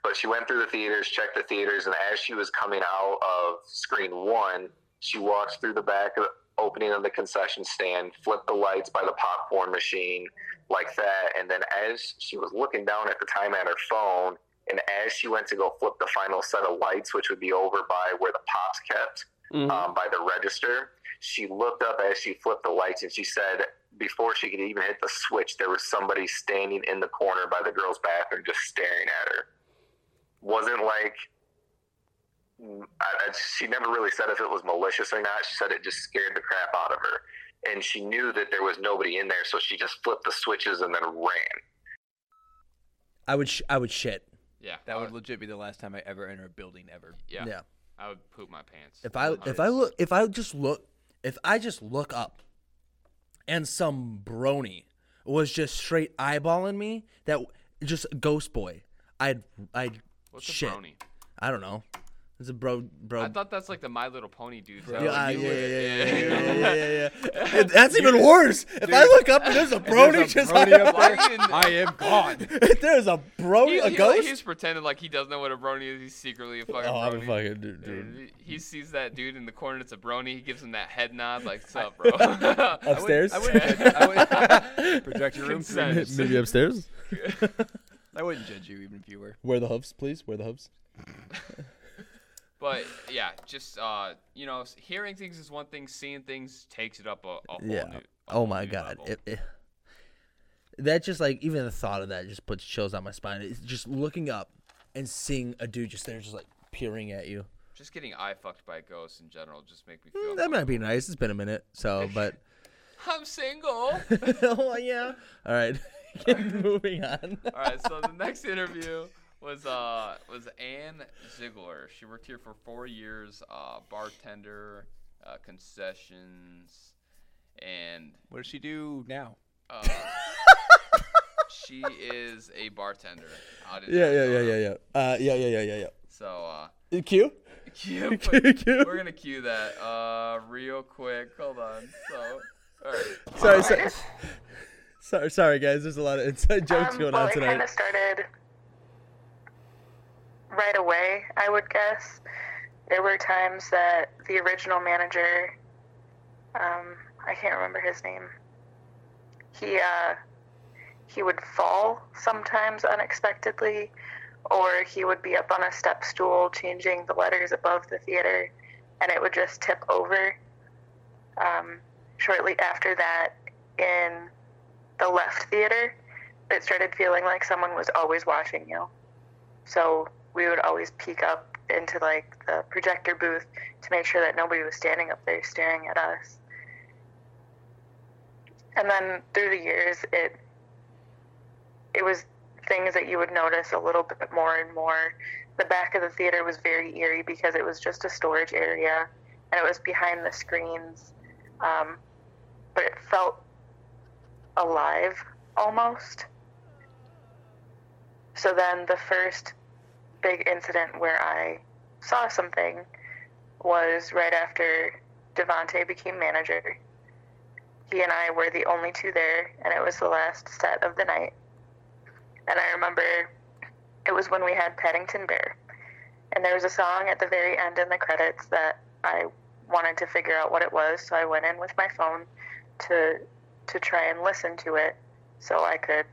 Speaker 7: But she went through the theaters, checked the theaters, and as she was coming out of screen one, she walked through the back of the opening of the concession stand, flipped the lights by the popcorn machine like that, and then as she was looking down at the time at her phone, and as she went to go flip the final set of lights, which would be over by where the pops kept,
Speaker 9: Mhm.
Speaker 7: um, by the register. She looked up as she flipped the lights and she said, before she could even hit the switch, there was somebody standing in the corner by the girls' bathroom just staring at her. Wasn't like, I, I, she never really said if it was malicious or not. She said it just scared the crap out of her. And she knew that there was nobody in there, so she just flipped the switches and then ran.
Speaker 1: I would sh- I would shit.
Speaker 2: Yeah.
Speaker 3: That
Speaker 2: I
Speaker 3: would legit be the last time I ever enter a building ever.
Speaker 1: [laughs]
Speaker 2: Yeah.
Speaker 1: yeah.
Speaker 2: I would poop my pants.
Speaker 1: If I if I look if I just look if I just look up and some brony was just straight eyeballing me that just ghost boy I'd I'd
Speaker 2: What's
Speaker 1: shit
Speaker 2: a brony?
Speaker 1: I don't know it's a bro bro
Speaker 2: I thought that's like the My Little Pony dude.
Speaker 1: yeah,
Speaker 2: that
Speaker 1: yeah,
Speaker 2: you
Speaker 1: yeah,
Speaker 2: would-
Speaker 1: yeah, yeah,
Speaker 2: [laughs]
Speaker 1: yeah, yeah, yeah, yeah. that's even worse if I look up and there's
Speaker 2: [laughs]
Speaker 1: a brony
Speaker 3: There's a
Speaker 1: just
Speaker 3: brony up there,
Speaker 2: Why even-
Speaker 3: I am gone.
Speaker 1: [laughs] if there's a brony
Speaker 2: He,
Speaker 1: a
Speaker 2: he-
Speaker 1: ghost
Speaker 2: he's pretending like he doesn't know what a brony is. He's secretly
Speaker 1: [laughs]
Speaker 2: a fucking
Speaker 1: oh I'm
Speaker 2: brony.
Speaker 1: a fucking dude, dude.
Speaker 2: Dude, He sees that dude in the corner. It's a brony. He gives him that head nod, like
Speaker 1: [laughs]
Speaker 2: "What's up, bro?" I
Speaker 1: upstairs
Speaker 3: I wouldn't judge, I wouldn't project your room.
Speaker 2: Consent.
Speaker 1: [laughs] maybe upstairs
Speaker 3: I wouldn't judge you even if you were.
Speaker 1: wear the hubs please wear the hubs
Speaker 2: [laughs] But yeah, just uh, you know, s- hearing things is one thing. Seeing things takes it up a, a whole
Speaker 1: Yeah.
Speaker 2: new. a
Speaker 1: Oh
Speaker 2: whole
Speaker 1: my
Speaker 2: new
Speaker 1: god.
Speaker 2: level.
Speaker 1: It, it- that just like even the thought of that just puts chills on my spine. It's just looking up and seeing a dude just there, just like peering at you.
Speaker 2: just getting eye fucked by ghosts in general just make me feel.
Speaker 1: Mm, That might be nice. It's been a minute, so but
Speaker 2: [laughs]
Speaker 1: [laughs]
Speaker 2: I'm single.
Speaker 1: oh yeah. All right, [laughs]
Speaker 2: [laughs]
Speaker 1: moving on.
Speaker 2: All right, so the next interview was uh was Anne Ziegler. She worked here for four years, uh, bartender, uh, concessions, and
Speaker 3: What does she do now?
Speaker 1: [laughs]
Speaker 2: uh, she is a bartender. Out in
Speaker 1: Yeah, yeah, yeah,
Speaker 2: Arizona.
Speaker 1: yeah, yeah. Uh, yeah, yeah, yeah, yeah, [laughs]
Speaker 2: So
Speaker 1: yeah. Q.
Speaker 2: uh, cue,
Speaker 1: Cue, [laughs] cue.
Speaker 2: we're gonna cue that uh real quick. Hold on. So, all right.
Speaker 1: Sorry, sorry, [laughs] sorry, sorry, guys. There's a lot of inside jokes
Speaker 5: Um,
Speaker 1: going
Speaker 5: well,
Speaker 1: on
Speaker 5: it kind
Speaker 1: tonight.
Speaker 5: of started right away, I would guess. There were times that the original manager, um, I can't remember his name, he uh, he would fall sometimes unexpectedly, or he would be up on a step stool changing the letters above the theater, and it would just tip over. Um, shortly after that, in the left theater, it started feeling like someone was always watching you. So we would always peek up into like the projector booth to make sure that nobody was standing up there staring at us. And then through the years, it it was things that you would notice a little bit more and more. The back of the theater was very eerie because it was just a storage area, and it was behind the screens, um, but it felt alive almost. So then the first big incident where I saw something was right after Devante became manager. He and I were the only two there, and it was the last set of the night. And I remember it was when we had Paddington Bear. And there was a song at the very end in the credits that I wanted to figure out what it was, so I went in with my phone to to try and listen to it so I could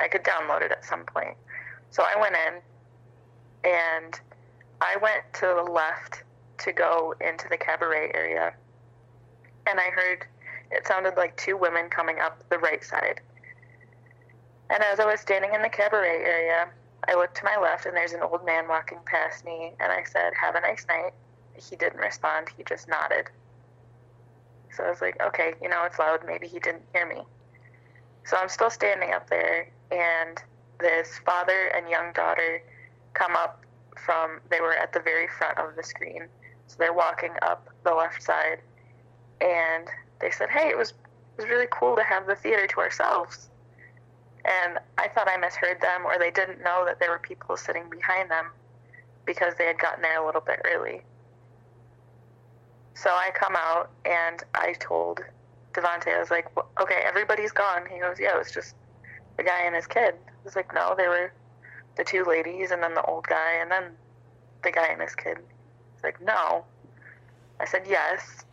Speaker 5: I could download it at some point. So I went in and I went to the left to go into the cabaret area and I heard it sounded like two women coming up the right side. And as I was standing in the cabaret area, I looked to my left and there's an old man walking past me and I said, Have a nice night. He didn't respond, he just nodded. So I was like, Okay, you know, it's loud, maybe he didn't hear me. So I'm still standing up there, and this father and young daughter come up from, they were at the very front of the screen. So they're walking up the left side, and they said, Hey, it was, it was really cool to have the theater to ourselves. And I thought I misheard them, or they didn't know that there were people sitting behind them because they had gotten there a little bit early. So I come out and I told Devante, I was like, "Wh- okay, everybody's gone. He goes, yeah, it was just the guy and his kid. I was like, no, they were the two ladies and then the old guy and then the guy and his kid. He's like, no. I said, yes.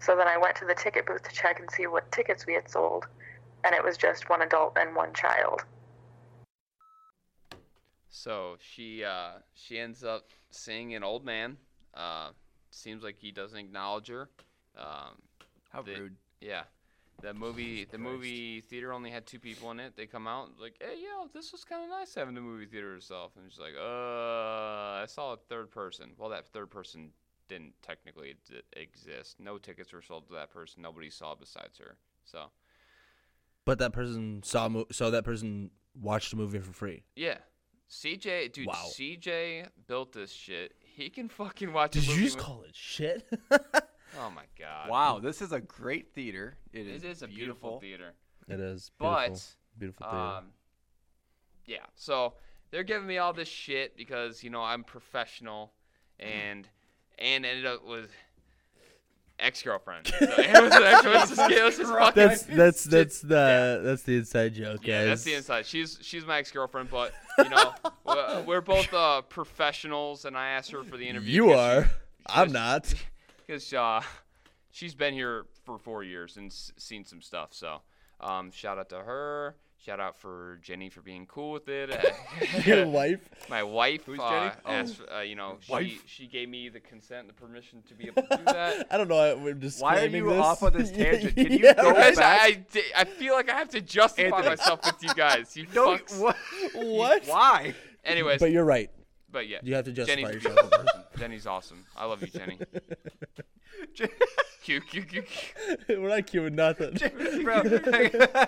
Speaker 5: So then I went to the ticket booth to check and see what tickets we had sold, and it was just one adult and one child.
Speaker 2: So she uh, she ends up seeing an old man. Uh, seems like he doesn't acknowledge her. Um,
Speaker 3: How
Speaker 2: The-
Speaker 3: rude.
Speaker 2: yeah, the movie the
Speaker 3: Christ.
Speaker 2: movie theater only had two people in it. They come out like, hey yo, this was kind of nice having the movie theater herself. And she's like, uh, I saw a third person. Well, that third person didn't technically d- exist. No tickets were sold to that person. Nobody saw besides her. So
Speaker 1: But that person saw mo- so that person watched a movie for free.
Speaker 2: Yeah. CJ, dude,
Speaker 1: Wow.
Speaker 2: CJ built this shit. He can fucking watch. a
Speaker 1: Did you
Speaker 2: movie
Speaker 1: just
Speaker 2: with-
Speaker 1: call it shit? [laughs]
Speaker 2: Oh my god.
Speaker 3: Wow, this is a great theater. It is,
Speaker 2: It is a beautiful, theater.
Speaker 1: it is.
Speaker 2: But
Speaker 1: beautiful
Speaker 2: um, yeah. So they're giving me all this shit because you know I'm professional,
Speaker 1: Mm-hmm.
Speaker 2: and and ended up with ex girlfriend. So, [laughs] it was an ex- it was just- it was just fucking-
Speaker 1: that's that's that's the that's the inside joke, guys.
Speaker 2: Yeah, that's the inside. She's she's my ex girlfriend, but
Speaker 1: [laughs]
Speaker 2: you know we're- we're both uh, professionals, and I asked her for the interview.
Speaker 1: You are. I'm
Speaker 3: [laughs]
Speaker 2: because-
Speaker 1: not.
Speaker 2: because uh, [laughs] she's been here for four years and s- seen some stuff. So um, shout out to her. Shout out for Jenny for being cool
Speaker 3: [laughs]
Speaker 2: with it. [laughs]
Speaker 1: Your wife.
Speaker 2: My wife,
Speaker 3: Who's
Speaker 2: uh,
Speaker 3: Jenny? Oh.
Speaker 2: asked, uh, you know, she,
Speaker 3: wife?
Speaker 2: she gave me the consent, the permission
Speaker 3: [laughs]
Speaker 2: to be able to do that.
Speaker 1: I don't know. I- We're just
Speaker 3: Why are you off on this
Speaker 1: [laughs]
Speaker 3: tangent? Can you
Speaker 2: [laughs]
Speaker 3: go
Speaker 2: Guys,
Speaker 3: back?
Speaker 2: I, I, di- I feel like I have to justify
Speaker 3: Anthony.
Speaker 2: myself with you guys. You
Speaker 3: [laughs] No,
Speaker 2: fucks.
Speaker 3: what?
Speaker 1: [laughs] What?
Speaker 3: [laughs] Why?
Speaker 2: Anyways,
Speaker 1: But you're right. [laughs]
Speaker 2: but yeah,
Speaker 1: You have to justify
Speaker 2: Jenny's a
Speaker 1: yourself.
Speaker 2: beautiful person. Jenny's awesome. I love you,
Speaker 1: [laughs]
Speaker 3: [laughs]
Speaker 2: Jenny. [laughs] Q, Q, Q, Q.
Speaker 1: We're not queuing
Speaker 3: [laughs]
Speaker 1: nothing.
Speaker 3: Bro,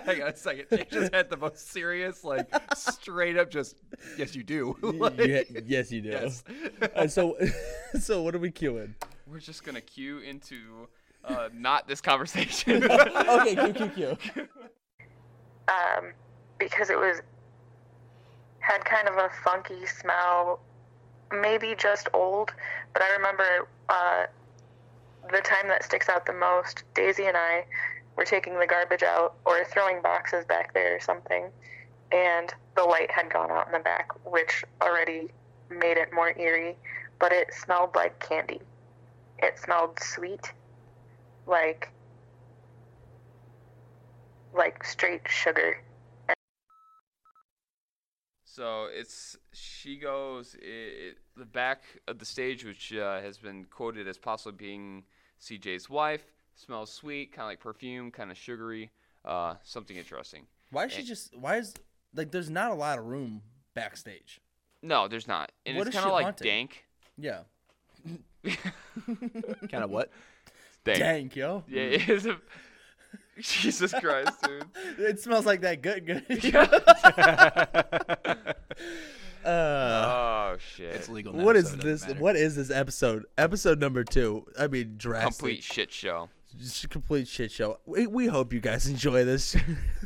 Speaker 3: hang on a second. You just had the most serious, like, straight up just, yes, you do. [laughs] Like,
Speaker 1: You ha- yes, you do.
Speaker 3: yes.
Speaker 1: Uh, so, [laughs] so what are we
Speaker 3: [laughs]
Speaker 1: queuing?
Speaker 2: We're just gonna cue into uh, not
Speaker 1: [laughs]
Speaker 2: this conversation.
Speaker 1: Okay, Q, Q, Q.
Speaker 5: um, because it was had kind of a funky smell, maybe just old. But I remember uh, the time that sticks out the most. Daisy and I were taking the garbage out or throwing boxes back there or something, and the light had gone out in the back, which already made it more eerie. But it smelled like candy. It smelled sweet, like like straight sugar.
Speaker 2: so it's she goes i it, the back of the stage, which uh, has been quoted as possibly being CJ's wife. Smells sweet, kind of like perfume, kind of sugary, uh, something interesting.
Speaker 1: Why is she just? Why is like? There's not a lot of room backstage.
Speaker 2: No, there's not, and
Speaker 1: What
Speaker 2: it's
Speaker 1: is
Speaker 2: kind of
Speaker 1: she
Speaker 2: like
Speaker 1: haunting?
Speaker 2: dank. [laughs]
Speaker 1: Yeah.
Speaker 3: kind of what?
Speaker 2: Dank.
Speaker 1: Dank, yo.
Speaker 2: Yeah, it is a. [laughs] Jesus Christ, dude.
Speaker 1: It smells like that good, good. [laughs] Uh,
Speaker 2: oh shit.
Speaker 3: It's legal now,
Speaker 1: what
Speaker 3: so
Speaker 1: is
Speaker 3: it doesn't
Speaker 1: this?
Speaker 3: matter.
Speaker 1: What is this episode? Episode number two. I mean, drastic,
Speaker 2: complete shit show.
Speaker 1: just complete shit show. We, we hope you guys [laughs] enjoy this.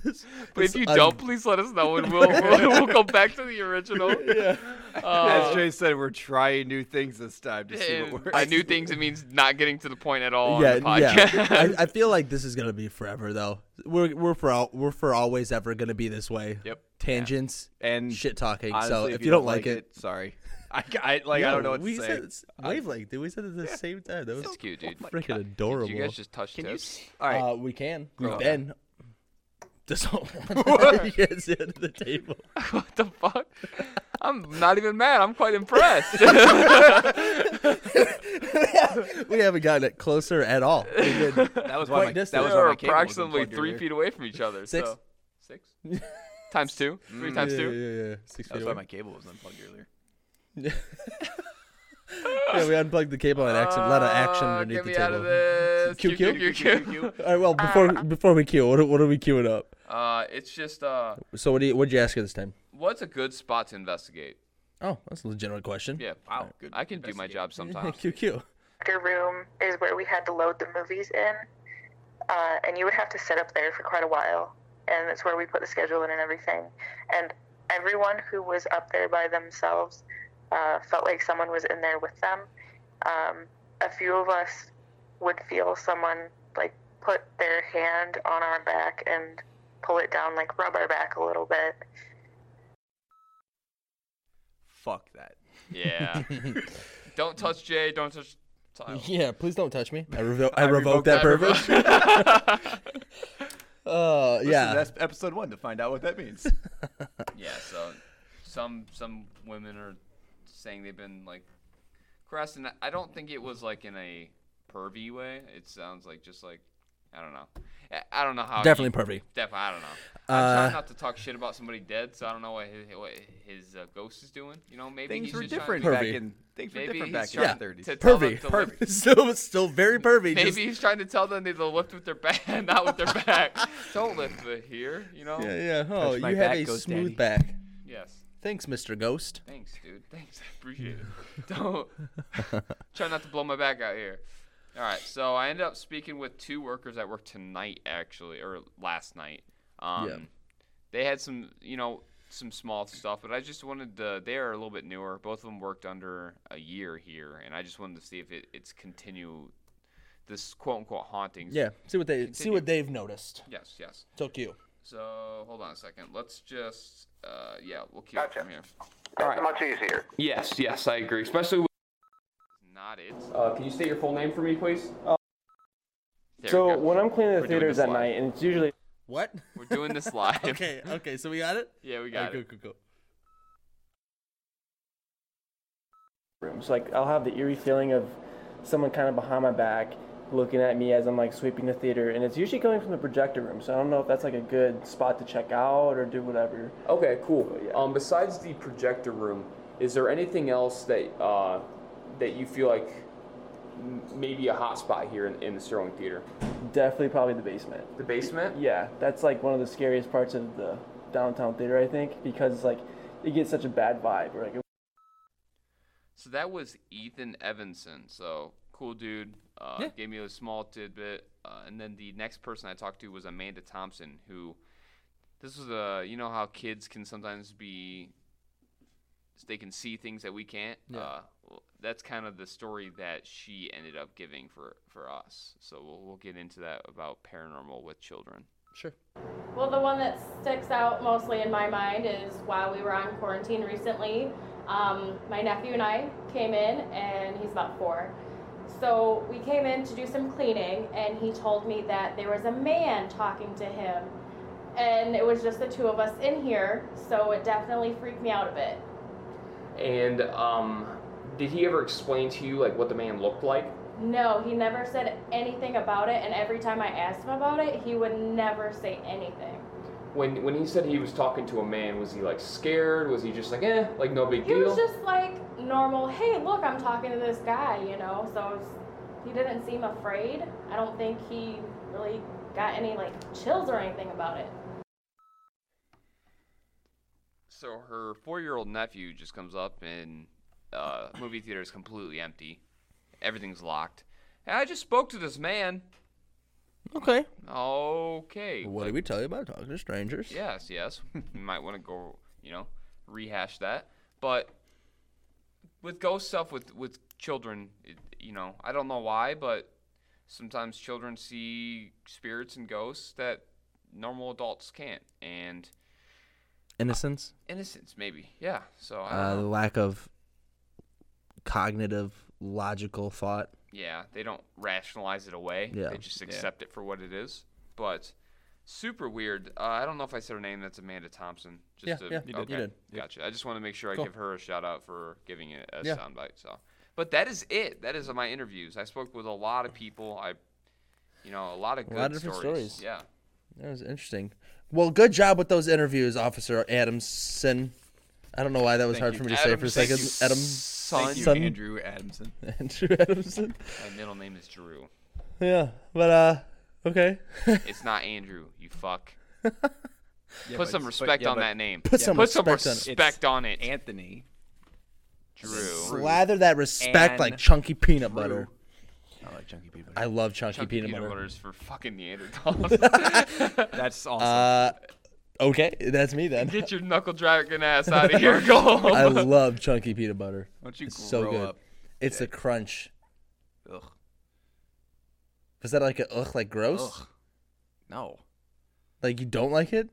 Speaker 2: But
Speaker 1: This
Speaker 2: if you
Speaker 1: un-
Speaker 2: don't, please let us know, and we'll we'll, we'll go back to
Speaker 1: [laughs]
Speaker 2: the original. Yeah.
Speaker 1: Uh,
Speaker 3: As Jay said, we're trying new things this time to see what works.
Speaker 2: By new things, it means not getting to the point at all
Speaker 1: yeah,
Speaker 2: on the podcast.
Speaker 1: yeah.
Speaker 2: [laughs]
Speaker 1: I, I feel like this is gonna be forever though. We're we're for al- we're for always ever gonna be this way.
Speaker 3: Yep.
Speaker 1: Tangents
Speaker 3: And
Speaker 1: shit talking.
Speaker 3: honestly,
Speaker 1: so if you don't like it,
Speaker 3: sorry. [laughs] I, I like I don't know what
Speaker 1: we
Speaker 3: to say.
Speaker 1: Said, it's wavelength, dude. We said it at the same time. That was
Speaker 2: It's cute, dude.
Speaker 1: oh, freaking adorable.
Speaker 2: Did you guys just touch
Speaker 3: Can you?
Speaker 2: tips? [laughs]
Speaker 3: s- All right.
Speaker 1: uh, we can. We've
Speaker 3: up.
Speaker 1: been. This whole one. [laughs] yes, yeah, to the table. [laughs]
Speaker 2: what
Speaker 3: [laughs]
Speaker 2: the fuck? I'm not even mad. I'm quite
Speaker 1: [laughs]
Speaker 2: impressed. [laughs]
Speaker 1: we haven't gotten it closer at all. We did.
Speaker 3: that was why
Speaker 1: quite
Speaker 3: my, that was
Speaker 1: distant.
Speaker 3: why
Speaker 1: There
Speaker 2: We're
Speaker 3: my cable wasn't
Speaker 2: approximately
Speaker 3: plugged
Speaker 2: three
Speaker 3: earlier.
Speaker 2: feet away from each other.
Speaker 1: Six.
Speaker 2: So.
Speaker 1: [laughs]
Speaker 2: Six? times two?
Speaker 3: Mm.
Speaker 2: Three times
Speaker 1: yeah,
Speaker 2: two?
Speaker 1: Yeah, yeah, yeah. Six feet
Speaker 3: That was why
Speaker 1: away.
Speaker 3: my cable was unplugged earlier.
Speaker 1: [laughs] Yeah, we unplugged the cable and action. lot of action
Speaker 2: Uh,
Speaker 1: underneath
Speaker 2: get me
Speaker 1: the
Speaker 2: out
Speaker 1: table.
Speaker 2: of this.
Speaker 1: Q, Q,
Speaker 2: Q, Q, Q.
Speaker 1: All right. Well, before before we queue, what are, what are we queuing up?
Speaker 2: [laughs] Uh, it's just uh,
Speaker 1: So what do you, what'd you ask her this time?
Speaker 2: what's a good spot to investigate?
Speaker 1: Oh, that's a legitimate question.
Speaker 2: Yeah.
Speaker 3: Wow, good.
Speaker 2: I can do my
Speaker 1: [laughs]
Speaker 2: job sometimes.
Speaker 1: Q Q.
Speaker 5: Your room is where we had to load the movies in, uh, and you would have to sit up there for quite a while. And that's where we put the schedule in and everything. And everyone who was up there by themselves uh, felt like someone was in there with them. Um, a few of us would feel someone like put their hand on our back and pull it down, like rub our back a little bit.
Speaker 3: Fuck that.
Speaker 1: [laughs]
Speaker 2: Yeah. don't touch Jay. Don't touch Tyler.
Speaker 1: Yeah, please don't touch me. I, revo- I, revoked
Speaker 3: revoke
Speaker 1: that
Speaker 2: Oh. I revoke-
Speaker 1: privilege. [laughs]
Speaker 2: [laughs]
Speaker 1: Uh,
Speaker 3: Listen,
Speaker 1: yeah.
Speaker 3: that's episode one to find out what that [laughs] means.
Speaker 2: yeah. So, some some women are saying they've been like harassed, and I don't think it was like in a pervy way. It sounds like just like I don't know. I- I don't know how.
Speaker 1: Definitely pervy.
Speaker 2: you- Def- I don't know. I'm
Speaker 1: Uh,
Speaker 2: trying not to talk shit about somebody dead, so I don't know what his, what his uh, ghost is doing. You know, maybe
Speaker 3: Things
Speaker 2: he's
Speaker 3: were
Speaker 2: just trying
Speaker 3: different
Speaker 2: To,
Speaker 1: Pervy.
Speaker 3: back in things were
Speaker 2: Maybe
Speaker 3: different
Speaker 2: he's
Speaker 3: back in
Speaker 2: trying
Speaker 3: the
Speaker 1: Yeah.
Speaker 3: thirties.
Speaker 2: to- tell them
Speaker 1: Pervy.
Speaker 2: to
Speaker 1: Pervy. [laughs] Still, still very pervy.
Speaker 2: maybe
Speaker 1: just-
Speaker 2: he's trying to tell them they to lift with their back, [laughs] not with their back. don't lift with here. You know.
Speaker 1: yeah, yeah. Oh,
Speaker 3: Touch
Speaker 1: you
Speaker 3: my
Speaker 1: have
Speaker 3: back,
Speaker 1: a
Speaker 3: Ghost
Speaker 1: smooth
Speaker 3: Daddy.
Speaker 1: back.
Speaker 2: Yes.
Speaker 1: Thanks, Mr. Ghost.
Speaker 2: Thanks, dude. Thanks. I appreciate
Speaker 1: [laughs]
Speaker 2: it. [laughs] Don't try not to blow my back out here. All right. So I ended up speaking with two workers at work tonight, actually, or last night. Um,
Speaker 1: Yeah.
Speaker 2: They had some, you know, some small stuff, but I just wanted to. They are a little bit newer. Both of them worked under a year here, and I just wanted to see if it, it's continue this quote unquote hauntings.
Speaker 1: Yeah. See what they see
Speaker 2: Continue.
Speaker 1: what they've noticed.
Speaker 2: Yes. Yes.
Speaker 1: Took you.
Speaker 2: So hold on a second. Let's just. Uh, yeah, we'll keep it
Speaker 7: Gotcha.
Speaker 2: from here.
Speaker 9: All
Speaker 7: That's
Speaker 9: right.
Speaker 7: much easier.
Speaker 9: Yes, yes, I agree. Especially. With,
Speaker 2: Not it.
Speaker 9: uh, can you state your full name for me, please?
Speaker 2: There we
Speaker 10: So
Speaker 2: go.
Speaker 10: when I'm cleaning
Speaker 2: We're
Speaker 10: the
Speaker 2: doing
Speaker 10: theaters
Speaker 2: this
Speaker 10: at
Speaker 2: live.
Speaker 10: night, and it's usually
Speaker 1: What?
Speaker 2: We're doing this live.
Speaker 1: [laughs] okay. Okay. So we got it.
Speaker 2: Yeah, we got
Speaker 1: Okay,
Speaker 2: it.
Speaker 1: cool, cool, cool.
Speaker 10: rooms, like I'll have the eerie feeling of someone kind of behind my back looking at me as I'm like sweeping the theater, and it's usually coming from the projector room. So I don't know if that's like a good spot to check out or do whatever.
Speaker 9: Okay, cool. Um, besides the projector room, is there anything else that uh, that you feel like m- maybe a hot spot here in, in the Sterling Theater?
Speaker 10: Definitely, probably the basement.
Speaker 9: The basement.
Speaker 10: Yeah, that's like one of the scariest parts of the downtown theater, I think, because like it gets such a bad vibe. Or, like
Speaker 2: So that was Ethan Evanson. So cool dude. Uh,
Speaker 1: Yeah.
Speaker 2: Gave me a small tidbit. Uh, and then the next person I talked to was Amanda Thompson, who this was a you know how kids can sometimes be they can see things that we can't. Uh, well, that's kind of the story that she ended up giving for for us. So we'll, we'll get into that about paranormal with children.
Speaker 1: Sure.
Speaker 8: Well, the one that sticks out mostly in my mind is while we were on quarantine recently, um, my nephew and I came in, and he's about four. So we came in to do some cleaning, and he told me that there was a man talking to him, and it was just the two of us in here, so it definitely freaked me out a bit.
Speaker 9: And um, did he ever explain to you like what the man looked like?
Speaker 8: No, he never said anything about it, and every time I asked him about it, he would never say anything.
Speaker 9: When when he said he was talking to a man, was he like scared? Was he just like eh, like no big
Speaker 8: He
Speaker 9: deal?
Speaker 8: was just like normal. Hey, look, I'm talking to this guy, you know. So it's, he didn't seem afraid. I don't think he really got any like chills or anything about it.
Speaker 2: So her four-year-old nephew just comes up, and uh, movie theater is completely empty. Everything's locked. And I just spoke to this man.
Speaker 1: Okay.
Speaker 2: Okay.
Speaker 1: What did we tell you about talking to strangers?
Speaker 2: Yes, yes. you might want to go, you know, rehash that. But with ghost stuff with with children, it, you know, I don't know why, but sometimes children see spirits and ghosts that normal adults can't. And
Speaker 1: Innocence.
Speaker 2: innocence, maybe. Yeah. So I don't
Speaker 1: Uh,
Speaker 2: know.
Speaker 1: the lack of cognitive, logical thought.
Speaker 2: Yeah, they don't rationalize it away.
Speaker 1: Yeah.
Speaker 2: They just accept it for what it is. But super weird. Uh, I don't know if I said her name. That's Amanda Thompson. Just
Speaker 1: Yeah,
Speaker 2: to,
Speaker 1: yeah, you did. You did.
Speaker 2: Gotcha. I just want to make sure I
Speaker 1: Cool.
Speaker 2: give her a shout out for giving it a
Speaker 1: Yeah.
Speaker 2: soundbite. So, but that is it. That is my interviews. I spoke with a lot of people. I, you know, a lot of
Speaker 1: A
Speaker 2: good
Speaker 1: lot of different stories.
Speaker 2: Yeah.
Speaker 1: That was interesting. Well, good job with those interviews, Officer Adamson. I don't know why that was
Speaker 3: Thank
Speaker 1: hard
Speaker 3: you.
Speaker 1: for me to say for a second. Adam,
Speaker 3: Thank you,
Speaker 1: Son.
Speaker 3: Andrew Adamson.
Speaker 1: [laughs] Andrew Adamson.
Speaker 2: My middle name is Drew.
Speaker 1: Yeah, but uh, okay.
Speaker 2: It's not Andrew. You fuck.
Speaker 3: Yeah,
Speaker 2: Put
Speaker 3: but-
Speaker 2: some
Speaker 3: but-
Speaker 2: respect
Speaker 3: yeah,
Speaker 2: on
Speaker 3: but
Speaker 2: that name.
Speaker 1: Put some
Speaker 2: Put some
Speaker 1: respect on it.
Speaker 2: respect on it.
Speaker 3: Anthony.
Speaker 2: Drew.
Speaker 1: Slather that respect like
Speaker 3: And
Speaker 1: chunky peanut butter.
Speaker 3: I like chunky people.
Speaker 1: I love chunky,
Speaker 2: Chunky
Speaker 1: peanut, butter.
Speaker 2: butters for
Speaker 1: [laughs]
Speaker 2: fucking Neanderthals. [laughs]
Speaker 3: That's awesome.
Speaker 1: Uh, okay, that's me then.
Speaker 2: Get your knuckle dragging ass out of here. Go home.
Speaker 1: [laughs]
Speaker 2: [laughs]
Speaker 1: I love chunky peanut butter.
Speaker 3: Why don't you
Speaker 1: It's so
Speaker 3: grow
Speaker 1: good.
Speaker 3: up?
Speaker 1: It's the crunch.
Speaker 3: Ugh.
Speaker 1: Is that like a ugh, like gross?
Speaker 3: Ugh. No.
Speaker 1: Like you don't like it?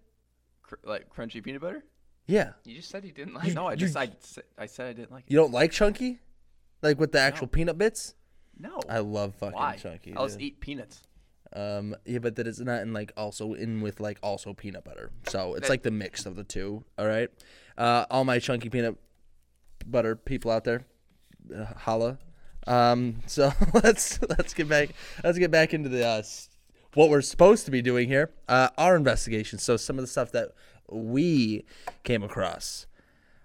Speaker 3: Cr- like crunchy peanut butter?
Speaker 1: Yeah.
Speaker 2: you just said you didn't like
Speaker 3: no, I
Speaker 1: you-
Speaker 3: just I, s- I said I didn't like it.
Speaker 1: You don't like chunky? Like with the actual peanut bits?
Speaker 3: No.
Speaker 1: I love fucking
Speaker 3: Why?
Speaker 1: chunky.
Speaker 3: I'll just
Speaker 1: dude.
Speaker 3: eat peanuts.
Speaker 1: Um, yeah, but that it's not in like also in with like also peanut butter. So it's like the mix of the two. All right. Uh, all my chunky peanut butter people out there, uh, [laughs] holla. Um, so let's let's get back let's get back into the uh, s- what we're supposed to be doing here, uh, our investigation. So some of the stuff that we came across.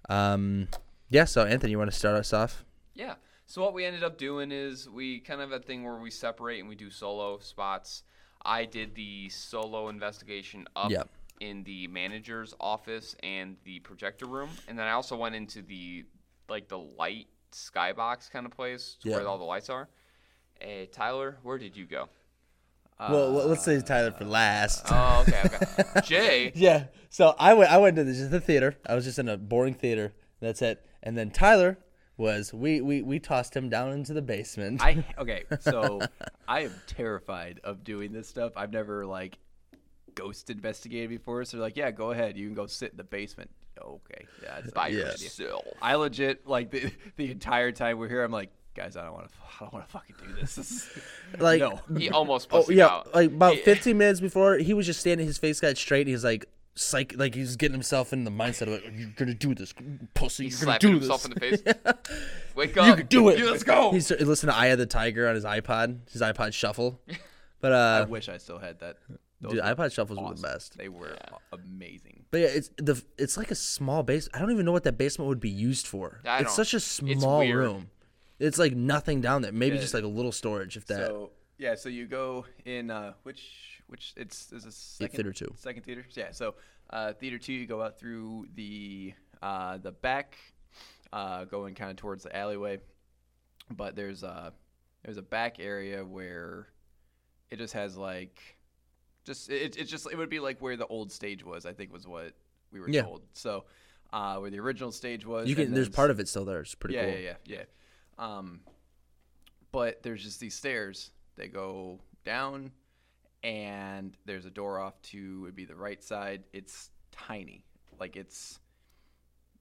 Speaker 1: Um, yeah. So Anthony, you want to start us off?
Speaker 2: Yeah. So what we ended up doing is we kind of have a thing where we separate and we do solo spots. I did the solo investigation up
Speaker 1: Yep.
Speaker 2: in the manager's office and the projector room, and then I also went into the like the light skybox kind of place to
Speaker 1: Yeah.
Speaker 2: where all the lights are. Hey, Tyler, where did you go?
Speaker 1: well, let- let's say Tyler for last.
Speaker 2: Oh, okay,
Speaker 1: [laughs]
Speaker 2: okay. Jay,
Speaker 1: yeah. So I went. I went to the, just the theater. I was just in a boring theater. That's it. And then Tyler was. We we, we tossed him down into the basement.
Speaker 3: I okay, so I am terrified of doing this stuff. I've never like ghost investigated before, so they're like, yeah, go ahead, you can go sit in the basement. Okay, yeah, that's not
Speaker 2: by
Speaker 3: a good idea.
Speaker 2: yourself.
Speaker 3: I legit like the the entire time we're here, I'm like, guys, I don't want to, I don't want to fucking do this. This [laughs] is-
Speaker 1: like
Speaker 3: no.
Speaker 2: He almost
Speaker 1: Oh
Speaker 2: pussied
Speaker 1: yeah,
Speaker 2: out.
Speaker 1: like about
Speaker 2: Yeah.
Speaker 1: 15 minutes before, he was just standing. His face got straight, and he's like, "Psych!" Like he's getting himself in the mindset of like, "You're gonna do this, pussy.
Speaker 2: He's
Speaker 1: You're gonna do
Speaker 2: slapping himself
Speaker 1: this.
Speaker 2: in the face.
Speaker 1: [laughs]
Speaker 2: Wake up.
Speaker 1: you can do it.
Speaker 2: Yeah, let's go.
Speaker 1: He's he listened to "Eye of the Tiger" on his iPod, his iPod Shuffle.
Speaker 2: [laughs]
Speaker 1: But
Speaker 3: I
Speaker 1: uh,
Speaker 3: wish I still had that. Those
Speaker 1: dude,
Speaker 3: were
Speaker 1: iPod Shuffles were the
Speaker 3: awesome.
Speaker 1: best.
Speaker 3: They were a- amazing.
Speaker 1: But yeah, it's the it's like a small base. I don't even know what that basement would be used for.
Speaker 2: I
Speaker 1: it's
Speaker 2: don't-
Speaker 1: such a
Speaker 2: it's
Speaker 1: small
Speaker 2: weird.
Speaker 1: room. It's like nothing down there. Maybe
Speaker 3: Yeah.
Speaker 1: just like a little storage, if that.
Speaker 3: So yeah, so you go in uh, which which it's is a second
Speaker 1: theater two.
Speaker 3: second theater. Yeah, so uh, theater two, you go out through the uh, the back, uh, going kind of towards the alleyway, but there's a there's a back area where it just has like just it, it's just it would be like where the old stage was. I think was what we were
Speaker 1: Yeah.
Speaker 3: told. So. Uh, where the original stage was,
Speaker 1: you can.
Speaker 3: and
Speaker 1: There's
Speaker 3: then
Speaker 1: part of it still there. It's pretty
Speaker 3: yeah,
Speaker 1: cool.
Speaker 3: Yeah, yeah, yeah. Um, but there's just these stairs. They go down, and there's a door off to it'd be the right side. It's tiny, like it's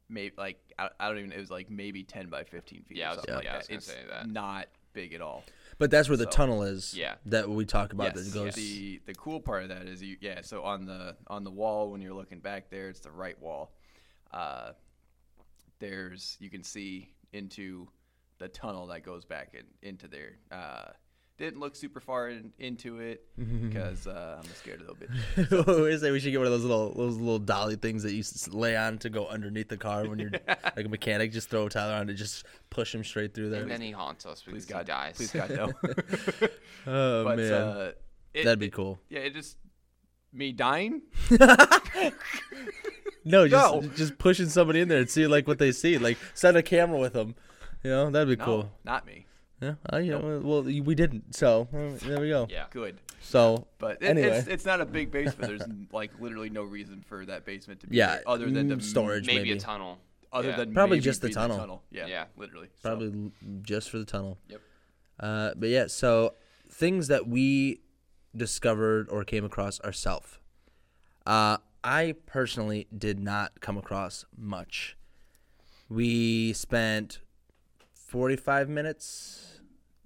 Speaker 3: maybe like I, I don't even. It was like maybe ten by fifteen feet.
Speaker 2: Yeah,
Speaker 3: or
Speaker 2: I was-
Speaker 3: something like
Speaker 2: yeah, I
Speaker 3: that.
Speaker 2: was gonna
Speaker 3: it's
Speaker 2: say that.
Speaker 3: not big at all.
Speaker 1: But that's where the
Speaker 3: So-
Speaker 1: tunnel is.
Speaker 2: Yeah.
Speaker 1: That we talk about.
Speaker 3: Yes,
Speaker 1: that goes.
Speaker 3: The the cool part of that is you yeah. So on the on the wall when you're looking back there, it's the right wall. Uh, there's you can see into the tunnel that goes back in, into there. Uh, didn't look super far in, into
Speaker 1: [laughs]
Speaker 3: it because uh, I'm a scared little bitch.
Speaker 1: I say [laughs] we should get one of those little those little dolly things that you s- lay on to go underneath the car when
Speaker 3: [laughs]
Speaker 1: you're like a mechanic. Just throw Tyler on it, just push him straight through there.
Speaker 2: And then he haunts us because
Speaker 3: Please God,
Speaker 2: he dies.
Speaker 3: please God no.
Speaker 1: [laughs] oh
Speaker 3: but
Speaker 1: man,
Speaker 3: uh, it-
Speaker 1: that'd be
Speaker 3: it-
Speaker 1: cool.
Speaker 3: Yeah, it just me dying.
Speaker 1: No, just
Speaker 3: no.
Speaker 1: just pushing somebody in there and see like what they see. Like set a camera with them. You know that'd be
Speaker 3: No,
Speaker 1: cool.
Speaker 3: not me.
Speaker 1: Yeah, I, you know, well we didn't, so uh, there we go.
Speaker 2: Yeah.
Speaker 3: Good.
Speaker 1: So,
Speaker 3: But it,
Speaker 1: anyway,
Speaker 3: it's, it's not a big basement. There's n- like literally no reason for that basement to be
Speaker 1: Yeah,
Speaker 3: there other than
Speaker 1: mm,
Speaker 3: the
Speaker 1: storage.
Speaker 2: [laughs] Maybe,
Speaker 1: maybe.
Speaker 2: a tunnel.
Speaker 3: Other
Speaker 2: Yeah.
Speaker 3: than
Speaker 1: Probably
Speaker 3: maybe
Speaker 1: just the
Speaker 3: be
Speaker 1: tunnel.
Speaker 3: Yeah,
Speaker 2: Yeah.
Speaker 3: literally. So,
Speaker 1: probably l- just for the tunnel.
Speaker 2: Yep.
Speaker 1: Uh, but yeah, so things that we discovered or came across ourselves. Uh, I personally did not come across much. We spent 45 minutes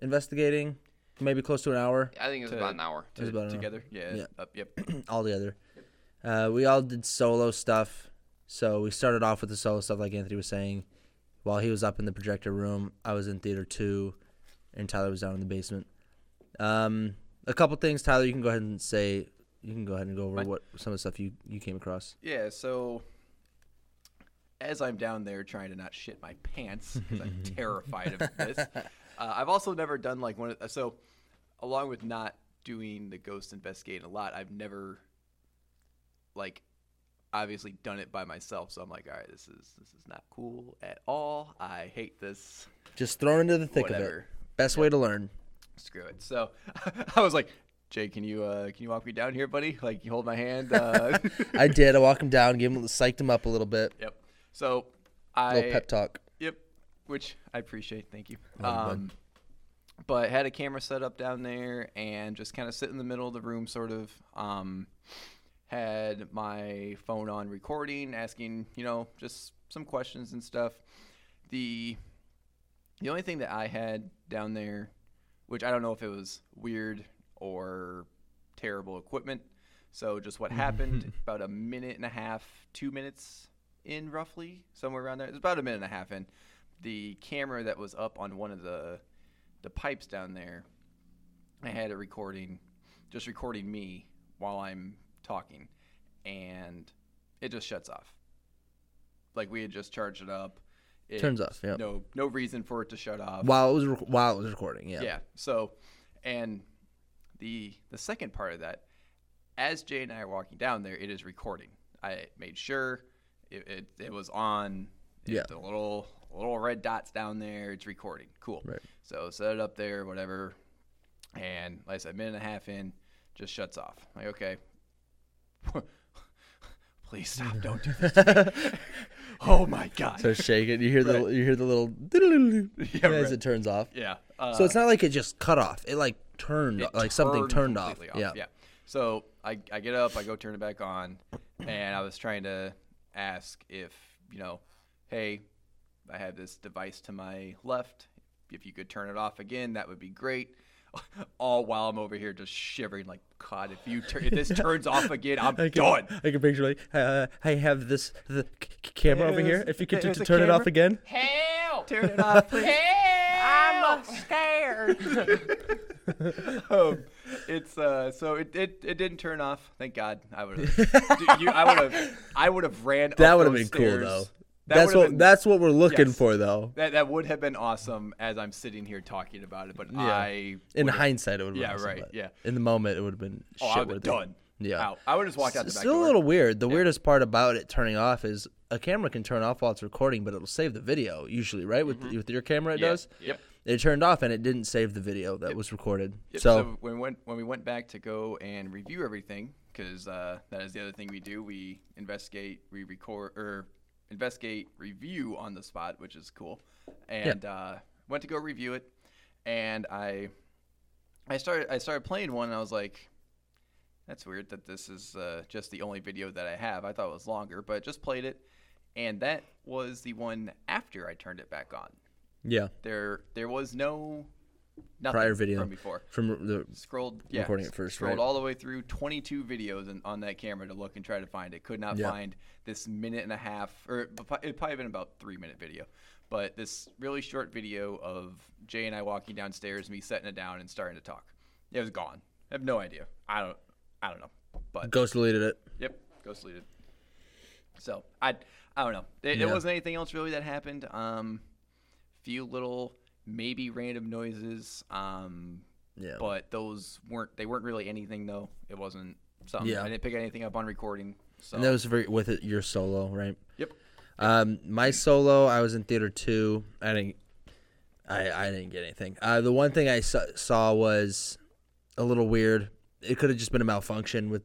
Speaker 1: investigating, maybe close to an hour
Speaker 2: I think it was
Speaker 3: To-
Speaker 2: about an hour.
Speaker 1: was about an hour.
Speaker 3: together. Yeah.
Speaker 1: Yeah.
Speaker 3: Up, yep.
Speaker 1: all together. Uh, we all did solo stuff. So we started off with the solo stuff, like Anthony was saying. While he was up in the projector room, I was in theater two, and Tyler was down in the basement. Um, a couple things, Tyler, you can go ahead and say. You can go ahead and go over what some of the stuff you, you came across.
Speaker 3: Yeah. So as I'm down there trying to not shit my pants because I'm
Speaker 1: [laughs]
Speaker 3: terrified of this, uh, I've also never done like one. Of, so along with not doing the ghost investigating a lot, I've never like obviously done it by myself. So I'm like, all right, this is this is not cool at all. I hate this.
Speaker 1: Just thrown into the thick of it.
Speaker 3: Whatever.
Speaker 1: Best way to learn.
Speaker 3: screw it. So [laughs] I was like, Jay, can you uh, can you walk me down here, buddy? Like you hold my hand.
Speaker 1: [laughs]
Speaker 3: Uh, [laughs]
Speaker 1: I did. I walked him down, gave him, psyched him up a little bit.
Speaker 3: yep. So
Speaker 1: A
Speaker 3: I
Speaker 1: little pep talk.
Speaker 3: Yep. Which I appreciate. Thank you. Um, but had a camera set up down there and just kind of sit in the middle of the room, sort of. Um, had my phone on recording, asking, you know, just some questions and stuff. The the only thing that I had down there, which I don't know if it was weird or terrible equipment. So just what happened about a minute and a half, two minutes in roughly, somewhere around there. It was about a minute and a half in. The camera that was up on one of the the pipes down there, I had it recording just recording me while I'm talking, and it just shuts off. Like we had just charged it up. It,
Speaker 1: Turns off, yep.
Speaker 3: No, no reason for it to shut off.
Speaker 1: while it was rec- while it was recording. Yeah.
Speaker 3: So, and the the second part of that, as Jay and I are walking down there, it is recording. I made sure it it, it was on. It-
Speaker 1: Yeah.
Speaker 3: The little little red dots down there. It's recording. Cool.
Speaker 1: Right.
Speaker 3: So set it up there, whatever. And like I said, minute and a half in, just shuts off.
Speaker 1: [laughs]
Speaker 3: Like okay. Please stop! Don't do this.
Speaker 1: [laughs]
Speaker 3: to me. [laughs] oh my god!
Speaker 1: So shake it. You hear the
Speaker 3: Right.
Speaker 1: you hear the little diddle-diddle-doo
Speaker 3: [laughs] Yeah,
Speaker 1: [laughs] as
Speaker 3: right.
Speaker 1: it turns off.
Speaker 3: yeah. Uh,
Speaker 1: so it's not like it just cut off. It like turned like
Speaker 3: it
Speaker 1: something turned off.
Speaker 3: completely
Speaker 1: Yeah.
Speaker 3: yeah. So I, I get up, I go turn it back on, and I was trying to ask if, you know, hey, I have this device to my left. If you could turn it off again, that would be great. [laughs] All while I'm over here just shivering, like, God, if you tur- if
Speaker 1: [laughs]
Speaker 3: this turns off again, I'm
Speaker 1: I can,
Speaker 3: done.
Speaker 1: I can picture like uh, I have this the c- c- camera over here.
Speaker 3: There's-
Speaker 1: If you could t-
Speaker 3: there's
Speaker 1: t-
Speaker 3: a
Speaker 1: turn it off
Speaker 3: camera.
Speaker 1: again.
Speaker 4: Help!
Speaker 3: Turn it [laughs] off, please.
Speaker 4: I'm scared.
Speaker 3: [laughs] um, it's uh, so it, it it didn't turn off. Thank God. I
Speaker 1: [laughs]
Speaker 3: would have. I would have. I would have ran.
Speaker 1: That
Speaker 3: would have
Speaker 1: been cool though.
Speaker 3: That
Speaker 1: that's
Speaker 3: would've
Speaker 1: what
Speaker 3: been-
Speaker 1: that's what we're looking
Speaker 3: Yes.
Speaker 1: for though.
Speaker 3: That that would have been awesome as I'm sitting here talking about it, but I
Speaker 1: In
Speaker 3: would've-
Speaker 1: hindsight, it would.
Speaker 3: Yeah,
Speaker 1: been awesome,
Speaker 3: right,
Speaker 1: but
Speaker 3: yeah.
Speaker 1: In the moment, it would have been.
Speaker 3: oh,
Speaker 1: shit
Speaker 3: I would
Speaker 1: with
Speaker 3: have
Speaker 1: it.
Speaker 3: done.
Speaker 1: Yeah.
Speaker 3: Out. I would just walked out the
Speaker 1: It's
Speaker 3: back
Speaker 1: still
Speaker 3: door.
Speaker 1: a little weird. The weirdest part about it turning off is a camera can turn off while it's recording, but it'll save the video usually, right? With
Speaker 3: Mm-hmm.
Speaker 1: with your camera, it
Speaker 2: Yeah,
Speaker 1: does.
Speaker 2: yep.
Speaker 1: It turned off and it didn't save the video that was recorded.
Speaker 3: Yep,
Speaker 1: So,
Speaker 3: when we went when we went back to go and review everything, because uh, that is the other thing we do. We investigate, we record or investigate, review on the spot, which is cool. And uh, went to go review it, and I I started I started playing one, and I was like, that's weird that this is uh, just the only video that I have. I thought it was longer, but just played it, and that was the one after I turned it back on.
Speaker 1: yeah,
Speaker 3: There there was no nothing
Speaker 1: prior video
Speaker 3: from before
Speaker 1: from the
Speaker 3: scrolled yeah,
Speaker 1: Recording it
Speaker 3: s-
Speaker 1: first,
Speaker 3: scrolled
Speaker 1: right?
Speaker 3: all the way through 22 videos in, on that camera to look and try to find it could not
Speaker 1: Yeah.
Speaker 3: find this minute and a half or it pro- it'd probably been about three minute video but this really short video of jay and i walking downstairs me setting it down and starting to talk it was gone i have no idea i don't i don't know but
Speaker 1: ghost deleted it.
Speaker 3: Yep, ghost deleted. So I, I don't know. There, there
Speaker 1: Yeah.
Speaker 3: wasn't anything else really that happened. Um, few little maybe random noises. Um,
Speaker 1: Yeah.
Speaker 3: But those weren't they weren't really anything though. It wasn't something.
Speaker 1: Yeah.
Speaker 3: I didn't pick anything up on recording. So
Speaker 1: And that was very, with it, your solo, right?
Speaker 3: yep.
Speaker 1: Um, my solo, I was in theater two. I didn't, I, I didn't get anything. Uh, the one thing I saw, saw was a little weird. It could have just been a malfunction with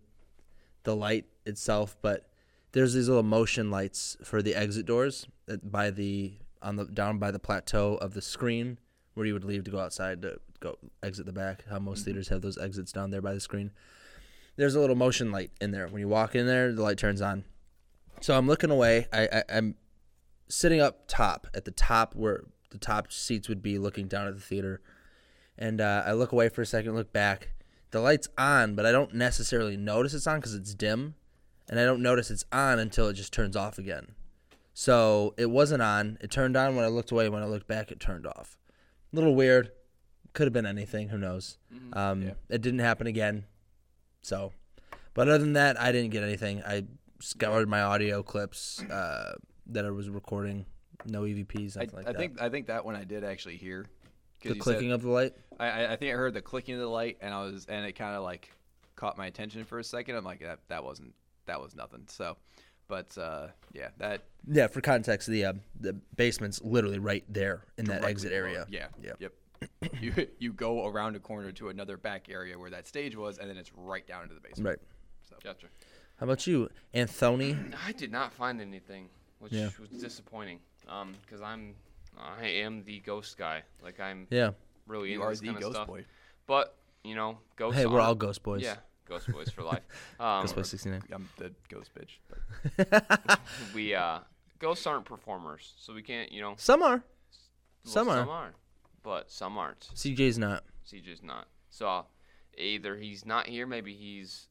Speaker 1: the light itself, but there's these little motion lights for the exit doors that by the on the down by the plateau of the screen where you would leave to go outside to go exit the back. How
Speaker 3: Mm-hmm.
Speaker 1: most theaters have those exits down there by the screen. There's a little motion light in there. When you walk in there, the light turns on. So I'm looking away. I, I I'm sitting up top at the top where the top seats would be, looking down at the theater. And uh, I look away for a second, look back. The light's on, but I don't necessarily notice it's on because it's dim, and I don't notice it's on until it just turns off again. So it wasn't on. It turned on when I looked away. When I looked back, it turned off. A little weird. Could have been anything. Who knows? Um,
Speaker 3: Mm-hmm. Yeah.
Speaker 1: It didn't happen again. So, but other than that, I didn't get anything. I scoured my audio clips uh, that I was recording. No EVPs,
Speaker 3: I,
Speaker 1: nothing like
Speaker 3: I
Speaker 1: that.
Speaker 3: think I think that one I did actually hear.
Speaker 1: the
Speaker 3: 'Cause you said-
Speaker 1: clicking of the light.
Speaker 3: I- I, I think I heard the clicking of the light, and I was, and it kind of like caught my attention for a second. I'm like, that that wasn't, that was nothing. So, but uh, yeah, that
Speaker 1: Yeah, for context, the uh, the basement's literally right there in that
Speaker 3: directly
Speaker 1: exit
Speaker 3: below
Speaker 1: area.
Speaker 3: it. Yeah.
Speaker 1: Yep.
Speaker 3: Yep. you you go around a corner to another back area where that stage was, and then it's right down into the basement.
Speaker 1: Right.
Speaker 2: Gotcha.
Speaker 1: How about you, Anthony?
Speaker 3: [clears throat]
Speaker 2: I did not find anything, which
Speaker 1: Yeah.
Speaker 2: was disappointing. Um, because I'm, I am the ghost guy. Like I'm
Speaker 1: Yeah.
Speaker 2: really
Speaker 3: You
Speaker 2: into
Speaker 3: are
Speaker 2: this
Speaker 3: the
Speaker 2: kinda
Speaker 3: ghost
Speaker 2: stuff.
Speaker 3: boy.
Speaker 2: But you know, ghosts.
Speaker 1: Hey, we're
Speaker 2: aren't-
Speaker 1: all ghost boys.
Speaker 2: Yeah, ghost boys for life. Um,
Speaker 1: Ghost Boy 69.
Speaker 3: I'm the ghost bitch. but
Speaker 2: we uh, ghosts aren't performers, so we can't. You know,
Speaker 1: [laughs] Some are.
Speaker 2: well,
Speaker 1: Some are.
Speaker 2: Some are, but some aren't.
Speaker 1: CJ's not.
Speaker 2: CJ's not. So uh, either he's not here, maybe he's,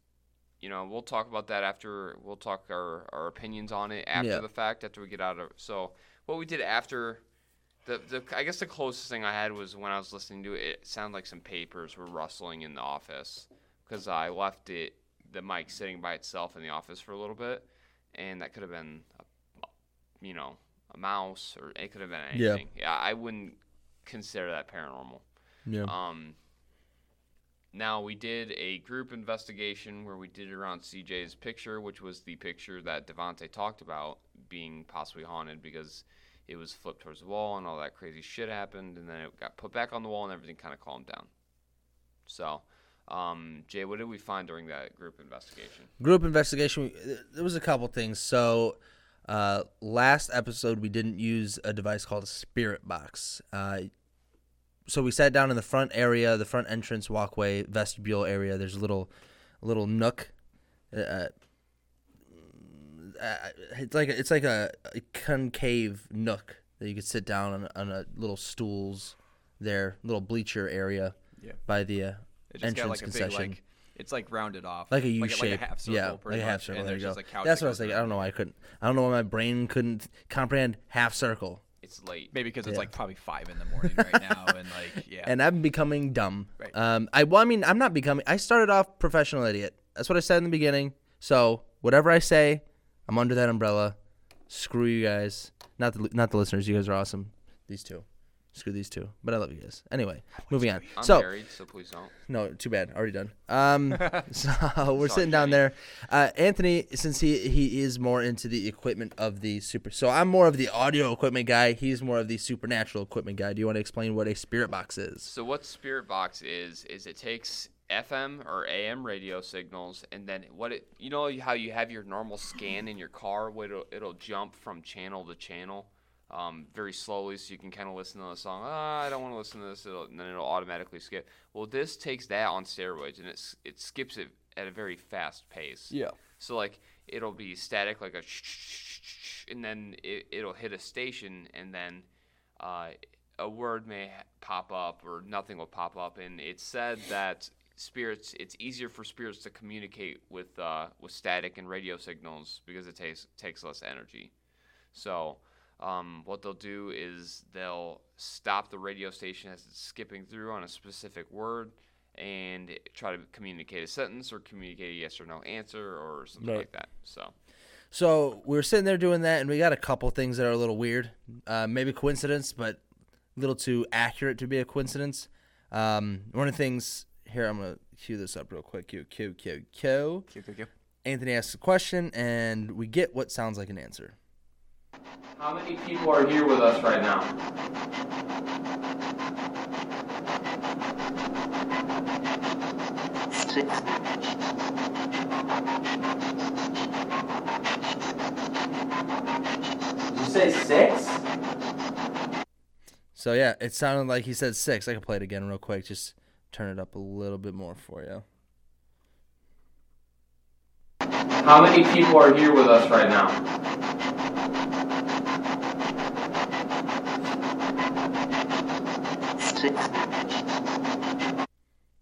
Speaker 2: you know, we'll talk about that after. We'll talk our, our opinions on it after
Speaker 1: Yeah.
Speaker 2: the fact, after we get out of. So what we did after, the, the I guess the closest thing I had was when I was listening to it, it sounded like some papers were rustling in the office because I left it the mic sitting by itself in the office for a little bit, and that could have been, a, you know, a mouse or it could have been
Speaker 1: Yeah.
Speaker 2: anything. Yeah, I wouldn't consider that paranormal.
Speaker 1: Yeah.
Speaker 2: Um, now we did a group investigation where we did it around CJ's picture, which was the picture that Devante talked about being possibly haunted because it was flipped towards the wall and all that crazy shit happened, and then it got put back on the wall and everything kind of calmed down. So, um, Jay, what did we find during that group investigation?
Speaker 1: group investigation we- there was a couple things so uh, last episode we didn't use a device called a spirit box uh, so we sat down in the front area the front entrance walkway vestibule area there's a little little nook uh, uh, it's like a, it's like a, a concave nook that you could sit down on, on a little stools there little bleacher area
Speaker 3: Yeah.
Speaker 1: by the uh,
Speaker 3: It just
Speaker 1: entrance
Speaker 3: got like a
Speaker 1: concession
Speaker 3: big like it's like rounded off,
Speaker 1: like a U
Speaker 3: like,
Speaker 1: shape.
Speaker 3: like a half circle,
Speaker 1: yeah, like
Speaker 3: pretty
Speaker 1: a half
Speaker 3: much,
Speaker 1: circle.
Speaker 3: And
Speaker 1: There
Speaker 3: there's
Speaker 1: you go.
Speaker 3: just a couch
Speaker 1: That's
Speaker 3: that
Speaker 1: what I
Speaker 3: goes
Speaker 1: was thinking. I
Speaker 3: around.
Speaker 1: don't know why I couldn't. I don't know why my brain couldn't comprehend half circle.
Speaker 2: It's late.
Speaker 3: Maybe because it's
Speaker 1: Yeah.
Speaker 3: like probably five in the morning
Speaker 1: [laughs]
Speaker 3: right now, and like yeah,
Speaker 1: And I'm becoming dumb.
Speaker 3: Right.
Speaker 1: Um, I well, I mean, I'm not becoming. I started off professional idiot. That's what I said in the beginning. So whatever I say, I'm under that umbrella. Screw you guys. Not the not the listeners. You guys are awesome. These two. Screw these two. But I love you guys. Anyway, moving on.
Speaker 2: I'm
Speaker 1: so
Speaker 2: married, so please don't.
Speaker 1: No, too bad. Already done. [laughs] Um, so we're
Speaker 2: Sorry,
Speaker 1: sitting down
Speaker 2: Jenny.
Speaker 1: there. Uh, Anthony, since he he is more into the equipment of the super, so I'm more of the audio equipment guy. He's more of the supernatural equipment guy. Do you want to explain what a spirit box is?
Speaker 2: So what Spirit Box is is it takes FM or AM radio signals and then what it you know how you have your normal scan in your car where it'll, it'll jump from channel to channel um, very slowly so you can kind of listen to the song ah, I don't want to listen to this it'll, and then it'll automatically skip well this takes that on steroids and it's it skips it at a very fast pace
Speaker 3: Yeah.
Speaker 2: so like it'll be static, like a, [laughs] sh- sh- sh- sh- and then it, it'll hit a station, and then uh, a word may ha- pop up or nothing will pop up. And it's said that spirits, it's easier for spirits to communicate with uh, with static and radio signals because it takes takes less energy. So um, what they'll do is they'll stop the radio station as it's skipping through on a specific word and try to communicate a sentence or communicate a yes or no answer or something
Speaker 1: Right.
Speaker 2: like that. So
Speaker 1: So we were sitting there doing that, and we got a couple things that are a little weird, uh, maybe coincidence, but a little too accurate to be a coincidence. Um, one of the things here, I'm gonna cue this up real quick. Cue, cue, cue, cue. Anthony asks a question, and we get what sounds like an answer.
Speaker 2: how many people are here with us right now?
Speaker 4: Did you say six?
Speaker 1: So yeah, it sounded like he said six. I can play it again real quick. Just turn it up a little bit more for you.
Speaker 2: How many people are here with us right now?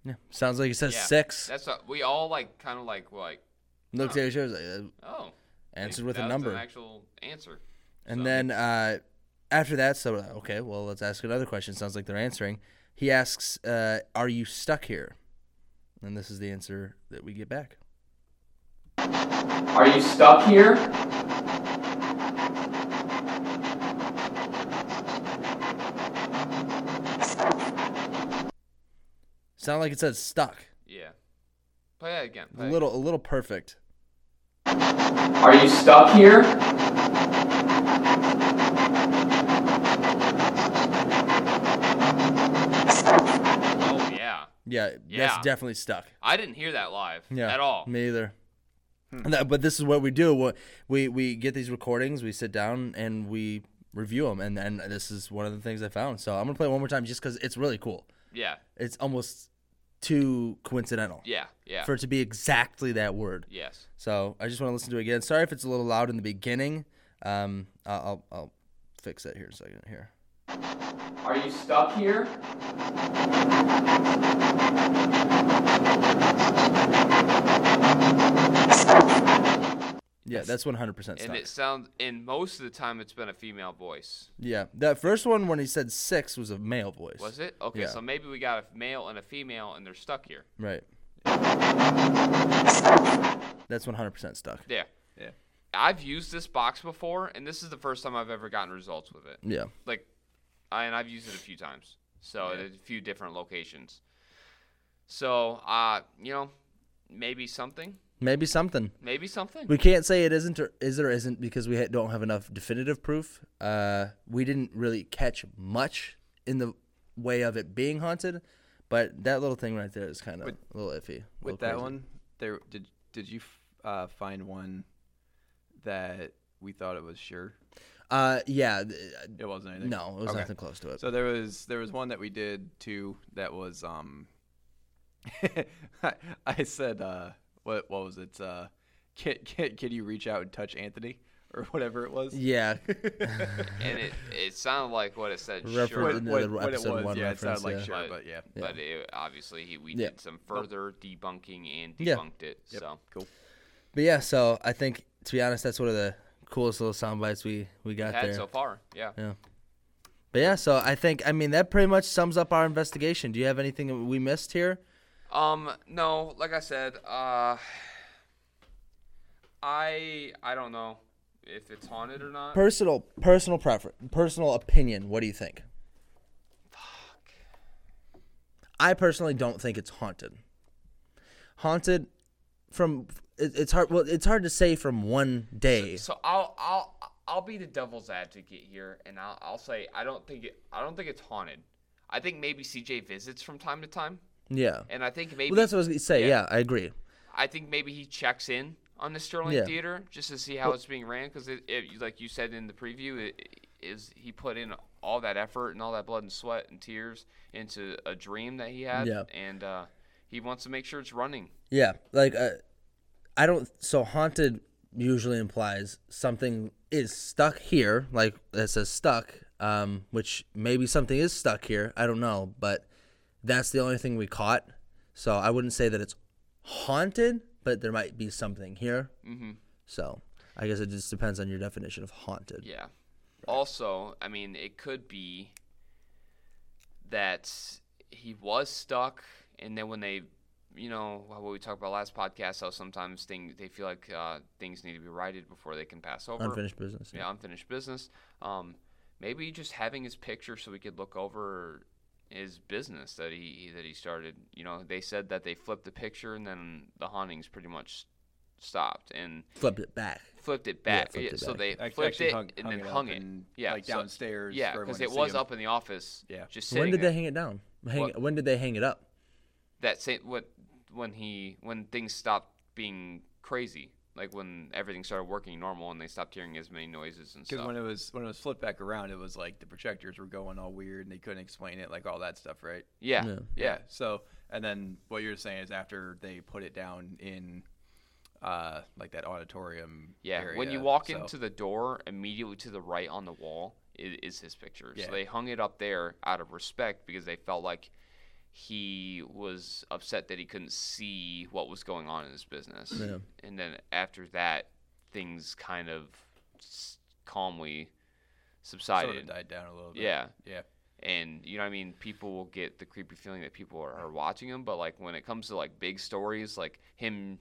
Speaker 1: Yeah, sounds like he said
Speaker 2: Yeah,
Speaker 1: six.
Speaker 2: That's what we all like, kind of like like
Speaker 1: Looked at each other, was like, uh,
Speaker 2: oh,
Speaker 1: answered
Speaker 2: like,
Speaker 1: with
Speaker 2: that
Speaker 1: a
Speaker 2: was
Speaker 1: number,
Speaker 2: an actual answer.
Speaker 1: and
Speaker 2: so-
Speaker 1: then uh, after that, so uh, okay, well let's ask another question. Sounds like they're answering. He asks, uh, "Are you stuck here?" And this is the answer that we get back.
Speaker 4: Are you stuck here?
Speaker 1: Sound like it said stuck.
Speaker 2: Yeah, play that again.
Speaker 1: A
Speaker 2: Play that
Speaker 1: little, a little perfect.
Speaker 4: Are you stuck here?
Speaker 2: again. Oh yeah,
Speaker 1: Yeah,
Speaker 2: Yeah.
Speaker 1: that's definitely stuck.
Speaker 2: I didn't hear that live
Speaker 1: Yeah,
Speaker 2: at all. Hmm.
Speaker 1: Me either. And that- but this is what we do. What- We we get these recordings, we sit down, and we review them. And and this is one of the things I found. So I'm gonna play it one more time just because it's really cool.
Speaker 2: Yeah,
Speaker 1: It's almost too coincidental
Speaker 2: yeah, yeah.
Speaker 1: for it to be exactly that word.
Speaker 2: yes.
Speaker 1: So I just want to listen to it again. Sorry if it's a little loud in the beginning. Um, I'll I'll, I'll fix that here in a second. Here.
Speaker 4: Are you stuck here?
Speaker 1: Yeah, that's 100% stuck.
Speaker 2: And it sounds, and most of the time it's been a female voice.
Speaker 1: yeah, that first one when he said six was a male voice.
Speaker 2: Was it? Okay,
Speaker 1: Yeah.
Speaker 3: [laughs]
Speaker 2: so maybe we got a male and a female and they're stuck here.
Speaker 1: Right. That's 100% stuck.
Speaker 2: Yeah.
Speaker 3: Yeah.
Speaker 2: I've used this box before, and this is the first time I've ever gotten results with it.
Speaker 1: Yeah.
Speaker 2: Like, I, and I've used it a few times, so at a few different locations. So, uh, you know, maybe something,
Speaker 1: Maybe something.
Speaker 2: maybe something.
Speaker 1: We can't say it isn't or is or isn't because we ha- don't have enough definitive proof. Uh, we didn't really catch much in the way of it being haunted, but that little thing right there is kind of a
Speaker 3: With-
Speaker 1: little iffy. a little
Speaker 3: With that
Speaker 1: crazy.
Speaker 3: one, there did did you f- uh, find one that we thought it was sure?
Speaker 1: Uh, yeah. th-
Speaker 3: It wasn't anything.
Speaker 1: No, it was
Speaker 3: Okay.
Speaker 1: nothing close to it.
Speaker 3: So there was there was one that we did too that was um [laughs] I, I said uh what what was it uh can, can, can you reach out and touch Anthony or whatever it was
Speaker 1: yeah. [laughs]
Speaker 2: And it, it sounded like what it said,
Speaker 1: Reference
Speaker 2: sure,
Speaker 1: in- the episode one
Speaker 3: yeah it
Speaker 1: reference,
Speaker 3: sounded like
Speaker 1: yeah.
Speaker 3: sure
Speaker 2: But-
Speaker 3: but yeah
Speaker 2: but it, obviously he, we
Speaker 1: Yeah.
Speaker 2: did some further debunking and
Speaker 1: Yeah.
Speaker 2: debunked it. So
Speaker 3: cool
Speaker 1: But yeah, so I think to be honest, that's one of the coolest little sound bites we we got
Speaker 2: had
Speaker 1: there.
Speaker 2: so far, yeah.
Speaker 1: But yeah, so I think I mean that pretty much sums up our investigation. Do you have anything that we missed here?
Speaker 2: Um, no, like I said, uh, I I don't know if it's haunted or not.
Speaker 1: Personal personal preference, personal opinion. What do you think? I personally don't think it's haunted. Haunted from it, it's hard well it's hard to say from one day.
Speaker 2: So I'll I'll I'll be the devil's advocate here, and I'll I'll say I don't think it I don't think it's haunted. I think maybe CJ visits from time to time,
Speaker 1: Yeah.
Speaker 2: and I think maybe
Speaker 1: Well, that's what I was going to say. Yeah. I agree.
Speaker 2: I think maybe he checks in on the Sterling
Speaker 1: Yeah.
Speaker 2: Theater just to see how it's being ran because it, it, like you said in the preview, it, is he put in all that effort and all that blood and sweat and tears into a dream that he had,
Speaker 1: Yeah.
Speaker 2: and uh, he wants to make sure it's running.
Speaker 1: Yeah, like uh, I don't. So haunted usually implies something is stuck here, like it says stuck, um, which maybe something is stuck here. I don't know, but that's the only thing we caught. So I wouldn't say that it's haunted, but there might be something here. Mm-hmm. So I guess it just depends on your definition of haunted.
Speaker 2: Yeah. Also, I mean, it could be that he was stuck, and then when they, you know, what we talked about last podcast, how sometimes thing they feel like uh, things need to be righted before they can pass over.
Speaker 1: Unfinished business.
Speaker 2: yeah, unfinished business. Um, maybe just having his picture so we could look over his business that he that he started. You know, they said that they flipped the picture and then the hauntings pretty much stopped and
Speaker 1: Flipped it back.
Speaker 2: flipped it back.
Speaker 1: flipped
Speaker 2: Yeah,
Speaker 1: it
Speaker 2: so
Speaker 1: back.
Speaker 2: they
Speaker 3: Like,
Speaker 2: flipped
Speaker 3: actually
Speaker 2: it
Speaker 3: hung-
Speaker 2: and
Speaker 3: hung
Speaker 2: then
Speaker 3: it up
Speaker 2: hung it.
Speaker 3: and,
Speaker 2: yeah,
Speaker 3: like,
Speaker 2: so-
Speaker 3: downstairs for
Speaker 2: Yeah,
Speaker 3: everyone
Speaker 2: because
Speaker 3: to
Speaker 2: it
Speaker 3: see
Speaker 2: was
Speaker 3: 'em.
Speaker 2: up in the office.
Speaker 3: Yeah.
Speaker 2: just
Speaker 1: When
Speaker 2: sitting
Speaker 1: did
Speaker 2: there.
Speaker 1: they hang it down? Hang,
Speaker 2: What?
Speaker 1: when did they hang it up?
Speaker 2: that same what when he when things stopped being crazy, like when everything started working normal and they stopped hearing as many noises and
Speaker 3: because
Speaker 2: stuff.
Speaker 3: when it was when it was flipped back around it was like the projectors were going all weird and they couldn't explain it like all that stuff right
Speaker 2: yeah,
Speaker 1: Yeah.
Speaker 3: yeah so and then what you're saying is after they put it down in uh like that auditorium
Speaker 2: Yeah, when you
Speaker 3: area,
Speaker 2: walk
Speaker 3: so-
Speaker 2: into the door, immediately to the right on the wall is, is his picture.
Speaker 3: Yeah.
Speaker 2: So they hung it up there out of respect because they felt like he was upset that he couldn't see what was going on in his business.
Speaker 1: Yeah.
Speaker 2: And then after that, things kind of s- calmly
Speaker 3: sort of
Speaker 2: subsided.
Speaker 3: died down a little bit
Speaker 2: yeah.
Speaker 3: yeah
Speaker 2: And you know, what I mean, people will get the creepy feeling that people are, are watching him, but like when it comes to like big stories, like him,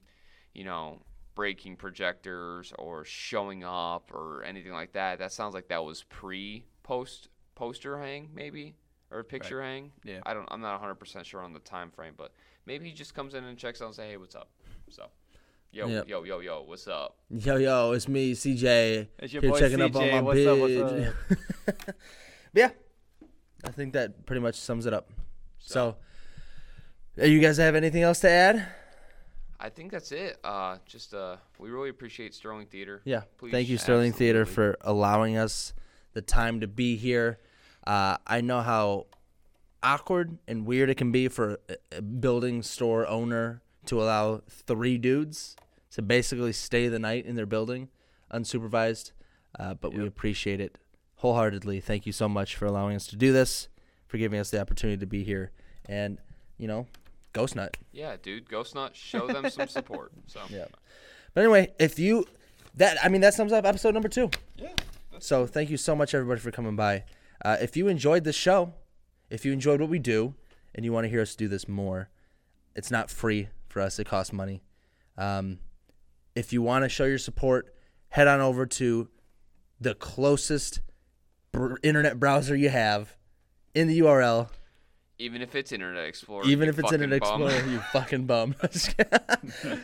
Speaker 2: you know, breaking projectors or showing up or anything like that, that sounds like that was pre post poster hang maybe or picture hang.
Speaker 3: Yeah.
Speaker 2: I don't. I'm not 100 percent sure on the time frame, but maybe he just comes in and checks out and say, hey, what's up? So, yo,
Speaker 1: Yep.
Speaker 2: yo, yo, yo, what's up?
Speaker 1: Yo, yo, it's me, CJ.
Speaker 3: It's your
Speaker 1: Here
Speaker 3: boy,
Speaker 1: checking up on
Speaker 3: CJ.
Speaker 1: my
Speaker 3: What's up, what's
Speaker 1: bitch. [laughs] But yeah, I think that pretty much sums it up. So, uh, you guys have anything else to add?
Speaker 2: I think that's it. Uh, just uh, we really appreciate Sterling Theater.
Speaker 1: Yeah.
Speaker 2: Please,
Speaker 1: Thank you, Sterling Theater,
Speaker 2: absolutely.
Speaker 1: for allowing us the time to be here. Uh, I know how awkward and weird it can be for a- a building store owner to allow three dudes to basically stay the night in their building unsupervised, uh, but we appreciate it wholeheartedly. Thank you so much for allowing us to do this, for giving us the opportunity to be here, and you know, ghost nut.
Speaker 2: Yeah, dude, Ghost Nut, show them
Speaker 1: [laughs]
Speaker 2: some support. So
Speaker 1: Yeah. But anyway, if you that I mean that sums up episode number two. Yeah. So thank you so much everybody for coming by. Uh, if you enjoyed this show, if you enjoyed what we do, and you want to hear us do this more, it's not free for us. It costs money. Um, if you want to show your support, head on over to the closest br- internet browser you have in the URL.
Speaker 2: Even if it's Internet Explorer.
Speaker 1: Even
Speaker 2: you
Speaker 1: if it's Internet
Speaker 2: fucking bum.
Speaker 1: Explorer, you fucking bum. [laughs]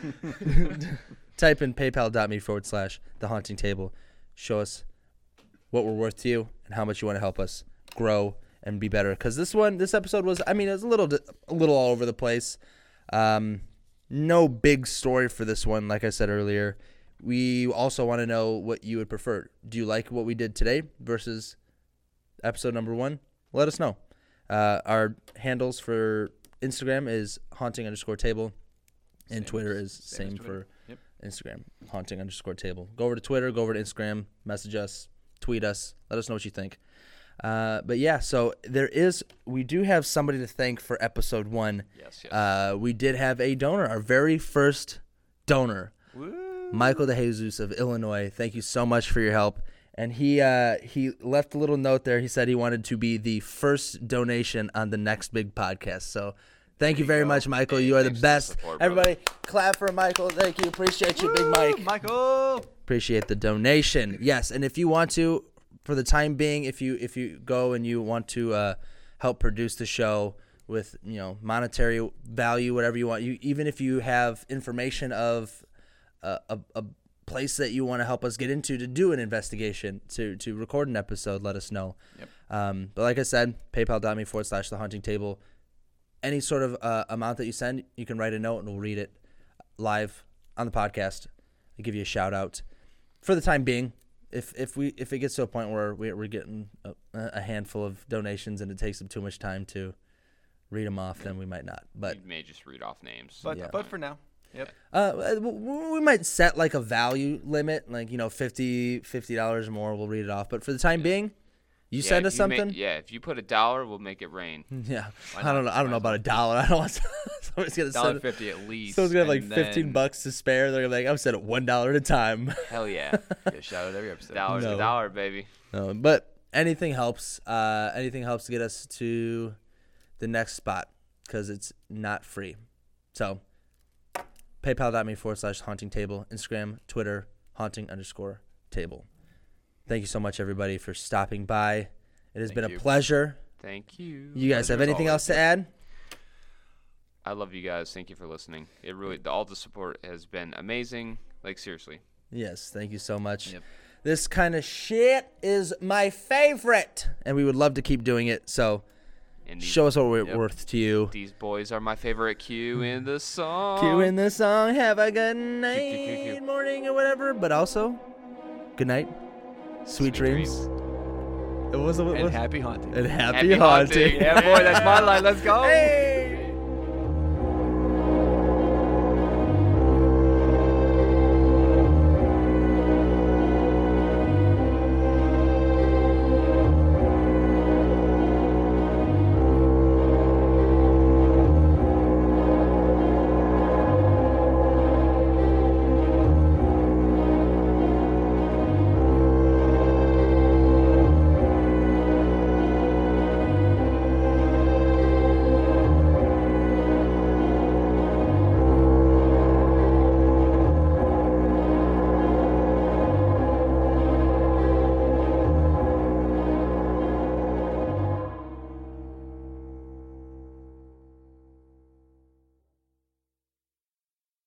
Speaker 1: Type in paypal.me forward slash the haunting table. Show us what we're worth to you and how much you want to help us grow and be better. Because this one, this episode was, I mean, it was a little, di- a little all over the place. Um, no big story for this one, like I said earlier. We also want to know what you would prefer. Do you like what we did today versus episode number one, let us know. Uh, our handles for Instagram is haunting underscore table, and Twitter is same, for Instagram haunting underscore table. Go over to Twitter, go over to Instagram, message us, tweet us, let us know what you think. Uh, but yeah, so there is we do have somebody to thank for episode one.
Speaker 2: Yes, yes.
Speaker 1: Uh, we did have a donor, our very first donor. Michael DeJesus of Illinois, thank you so much for your help. And he uh, he left a little note there. He said he wanted to be the first donation on the next big podcast. So thank you very much, Michael.
Speaker 2: Hey,
Speaker 1: you are the
Speaker 2: thanks for the
Speaker 1: best.
Speaker 2: support, brother.
Speaker 1: Everybody, clap for Michael. Thank you. Appreciate you, Big Mike
Speaker 3: Michael.
Speaker 1: appreciate the donation yes and if you want to for the time being if you if you go and you want to uh, help produce the show with you know monetary value whatever you want you even if you have information of uh, a, a place that you want to help us get into to do an investigation to to record an episode let us know yep. um, but like i said paypal.me forward slash the haunting table any sort of uh, amount that you send you can write a note and we'll read it live on the podcast i give you a shout out for the time being, if if we if it gets to a point where we, we're getting a, a handful of donations and it takes them too much time to read them off, then we might not. But
Speaker 2: [laughs] You may just read off names.
Speaker 3: But but for now, yep.
Speaker 1: uh, w- w- we might set like a value limit, like you know, 50 dollars more. We'll read it off. But for the time being, you
Speaker 2: Yeah,
Speaker 1: send
Speaker 2: if
Speaker 1: us
Speaker 2: you ma-
Speaker 1: something.
Speaker 2: yeah, if you put a dollar, we'll make it rain.
Speaker 1: yeah, I don't know. I don't know about a dollar. [laughs] I don't want somebody's gonna
Speaker 3: Dollar
Speaker 1: send.
Speaker 3: fifty at least.
Speaker 1: Someone's gonna have like
Speaker 3: and
Speaker 1: fifteen
Speaker 3: then-
Speaker 1: bucks to spare. They're like, I'm set at one dollar at a time. [laughs]
Speaker 2: Hell yeah.
Speaker 3: Get shouted every episode.
Speaker 2: Dollar
Speaker 1: No.
Speaker 2: to dollar, baby.
Speaker 1: No, Um, but anything helps. Uh, anything helps to get us to the next spot because it's not free. So paypal.me forward slash haunting table, Instagram, Twitter, haunting underscore table. Thank you so much, everybody, for stopping by. It has been a
Speaker 3: you.
Speaker 1: pleasure.
Speaker 2: Thank you.
Speaker 1: You guys have
Speaker 2: Pleasure as
Speaker 1: anything
Speaker 2: always.
Speaker 1: else to add?
Speaker 2: I love you guys. Thank you for listening. It really, the, all the support has been amazing. Like seriously,
Speaker 1: Yes, thank you so much.
Speaker 3: Yep.
Speaker 1: This kind of shit is my favorite, and we would love to keep doing it. So
Speaker 2: and these,
Speaker 1: show us what we're
Speaker 2: Yep.
Speaker 1: worth to you.
Speaker 2: these boys are my favorite cue in the song.
Speaker 1: Cue in the song, have a good
Speaker 2: Oh. cue, cue, cue.
Speaker 1: night, morning, or whatever, but also, good night, sweet,
Speaker 2: Sweet
Speaker 1: dreams. It was a
Speaker 3: And happy haunting.
Speaker 1: and happy,
Speaker 2: Happy haunting.
Speaker 1: haunting.
Speaker 2: [laughs] Yeah, boy, that's my line. Let's go.
Speaker 1: Hey!